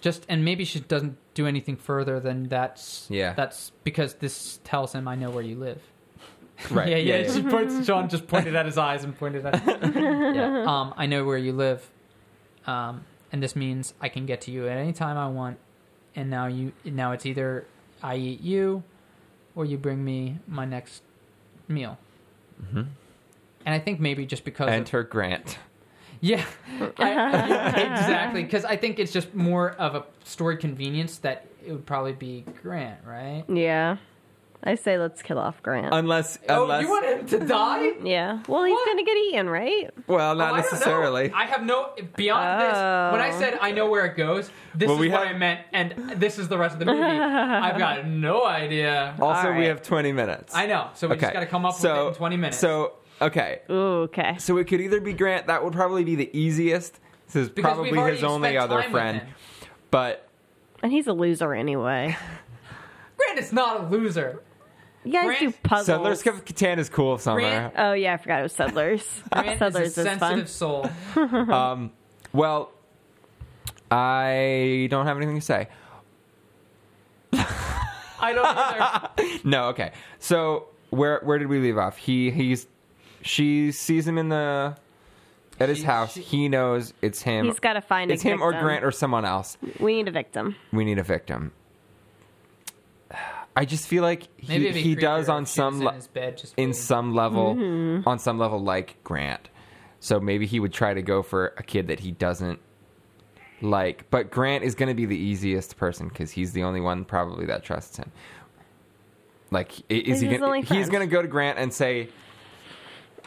[SPEAKER 3] just and maybe she doesn't do anything further than that's
[SPEAKER 4] Yeah.
[SPEAKER 3] that's because this tells him i know where you live
[SPEAKER 4] Right.
[SPEAKER 3] yeah, yeah. She points, Sean just pointed at his eyes and pointed at. yeah. Um, I know where you live, um, and this means I can get to you at any time I want. And now you, now it's either I eat you, or you bring me my next meal. Mm-hmm. And I think maybe just because of-
[SPEAKER 4] Enter Grant.
[SPEAKER 3] yeah, I- exactly. Because I think it's just more of a story convenience that it would probably be Grant, right?
[SPEAKER 2] yeah. I say let's kill off Grant.
[SPEAKER 4] Unless,
[SPEAKER 3] oh,
[SPEAKER 4] unless,
[SPEAKER 3] you want him to die?
[SPEAKER 4] Oh,
[SPEAKER 2] yeah. Well, he's
[SPEAKER 3] What?
[SPEAKER 2] going to get eaten, right?
[SPEAKER 4] well, not
[SPEAKER 3] Oh, I don't know.
[SPEAKER 4] necessarily.
[SPEAKER 3] I, have no beyond this. When I
[SPEAKER 2] Oh.
[SPEAKER 3] said I know where it goes, this
[SPEAKER 4] Well,
[SPEAKER 3] is
[SPEAKER 4] we
[SPEAKER 3] what
[SPEAKER 4] have-
[SPEAKER 3] I meant, and this is the rest of the movie. I've got no idea.
[SPEAKER 4] Also,
[SPEAKER 2] All
[SPEAKER 4] we
[SPEAKER 2] right.
[SPEAKER 4] have 20 minutes.
[SPEAKER 3] I know, so we just got to come up with it in twenty minutes.
[SPEAKER 4] So, okay.
[SPEAKER 2] Ooh, okay.
[SPEAKER 4] So it could either be Grant. That would probably be the easiest. This is
[SPEAKER 3] Because we've
[SPEAKER 4] probably
[SPEAKER 3] already
[SPEAKER 4] his only
[SPEAKER 3] spent
[SPEAKER 4] other
[SPEAKER 3] time with
[SPEAKER 4] friend.
[SPEAKER 3] him.
[SPEAKER 4] But
[SPEAKER 2] And he's a loser anyway.
[SPEAKER 3] Grant is not a loser.
[SPEAKER 2] You guys
[SPEAKER 3] Grant-
[SPEAKER 2] do puzzles.
[SPEAKER 4] Settlers of Catan is cool somewhere.
[SPEAKER 2] Oh yeah, I forgot it was Settlers.
[SPEAKER 3] Grant
[SPEAKER 2] Settlers
[SPEAKER 3] is a
[SPEAKER 2] is fun.
[SPEAKER 3] sensitive soul.
[SPEAKER 4] Um, well, I don't have anything to say.
[SPEAKER 3] I don't either.
[SPEAKER 4] No, okay. So where where did we leave off? He he's she sees him in the at his
[SPEAKER 3] She-
[SPEAKER 4] house.
[SPEAKER 3] she-
[SPEAKER 4] he knows it's him.
[SPEAKER 2] He's got to find
[SPEAKER 4] it's
[SPEAKER 2] a
[SPEAKER 4] him or
[SPEAKER 2] victim.
[SPEAKER 4] Grant or someone else.
[SPEAKER 2] We need a victim.
[SPEAKER 4] We need a victim. I just feel like
[SPEAKER 3] Maybe
[SPEAKER 4] he,
[SPEAKER 3] it'd be
[SPEAKER 4] he does
[SPEAKER 3] creepier
[SPEAKER 4] on
[SPEAKER 3] if she
[SPEAKER 4] some
[SPEAKER 3] was
[SPEAKER 4] le-
[SPEAKER 3] in his bed just
[SPEAKER 4] in
[SPEAKER 3] waiting.
[SPEAKER 4] some level
[SPEAKER 2] Mm-hmm.
[SPEAKER 4] on some level like Grant. So maybe he would try to go for a kid that he doesn't like, but Grant is going to be the easiest person cuz he's the only one probably that trusts him. Like i- is
[SPEAKER 2] He's
[SPEAKER 4] he
[SPEAKER 2] his
[SPEAKER 4] gonna,
[SPEAKER 2] only
[SPEAKER 4] he's
[SPEAKER 2] friend.
[SPEAKER 4] going to go to Grant and say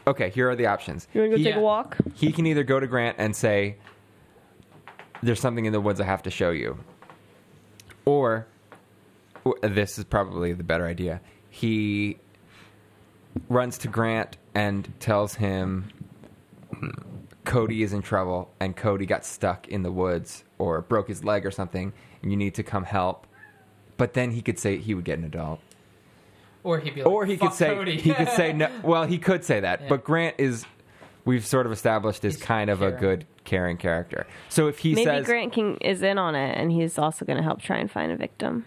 [SPEAKER 4] Okay, here are the options.
[SPEAKER 2] You want to go
[SPEAKER 4] He-
[SPEAKER 2] take
[SPEAKER 3] Yeah.
[SPEAKER 2] a walk?
[SPEAKER 4] he can either go to Grant and say, "There's something in the woods I have to show you," or w- this is probably the better idea. He runs to Grant and tells him Cody is in trouble and Cody got stuck in the woods or broke his leg or something. And you need to come help. But then he could say he would get an adult
[SPEAKER 3] Or he'd be like,
[SPEAKER 4] or he
[SPEAKER 3] "Fuck
[SPEAKER 4] could say
[SPEAKER 3] Cody."
[SPEAKER 4] he could say no. Well, he could say that,
[SPEAKER 3] Yeah.
[SPEAKER 4] but Grant is we've sort of established is
[SPEAKER 3] He's
[SPEAKER 4] kind of a
[SPEAKER 3] caring.
[SPEAKER 4] good caring character. So if he
[SPEAKER 2] Maybe
[SPEAKER 4] says,
[SPEAKER 2] Grant King is in on it, and he's also going to help try and find a victim.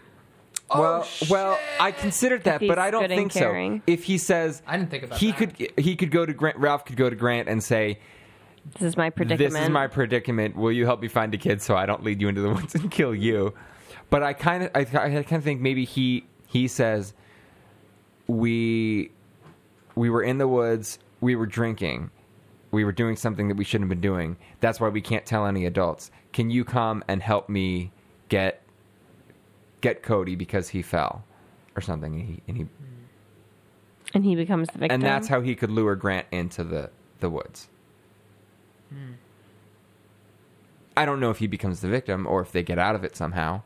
[SPEAKER 4] well,
[SPEAKER 3] Oh,
[SPEAKER 4] well, I considered that,
[SPEAKER 2] If
[SPEAKER 4] but
[SPEAKER 2] he's
[SPEAKER 4] I don't
[SPEAKER 2] good and
[SPEAKER 4] think so.
[SPEAKER 2] caring.
[SPEAKER 4] If he says,
[SPEAKER 3] I didn't think about
[SPEAKER 4] he
[SPEAKER 3] that.
[SPEAKER 4] could he could go to Grant. Ralph could go to Grant and say,
[SPEAKER 2] This is my predicament.
[SPEAKER 4] This is my predicament. Will you help me find a kid so I don't lead you into the woods and kill you? But I kind of, I, I kind of think maybe he he says we we were in the woods, we were drinking, we were doing something that we shouldn't have been doing. That's why we can't tell any adults. Can you come and help me get get Cody because he fell or something? And he, and he
[SPEAKER 2] and he becomes the victim.
[SPEAKER 4] and that's how he could lure Grant into the the woods.
[SPEAKER 2] Hmm.
[SPEAKER 4] I don't know if he becomes the victim or if they get out of it somehow.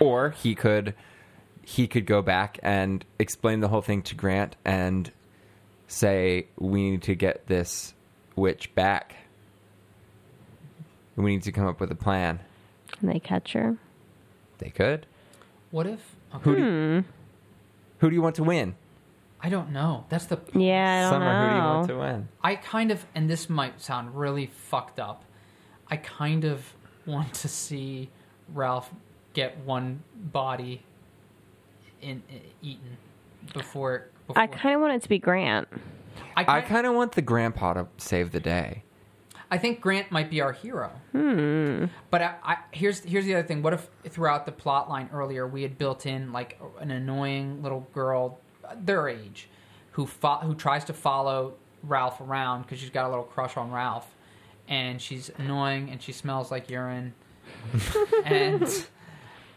[SPEAKER 4] Or he could he could go back and explain the whole thing to Grant and say we need to get this witch back. We need to come up with a plan.
[SPEAKER 2] and they catch her.
[SPEAKER 4] They could.
[SPEAKER 3] What if? Okay.
[SPEAKER 4] Who do you, who do you want to win?
[SPEAKER 3] I don't know. That's the.
[SPEAKER 2] Yeah, I don't
[SPEAKER 4] Summer, who do you
[SPEAKER 2] know.
[SPEAKER 4] want to win?
[SPEAKER 3] I kind of, and this might sound really fucked up. I kind of want to see Ralph get one body in, eaten before. before
[SPEAKER 2] I kind of want it to be Grant.
[SPEAKER 3] I
[SPEAKER 4] I
[SPEAKER 3] kind
[SPEAKER 4] kind of want the grandpa to save the day.
[SPEAKER 3] I think Grant might be our hero. Hmm. But I, I, here's here's the other thing. What if throughout the plot line earlier we had built in like an annoying little girl uh, their age who fo- who tries to follow Ralph around because she's got a little crush on Ralph, and she's annoying and she smells like urine, and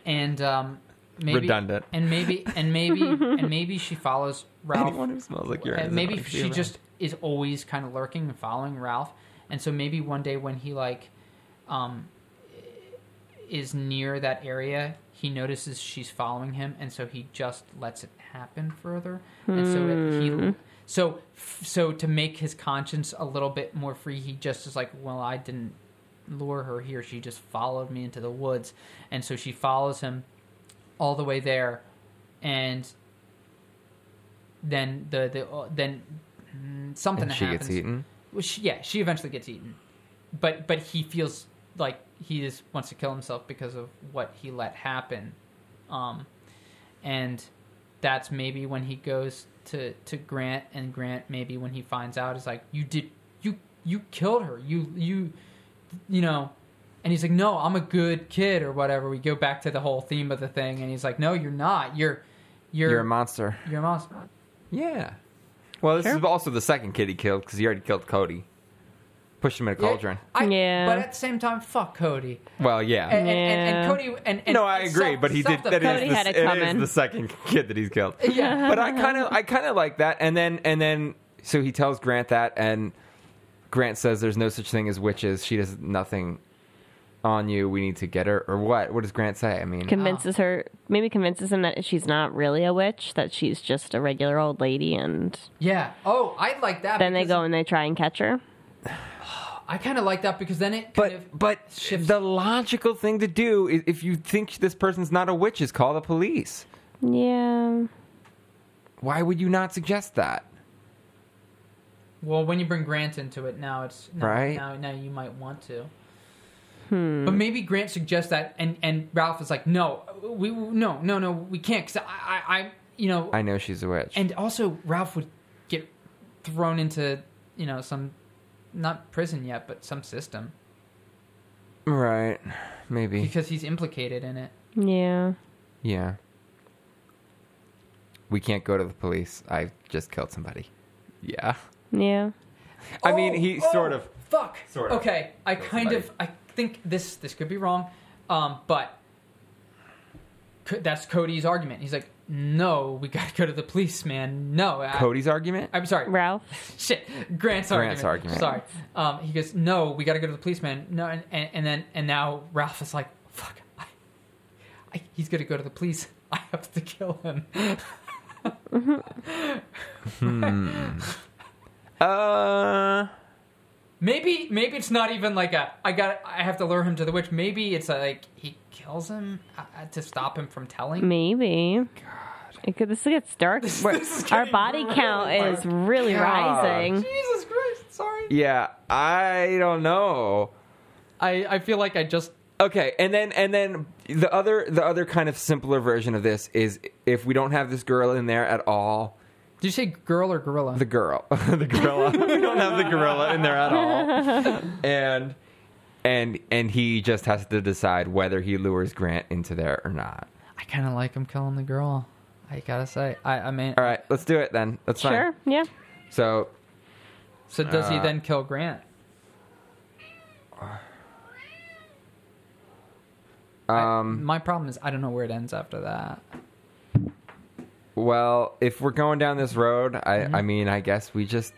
[SPEAKER 3] and um, maybe
[SPEAKER 4] Redundant.
[SPEAKER 3] and maybe and maybe and maybe she follows Ralph.
[SPEAKER 4] Anyone who smells like urine.
[SPEAKER 3] And
[SPEAKER 4] is
[SPEAKER 3] maybe
[SPEAKER 4] annoying to
[SPEAKER 3] she
[SPEAKER 4] be
[SPEAKER 3] just is always kind of lurking and following Ralph, and so maybe one day when he like, um, is near that area, he notices she's following him, and so he just lets it happen further, and so it, he. So, so to make his conscience a little bit more free, he just is like, "Well, I didn't lure her here. She just followed me into the woods, and so she follows him all the way there, and then the the uh, then mm, something
[SPEAKER 4] And she
[SPEAKER 3] happens.
[SPEAKER 4] gets eaten.
[SPEAKER 3] Well, she, yeah, she eventually gets eaten, but but he feels like he just wants to kill himself because of what he let happen, um, and that's maybe when he goes to to Grant and Grant maybe when he finds out is like you did you you killed her you you you know. And he's like, "No, I'm a good kid, or whatever." We go back to the whole theme of the thing, and he's like, "No, you're not. You're, you're,
[SPEAKER 4] You're a monster.
[SPEAKER 3] you're a monster."
[SPEAKER 4] Yeah. Well, this is also the second kid he killed because he already killed Cody. Pushed him in a
[SPEAKER 3] Yeah,
[SPEAKER 4] cauldron.
[SPEAKER 3] I-
[SPEAKER 2] Yeah.
[SPEAKER 3] But at the same time, fuck Cody.
[SPEAKER 4] Well, yeah.
[SPEAKER 3] And, and, and,
[SPEAKER 2] Yeah.
[SPEAKER 3] and Cody and, and
[SPEAKER 4] no, I
[SPEAKER 3] and
[SPEAKER 4] agree,
[SPEAKER 3] self-
[SPEAKER 4] but he did. That
[SPEAKER 3] self-defense-
[SPEAKER 4] is,
[SPEAKER 2] Cody
[SPEAKER 4] the,
[SPEAKER 2] had it
[SPEAKER 4] it is
[SPEAKER 2] coming.
[SPEAKER 4] the second kid that he's killed.
[SPEAKER 3] Yeah.
[SPEAKER 4] but I kind of, I kind of like that. And then, and then, so he tells Grant that, and Grant says, "There's no such thing as witches. She does nothing on you. We need to get her, or what? What does Grant say? I mean,
[SPEAKER 2] Convinces her, maybe convinces him that she's not really a witch, that she's just a regular old lady, and
[SPEAKER 3] yeah. Oh, I like that.
[SPEAKER 2] then they
[SPEAKER 3] because
[SPEAKER 2] go and they try and catch her.
[SPEAKER 3] I kind of like that because then it kind
[SPEAKER 4] But
[SPEAKER 3] of
[SPEAKER 4] but
[SPEAKER 3] shifts.
[SPEAKER 4] the logical thing to do is if you think this person's not a witch is call the police.
[SPEAKER 2] Yeah.
[SPEAKER 4] Why would you not suggest that?
[SPEAKER 3] well, when you bring Grant into it, now it's now,
[SPEAKER 4] Right. Mm-hmm.
[SPEAKER 3] now. Now you might want to.
[SPEAKER 2] Hmm.
[SPEAKER 3] But maybe Grant suggests that, and and Ralph is like, no, we no no no we can't because I, I I you know
[SPEAKER 4] I know she's a witch.
[SPEAKER 3] And also, Ralph would get thrown into, you know, some, not prison yet, but some system
[SPEAKER 4] right. Maybe.
[SPEAKER 3] because he's implicated in it.
[SPEAKER 2] Yeah.
[SPEAKER 4] Yeah. We can't go to the police. I just killed somebody. Yeah.
[SPEAKER 2] Yeah.
[SPEAKER 4] I mean, he sort of-
[SPEAKER 3] Oh, Fuck.
[SPEAKER 4] sort of
[SPEAKER 3] Okay, I
[SPEAKER 4] killed
[SPEAKER 3] kind of, I
[SPEAKER 4] somebody.
[SPEAKER 3] think this this could be wrong, um, but co- that's Cody's argument. He's like, no, we got to go to the police, man. No, I,
[SPEAKER 4] Cody's argument?
[SPEAKER 3] I'm sorry.
[SPEAKER 2] Ralph.
[SPEAKER 3] shit grant's,
[SPEAKER 4] Grant's
[SPEAKER 3] argument.
[SPEAKER 4] argument.
[SPEAKER 3] sorry um, he goes no we gotta go to the policeman no and, and, and then and now ralph is like fuck I, I, he's gonna go to the police i have to kill him
[SPEAKER 4] Uh
[SPEAKER 3] maybe maybe it's not even like a i got i have to lure him to the witch maybe it's like he kills him uh, to stop him from telling
[SPEAKER 2] Maybe. It could, this gets dark. We're-
[SPEAKER 3] this is
[SPEAKER 2] Our
[SPEAKER 3] getting
[SPEAKER 2] body
[SPEAKER 3] really
[SPEAKER 2] count
[SPEAKER 3] dark.
[SPEAKER 2] is really
[SPEAKER 4] God.
[SPEAKER 2] rising.
[SPEAKER 3] jesus christ sorry
[SPEAKER 4] yeah, I don't know.
[SPEAKER 3] i i feel like i just
[SPEAKER 4] Okay, and then and then the other the other kind of simpler version of this is if we don't have this girl in there at all,
[SPEAKER 3] did you say girl or gorilla
[SPEAKER 4] the girl, the gorilla, we don't have the gorilla in there at all, and and and he just has to decide whether he lures Grant into there or not.
[SPEAKER 3] i kind of like him killing the girl i gotta say i i mean
[SPEAKER 4] All right, let's do it then. That's fine.
[SPEAKER 2] Sure. Yeah.
[SPEAKER 4] So
[SPEAKER 3] so does he
[SPEAKER 4] Uh,
[SPEAKER 3] then kill grant
[SPEAKER 4] um,
[SPEAKER 3] My problem is I don't know where it ends after that.
[SPEAKER 4] Well, if we're going down this road, I,
[SPEAKER 3] Mm-hmm.
[SPEAKER 4] I mean, I guess we just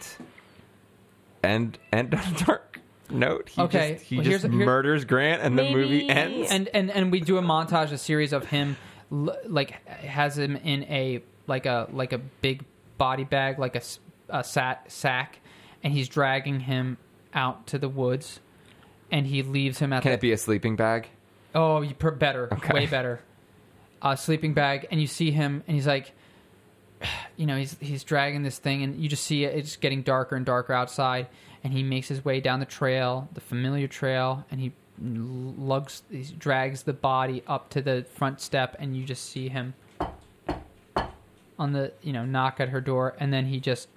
[SPEAKER 4] end end on a dark note. He
[SPEAKER 3] Okay,
[SPEAKER 4] just, he
[SPEAKER 3] well,
[SPEAKER 4] just
[SPEAKER 3] here's a- here-
[SPEAKER 4] murders Grant, and the movie
[SPEAKER 2] Maybe-
[SPEAKER 4] ends.
[SPEAKER 3] And and and we do a montage, a series of him, l- like has him in a like a like a big body bag, like a, s- a sat sack, and he's dragging him out to the woods, and he leaves him at
[SPEAKER 4] Can
[SPEAKER 3] the
[SPEAKER 4] it be a sleeping bag?
[SPEAKER 3] Oh, you per- better,
[SPEAKER 4] Okay.
[SPEAKER 3] way better. Uh, sleeping bag, and you see him, and he's like, you know, he's he's dragging this thing, and you just see it, it's getting darker and darker outside, and he makes his way down the trail, the familiar trail, and he lugs, he drags the body up to the front step, and you just see him on the you know knock at her door, and then he just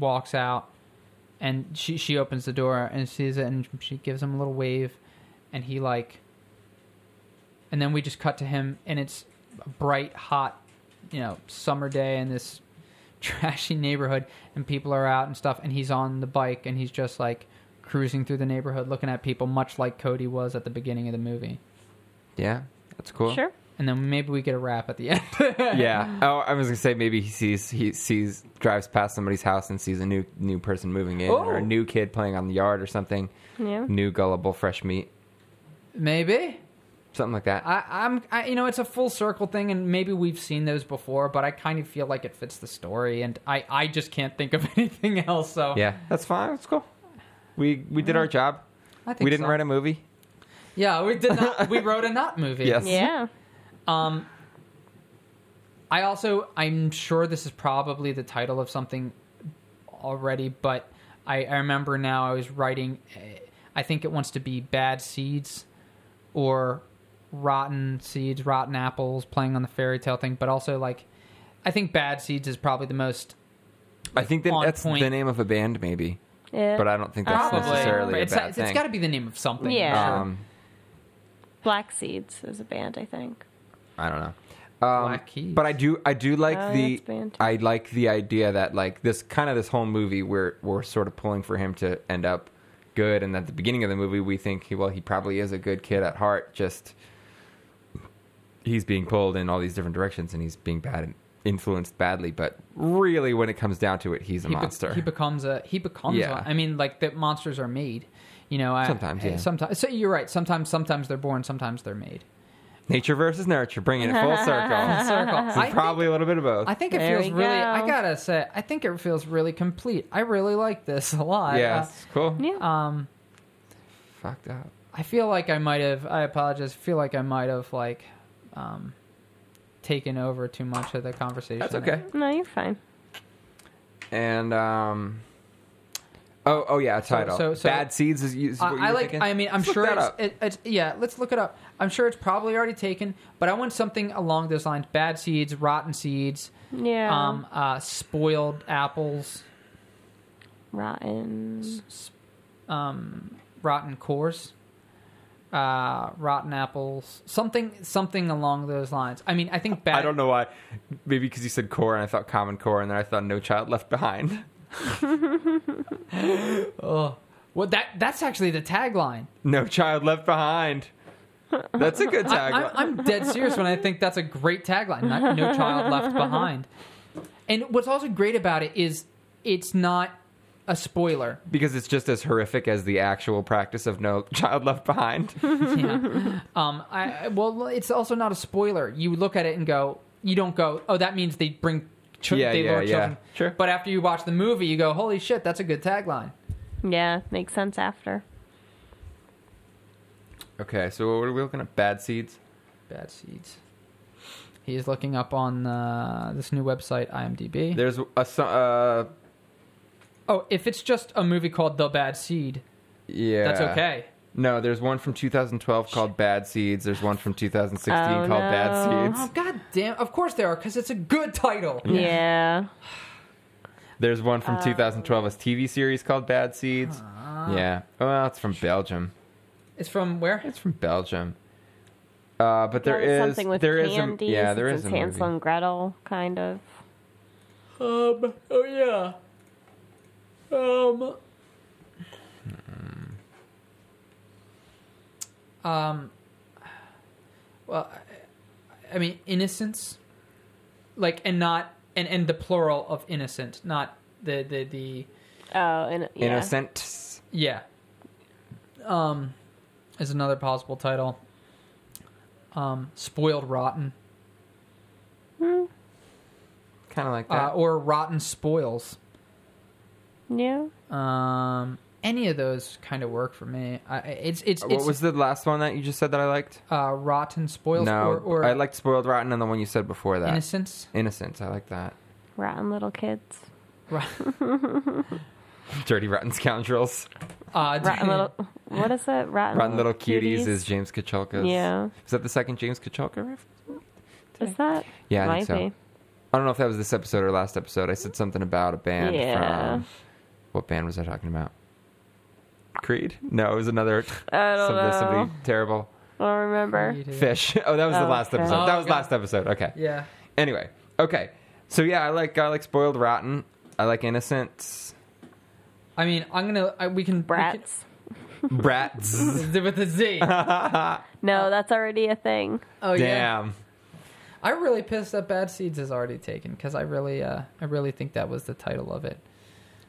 [SPEAKER 3] walks out, and she she opens the door and sees it, and she gives him a little wave, and he like and then we just cut to him and it's a bright hot you know summer day in this trashy neighborhood and people are out and stuff and he's on the bike and he's just like cruising through the neighborhood looking at people much like cody was at the beginning of the movie
[SPEAKER 4] Yeah, that's cool.
[SPEAKER 2] Sure.
[SPEAKER 3] and then maybe we get a wrap at the end
[SPEAKER 4] Yeah. Oh, I was gonna say maybe he sees he sees drives past somebody's house and sees a new new person moving in or a
[SPEAKER 3] Oh.
[SPEAKER 4] new kid playing on the yard or something.
[SPEAKER 2] Yeah.
[SPEAKER 4] New gullible fresh meat,
[SPEAKER 3] maybe
[SPEAKER 4] something like that.
[SPEAKER 3] I, i'm I, you know it's a full circle thing and maybe we've seen those before but i kind of feel like it fits the story and i i just can't think of anything else so
[SPEAKER 4] yeah, that's fine. That's cool. We we did our job.
[SPEAKER 3] Mm-hmm. I think
[SPEAKER 4] We didn't
[SPEAKER 3] so.
[SPEAKER 4] write a movie.
[SPEAKER 3] yeah we did not we wrote a not movie
[SPEAKER 4] Yes.
[SPEAKER 2] Yeah.
[SPEAKER 3] Um, I also, I'm sure this is probably the title of something already, but I, I remember now I was writing, eh, I think it wants to be Bad Seeds or Rotten Seeds, Rotten Apples, playing on the fairy tale thing, but also like, I think Bad Seeds is probably the most.
[SPEAKER 4] I think that
[SPEAKER 3] on
[SPEAKER 4] that's
[SPEAKER 3] point.
[SPEAKER 4] the name of a band, maybe.
[SPEAKER 2] Yeah.
[SPEAKER 4] But I don't think that's
[SPEAKER 2] Probably.
[SPEAKER 4] necessarily a
[SPEAKER 3] it's,
[SPEAKER 4] bad
[SPEAKER 3] it's-
[SPEAKER 4] thing.
[SPEAKER 3] it's got to be the name of something.
[SPEAKER 2] Yeah.
[SPEAKER 3] sure.
[SPEAKER 4] um,
[SPEAKER 2] Black Seeds is a band, I think.
[SPEAKER 4] I don't know. Um,
[SPEAKER 3] Black Keys.
[SPEAKER 4] But I do, I do like
[SPEAKER 2] Oh,
[SPEAKER 4] the,
[SPEAKER 2] that's banned.
[SPEAKER 4] I like the idea that like this kind of this whole movie we're we're sort of pulling for him to end up good, and at the beginning of the movie we think he well he probably is a good kid at heart, just he's being pulled in all these different directions and he's being bad and influenced badly, but really when it comes down to it, he's a
[SPEAKER 3] he be-
[SPEAKER 4] monster.
[SPEAKER 3] he becomes a he becomes
[SPEAKER 4] Yeah.
[SPEAKER 3] one. I mean, like the monsters are made. You know, I-
[SPEAKER 4] Sometimes, yeah.
[SPEAKER 3] Sometimes, so you're right. Sometimes, sometimes they're born. Sometimes they're made.
[SPEAKER 4] Nature versus nurture, bringing it full circle.
[SPEAKER 3] Circle.
[SPEAKER 4] It's
[SPEAKER 3] I think,
[SPEAKER 4] probably a little bit of both.
[SPEAKER 3] I think it
[SPEAKER 2] There
[SPEAKER 3] feels
[SPEAKER 2] we
[SPEAKER 3] really.
[SPEAKER 2] go.
[SPEAKER 3] I gotta say, I think it feels really complete. I really like this a lot.
[SPEAKER 4] yes, cool.
[SPEAKER 2] Yeah.
[SPEAKER 3] Uh, um,
[SPEAKER 4] fucked up.
[SPEAKER 3] I feel like I might have. I apologize. I feel like I might have like um, taken over too much of the conversation.
[SPEAKER 4] That's okay.
[SPEAKER 2] No, you're fine.
[SPEAKER 4] And um, oh oh yeah, title.
[SPEAKER 3] so- so-
[SPEAKER 4] Bad seeds is, is what you
[SPEAKER 3] I, I
[SPEAKER 4] were
[SPEAKER 3] like.
[SPEAKER 4] thinking?
[SPEAKER 3] I mean, I'm
[SPEAKER 4] Let's look
[SPEAKER 3] sure
[SPEAKER 4] that
[SPEAKER 3] it's,
[SPEAKER 4] up.
[SPEAKER 3] it, it's yeah. Let's look it up. I'm sure it's probably already taken, but I want something along those lines: bad seeds, rotten seeds,
[SPEAKER 2] Yeah.
[SPEAKER 3] um, uh, spoiled apples,
[SPEAKER 2] Rotten.
[SPEAKER 3] um, rotten cores, uh, rotten apples, something something along those lines. I mean, I think bad.
[SPEAKER 4] I don't know why. Maybe because you said core and I thought common core, and then I thought no child left behind.
[SPEAKER 3] Well, that that's actually the tagline.
[SPEAKER 4] No child left behind. That's a good
[SPEAKER 3] I,
[SPEAKER 4] tagline.
[SPEAKER 3] I'm, I'm dead serious when I think that's a great tagline. Not, no child left behind. And what's also great about it is it's not a spoiler.
[SPEAKER 4] because it's just as horrific as the actual practice of no child left behind.
[SPEAKER 3] Yeah. um, I, I- well, it's also not a spoiler. You look at it and go, you don't go, oh, that means they bring, chil-
[SPEAKER 4] Yeah,
[SPEAKER 3] they
[SPEAKER 4] yeah,
[SPEAKER 3] lure
[SPEAKER 4] yeah.
[SPEAKER 3] children.
[SPEAKER 4] Sure.
[SPEAKER 3] But after you watch the movie, you go, holy shit, that's a good tagline.
[SPEAKER 2] Yeah, makes sense after.
[SPEAKER 4] okay, so what are we looking at? Bad seeds.
[SPEAKER 3] Bad seeds. He is looking up on uh, this new website, IMDb.
[SPEAKER 4] There's a so- uh,
[SPEAKER 3] oh, if it's just a movie called The Bad Seed,
[SPEAKER 4] yeah.
[SPEAKER 3] that's okay.
[SPEAKER 4] No, there's one from 2012 called Bad Seeds. There's one from 2016
[SPEAKER 2] Oh,
[SPEAKER 4] called
[SPEAKER 2] no.
[SPEAKER 4] Bad
[SPEAKER 3] Oh
[SPEAKER 4] Seeds.
[SPEAKER 3] god damn! Of course there are, because it's a good title.
[SPEAKER 2] Yeah.
[SPEAKER 4] There's one from
[SPEAKER 2] Oh.
[SPEAKER 4] 2012 as TV series called Bad Seeds. yeah. Well, it's from Belgium.
[SPEAKER 3] It's from where?
[SPEAKER 4] It's from Belgium. Uh, but there is
[SPEAKER 2] something with
[SPEAKER 4] there is
[SPEAKER 2] candies.
[SPEAKER 4] a yeah there
[SPEAKER 2] it's
[SPEAKER 4] is
[SPEAKER 2] in
[SPEAKER 4] a
[SPEAKER 2] Hansel
[SPEAKER 4] movie.
[SPEAKER 2] and Gretel, kind of.
[SPEAKER 3] Um. Oh yeah. Um. Um. Well, I, I mean, innocence, like, and not, and and the plural of innocent, not the the the
[SPEAKER 2] Oh, and yeah.
[SPEAKER 4] Innocent.
[SPEAKER 3] yeah. Um, is another possible title. Um, spoiled rotten,
[SPEAKER 4] Kind of like that.
[SPEAKER 3] uh, or rotten spoils.
[SPEAKER 2] Yeah.
[SPEAKER 3] Um, any of those kind of work for me. I, it's it's,
[SPEAKER 4] what
[SPEAKER 3] it's
[SPEAKER 4] was the last one that you just said that I liked?
[SPEAKER 3] uh, rotten spoils
[SPEAKER 4] No,
[SPEAKER 3] or, or
[SPEAKER 4] I liked Spoiled Rotten and the one you said before that.
[SPEAKER 3] innocence.
[SPEAKER 4] Innocence, I like that.
[SPEAKER 2] Rotten little kids.
[SPEAKER 3] Ro-
[SPEAKER 4] Dirty Rotten Scoundrels.
[SPEAKER 3] Uh,
[SPEAKER 2] Rotten little. What is it? Rotten,
[SPEAKER 4] Rotten Little Cuties, is James Kachalka's.
[SPEAKER 2] Yeah.
[SPEAKER 4] Is that the second James Kachalka reference?
[SPEAKER 2] Is that?
[SPEAKER 4] Yeah, I
[SPEAKER 2] Might
[SPEAKER 4] think so.
[SPEAKER 2] be.
[SPEAKER 4] I don't know if that was this episode or last episode. I said something about a band
[SPEAKER 2] Yeah.
[SPEAKER 4] from. What band was I talking about? Creed? No, it was another.
[SPEAKER 2] I don't
[SPEAKER 4] somebody,
[SPEAKER 2] know.
[SPEAKER 4] somebody terrible.
[SPEAKER 2] I don't remember.
[SPEAKER 3] Cuties.
[SPEAKER 4] Fish. Oh, that was the
[SPEAKER 2] Oh,
[SPEAKER 4] last
[SPEAKER 2] okay.
[SPEAKER 4] episode. That
[SPEAKER 3] Oh,
[SPEAKER 4] was
[SPEAKER 3] God.
[SPEAKER 4] last episode. Okay.
[SPEAKER 3] Yeah,
[SPEAKER 4] Anyway, okay. So yeah, I like I like Spoiled Rotten. I like Innocence.
[SPEAKER 3] I mean, I'm gonna I, we can we
[SPEAKER 2] Brats.
[SPEAKER 4] Brats.
[SPEAKER 3] can- with a Z.
[SPEAKER 2] No, that's already a thing.
[SPEAKER 3] Oh yeah,
[SPEAKER 4] Damn.
[SPEAKER 3] I really pissed that Bad Seeds is already taken because I really uh I really think that was the title of it.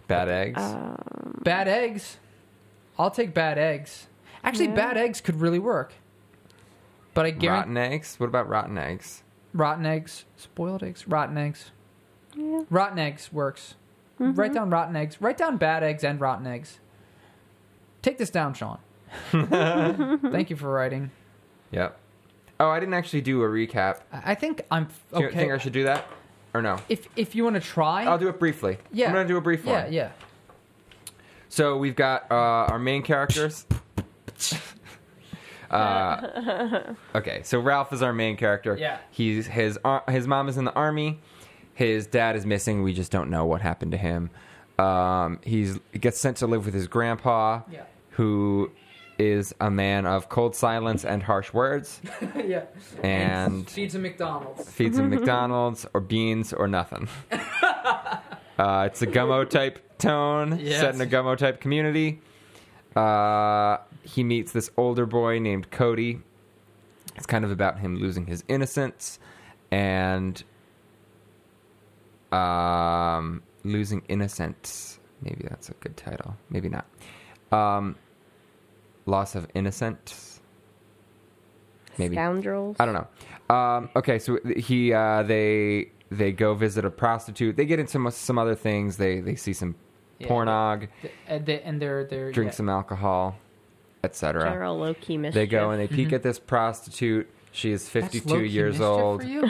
[SPEAKER 4] Bad eggs.
[SPEAKER 2] Uh,
[SPEAKER 3] Bad eggs. I'll take bad eggs. Actually,
[SPEAKER 2] Yeah.
[SPEAKER 3] bad eggs could really work. But I guarantee
[SPEAKER 4] rotten eggs. What about rotten eggs?
[SPEAKER 3] Rotten eggs, spoiled eggs, rotten eggs.
[SPEAKER 2] Yeah.
[SPEAKER 3] Rotten eggs works. Write down rotten eggs. Write down bad eggs and rotten eggs. Take this down, Sean. Thank you for writing.
[SPEAKER 4] Yep. Oh, I didn't actually do a recap.
[SPEAKER 3] I I think I'm f-
[SPEAKER 4] Do you
[SPEAKER 3] okay.
[SPEAKER 4] think I should do that? Or no?
[SPEAKER 3] if if you want to try,
[SPEAKER 4] I'll do it briefly.
[SPEAKER 3] Yeah,
[SPEAKER 4] I'm going to do a brief
[SPEAKER 3] Yeah,
[SPEAKER 4] one.
[SPEAKER 3] yeah.
[SPEAKER 4] So we've got uh, our main characters. uh, okay, so Ralph is our main character.
[SPEAKER 3] Yeah.
[SPEAKER 4] He's his ar- his mom is in the army. His dad is missing. We just don't know what happened to him. Um, he's he gets sent to live with his grandpa,
[SPEAKER 3] Yeah.
[SPEAKER 4] who is a man of cold silence and harsh words,
[SPEAKER 3] yeah.
[SPEAKER 4] and
[SPEAKER 3] Feeds a McDonald's.
[SPEAKER 4] feeds him McDonald's or beans or nothing. uh, it's a gummo type tone,
[SPEAKER 3] Yes.
[SPEAKER 4] set in a gummo type community. Uh, he meets this older boy named Cody. It's kind of about him losing his innocence and um, losing innocence. Maybe that's a good title. Maybe not. Um, loss of innocence. Maybe.
[SPEAKER 2] Scoundrels.
[SPEAKER 4] I don't know. Um, okay, so he uh, they they go visit a prostitute. They get into some, some other things. They they see some
[SPEAKER 3] Yeah.
[SPEAKER 4] pornog,
[SPEAKER 3] Th- And, they, and they're they're
[SPEAKER 4] drink
[SPEAKER 3] yeah.
[SPEAKER 4] some alcohol. etc.
[SPEAKER 2] General low key mischief.
[SPEAKER 4] They go and they peek at this prostitute. She is
[SPEAKER 3] That's
[SPEAKER 4] 52
[SPEAKER 3] low-key
[SPEAKER 4] years
[SPEAKER 3] mischief
[SPEAKER 4] old.
[SPEAKER 3] For you?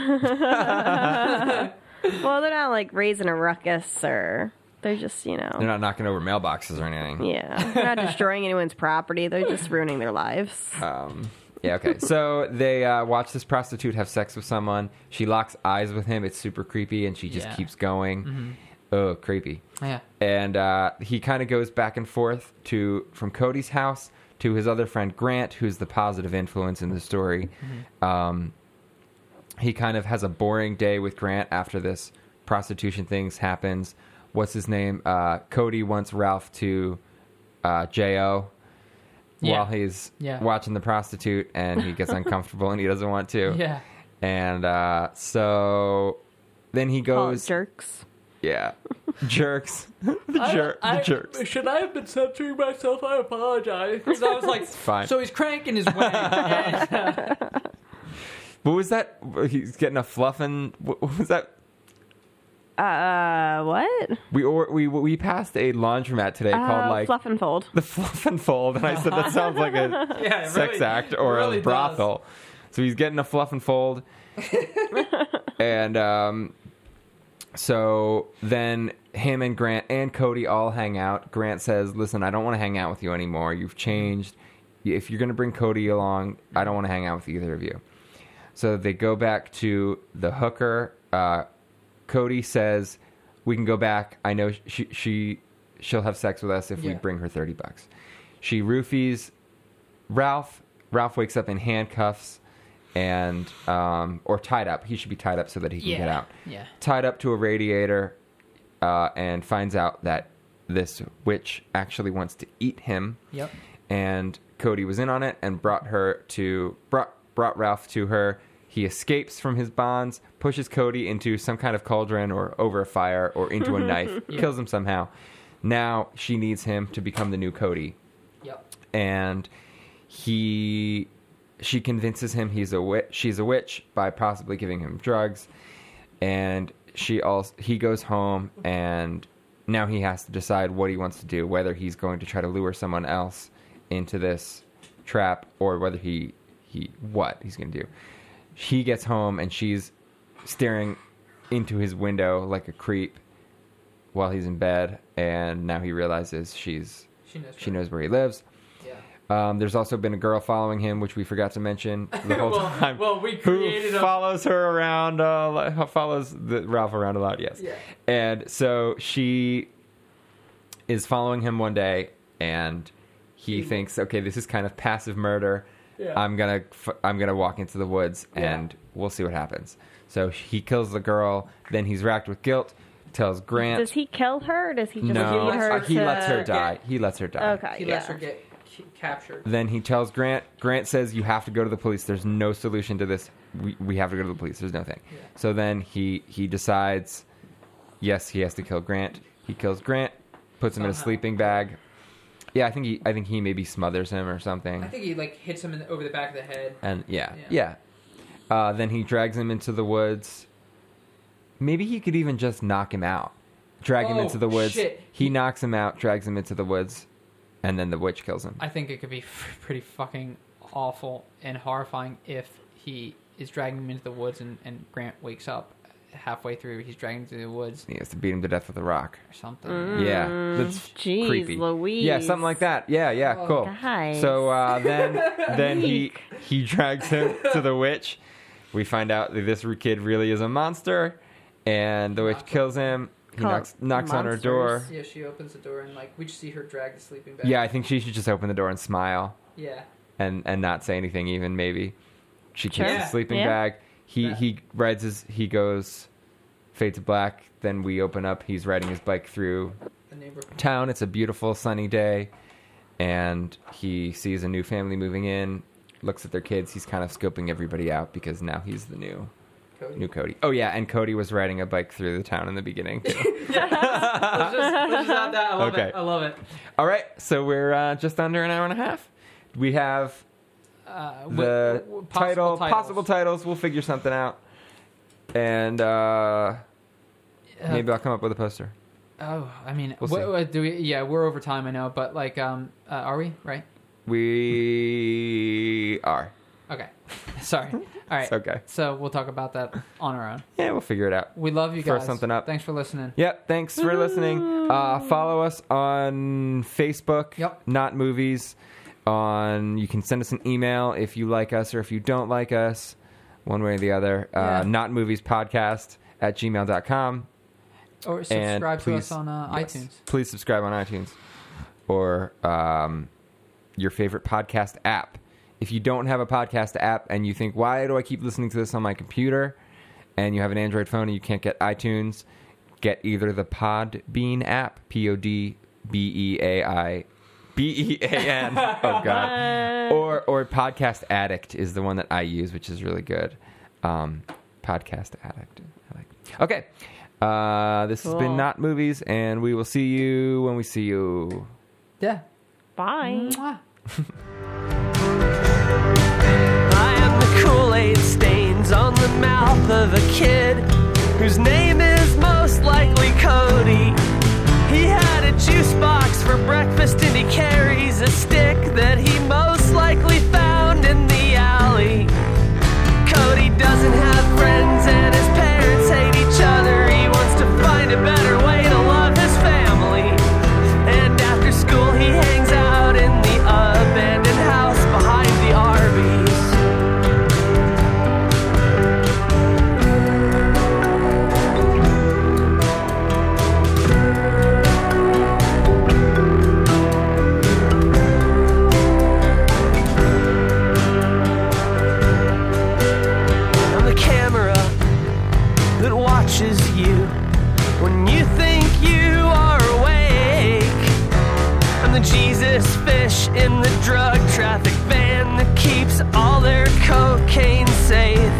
[SPEAKER 2] Well, they're not like raising a ruckus or they're just you know.
[SPEAKER 4] They're not knocking over mailboxes or anything.
[SPEAKER 2] yeah, they're not destroying anyone's property. They're just ruining their lives.
[SPEAKER 4] Um, yeah, okay. so they uh, watch this prostitute have sex with someone. She locks eyes with him. It's super creepy, and she just
[SPEAKER 3] Yeah. Mm-hmm.
[SPEAKER 4] keeps going. Oh, creepy.
[SPEAKER 3] yeah.
[SPEAKER 4] And uh, he kind of goes back and forth to from Cody's house to his other friend Grant, who's the positive influence in the story.
[SPEAKER 3] Mm-hmm.
[SPEAKER 4] Um, he kind of has a boring day with Grant after this prostitution things happens. What's his name? Uh, Cody wants Ralph to uh, J.O.
[SPEAKER 3] Yeah.
[SPEAKER 4] while he's
[SPEAKER 3] Yeah.
[SPEAKER 4] watching the prostitute, and he gets uncomfortable and he doesn't want to.
[SPEAKER 3] Yeah.
[SPEAKER 4] And uh, so then he
[SPEAKER 2] Call it
[SPEAKER 4] goes,
[SPEAKER 2] jerks.
[SPEAKER 4] yeah, jerks, the, jer- the jerks.
[SPEAKER 3] Should I have been censoring myself? I apologize. Because I was like,
[SPEAKER 4] fine.
[SPEAKER 3] So he's cranking his way. and, uh,
[SPEAKER 4] What was that? He's getting a fluffin. What what was that?
[SPEAKER 2] Uh, what?
[SPEAKER 4] We or, we we passed a laundromat today
[SPEAKER 2] Uh,
[SPEAKER 4] called like
[SPEAKER 2] fluff and fold.
[SPEAKER 4] the fluff and fold, and I said that sounds like a
[SPEAKER 3] yeah, it
[SPEAKER 4] sex
[SPEAKER 3] really-
[SPEAKER 4] act
[SPEAKER 3] it
[SPEAKER 4] or
[SPEAKER 3] really
[SPEAKER 4] a
[SPEAKER 3] does.
[SPEAKER 4] brothel. So he's getting a fluff and fold, and um, so then him and Grant and Cody all hang out. Grant says, "Listen, I don't want to hang out with you anymore. You've changed. If you're going to bring Cody along, I don't want to hang out with either of you." So they go back to the hooker. Uh, Cody says, "We can go back. I know she she she'll have sex with us if we
[SPEAKER 3] Yeah.
[SPEAKER 4] bring her thirty bucks." She roofies Ralph. Ralph wakes up in handcuffs and um, or tied up. He should be tied up so that he can
[SPEAKER 3] Yeah.
[SPEAKER 4] get out.
[SPEAKER 3] Yeah.
[SPEAKER 4] Tied up to a radiator, uh, and finds out that this witch actually wants to eat him
[SPEAKER 3] Yep.
[SPEAKER 4] and Cody was in on it and brought her to brought brought Ralph to her. He escapes from his bonds, pushes Cody into some kind of cauldron or over a fire or into a knife, kills him somehow. Now she needs him to become the new Cody,
[SPEAKER 3] Yep.
[SPEAKER 4] and he she convinces him he's a witch. She's a witch by possibly giving him drugs, and she also he goes home and now he has to decide what he wants to do, whether he's going to try to lure someone else into this trap or whether he he what he's going to do. He gets home and she's staring into his window like a creep while he's in bed, and now he realizes she's
[SPEAKER 3] She knows.
[SPEAKER 4] she knows where he lives.
[SPEAKER 3] Yeah.
[SPEAKER 4] Um, there's also been a girl following him, which we forgot to mention the whole
[SPEAKER 3] Well-
[SPEAKER 4] time.
[SPEAKER 3] well, we created
[SPEAKER 4] who
[SPEAKER 3] a-
[SPEAKER 4] follows her around, uh, li- follows the, Ralph around a lot. Yes,
[SPEAKER 3] Yeah.
[SPEAKER 4] and so she is following him one day, and he thinks, okay, this is kind of passive murder.
[SPEAKER 3] Yeah.
[SPEAKER 4] I'm gonna f- I'm gonna walk into the woods,
[SPEAKER 3] Yeah.
[SPEAKER 4] and we'll see what happens. So he kills the girl. Then he's racked with guilt. Tells Grant,
[SPEAKER 2] Does he kill her? Or does he just
[SPEAKER 4] no, Uh,
[SPEAKER 2] leave her?
[SPEAKER 4] he
[SPEAKER 2] to-
[SPEAKER 4] lets her die. He lets her die.
[SPEAKER 2] Okay,
[SPEAKER 3] He
[SPEAKER 2] yeah.
[SPEAKER 3] lets her get ca- captured.
[SPEAKER 4] Then he tells Grant. Grant says, "You have to go to the police. There's no solution to this. We, we have to go to the police. There's no thing." So then he he decides, yes, he has to kill Grant. He kills Grant, puts him in a
[SPEAKER 3] Somehow.
[SPEAKER 4] sleeping bag. Yeah, I think he I think he maybe smothers him or something.
[SPEAKER 3] I think he like hits him in the, over the back of the head.
[SPEAKER 4] And yeah, yeah.
[SPEAKER 3] Yeah.
[SPEAKER 4] Uh, then he drags him into the woods. Maybe he could even just knock him out, drag him
[SPEAKER 3] Oh,
[SPEAKER 4] into the woods.
[SPEAKER 3] shit.
[SPEAKER 4] He knocks him out, drags him into the woods, and then the witch kills him.
[SPEAKER 3] I think it could be pretty fucking awful and horrifying if he is dragging him into the woods and, and Grant wakes up halfway through. He's dragging him through the woods
[SPEAKER 4] He has to beat him to death with a rock.
[SPEAKER 3] or something.
[SPEAKER 4] Yeah, that's
[SPEAKER 2] Mm, Jeez
[SPEAKER 4] creepy.
[SPEAKER 2] Louise.
[SPEAKER 4] Yeah, something like that. Yeah, yeah,
[SPEAKER 3] Oh.
[SPEAKER 4] cool.
[SPEAKER 2] Guys.
[SPEAKER 4] So uh, then, then he he drags him to the witch. We find out that this kid really is a monster, and the witch kills him. He
[SPEAKER 2] Call
[SPEAKER 4] knocks
[SPEAKER 2] it
[SPEAKER 4] knocks on her
[SPEAKER 2] monsters.
[SPEAKER 4] door.
[SPEAKER 3] Yeah, she opens the door and like we just see her drag the sleeping bag.
[SPEAKER 4] Yeah, I think she should just open the door and smile
[SPEAKER 3] Yeah.
[SPEAKER 4] and and not say anything. Even maybe she keeps
[SPEAKER 2] Sure.
[SPEAKER 4] the sleeping
[SPEAKER 2] Yeah.
[SPEAKER 4] bag. He
[SPEAKER 3] Yeah.
[SPEAKER 4] he rides his he goes fade to black. Then we open up. He's riding his bike through
[SPEAKER 3] The neighborhood.
[SPEAKER 4] town. It's a beautiful sunny day, and he sees a new family moving in. Looks at their kids. He's kind of scoping everybody out because now he's the new
[SPEAKER 3] Cody.
[SPEAKER 4] new Cody. Oh yeah, and Cody was riding a bike through the town in the beginning. Too.
[SPEAKER 3] Let's just, let's just add that. I love
[SPEAKER 4] Okay.
[SPEAKER 3] it. I love it.
[SPEAKER 4] All right, so we're uh, just under an hour and a half. We have
[SPEAKER 3] Uh, wh-
[SPEAKER 4] the
[SPEAKER 3] wh- possible
[SPEAKER 4] title,
[SPEAKER 3] titles.
[SPEAKER 4] possible titles. We'll figure something out, and uh,
[SPEAKER 3] Uh,
[SPEAKER 4] maybe I'll come up with a poster.
[SPEAKER 3] Oh, I mean,
[SPEAKER 4] We'll
[SPEAKER 3] what,
[SPEAKER 4] see.
[SPEAKER 3] what do we? Yeah, we're over time. I know, but like, um, uh, are we right?
[SPEAKER 4] We are.
[SPEAKER 3] Okay. Sorry. All right.
[SPEAKER 4] It's okay.
[SPEAKER 3] So we'll talk about that on our own.
[SPEAKER 4] Yeah, we'll figure it out.
[SPEAKER 3] We love you
[SPEAKER 4] Throw
[SPEAKER 3] guys.
[SPEAKER 4] something up.
[SPEAKER 3] Thanks for listening.
[SPEAKER 4] Yep. Thanks for listening. Uh, follow us on Facebook.
[SPEAKER 3] Yep.
[SPEAKER 4] Not movies. On you can send us an email if you like us or if you don't like us, one way or the other.
[SPEAKER 3] Yeah.
[SPEAKER 4] Uh, not movies podcast at gmail.com.
[SPEAKER 3] Or
[SPEAKER 4] And
[SPEAKER 3] subscribe to
[SPEAKER 4] please-
[SPEAKER 3] us on uh,
[SPEAKER 4] yes.
[SPEAKER 3] iTunes.
[SPEAKER 4] Please subscribe on iTunes or um, your favorite podcast app. If you don't have a podcast app and you think, why do I keep listening to this on my computer? And you have an Android phone and you can't get iTunes, get either the Podbean app, P O D B E A I B E A N. Oh God. Or or Podcast Addict is the one that I use, which is really good. Um, podcast Addict. I like. Okay. Uh, this has been
[SPEAKER 2] Cool.
[SPEAKER 4] not movies, and we will see you when we see you.
[SPEAKER 3] Yeah.
[SPEAKER 2] Bye.
[SPEAKER 3] Mwah.
[SPEAKER 5] I am the Kool-Aid stains on the mouth of a kid whose name is most likely Cody. He had a juice box for breakfast and he carries a stick that he most likely found in the alley. Cody doesn't have friends and his parents hate each other. He wants to find a better way to love his family. And after school, he hangs out in the abandoned house behind the Arby's. I'm the camera that watches you when you think you are awake. I'm the Jesus fish in the drug traffic van that keeps all their cocaine safe.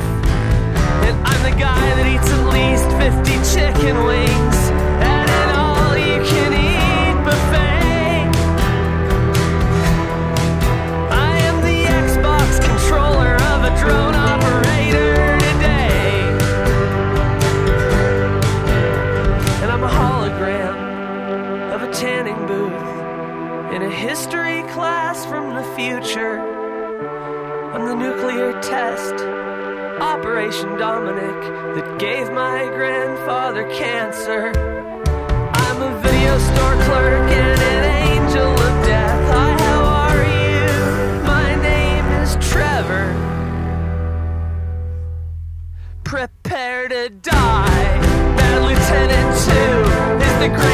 [SPEAKER 5] And I'm the guy that eats at least 50 chicken wings at an all you can eat buffet. I am the Xbox controller of a drone operator today. And I'm a hologram of a tanning booth in a history class from the future. I'm the nuclear test, Operation Dominic, that gave my grandfather cancer. I'm a video store clerk and an angel of death. Hi, how are you? My name is Trevor. Prepare to die. Bad Lieutenant 2 is the greatest.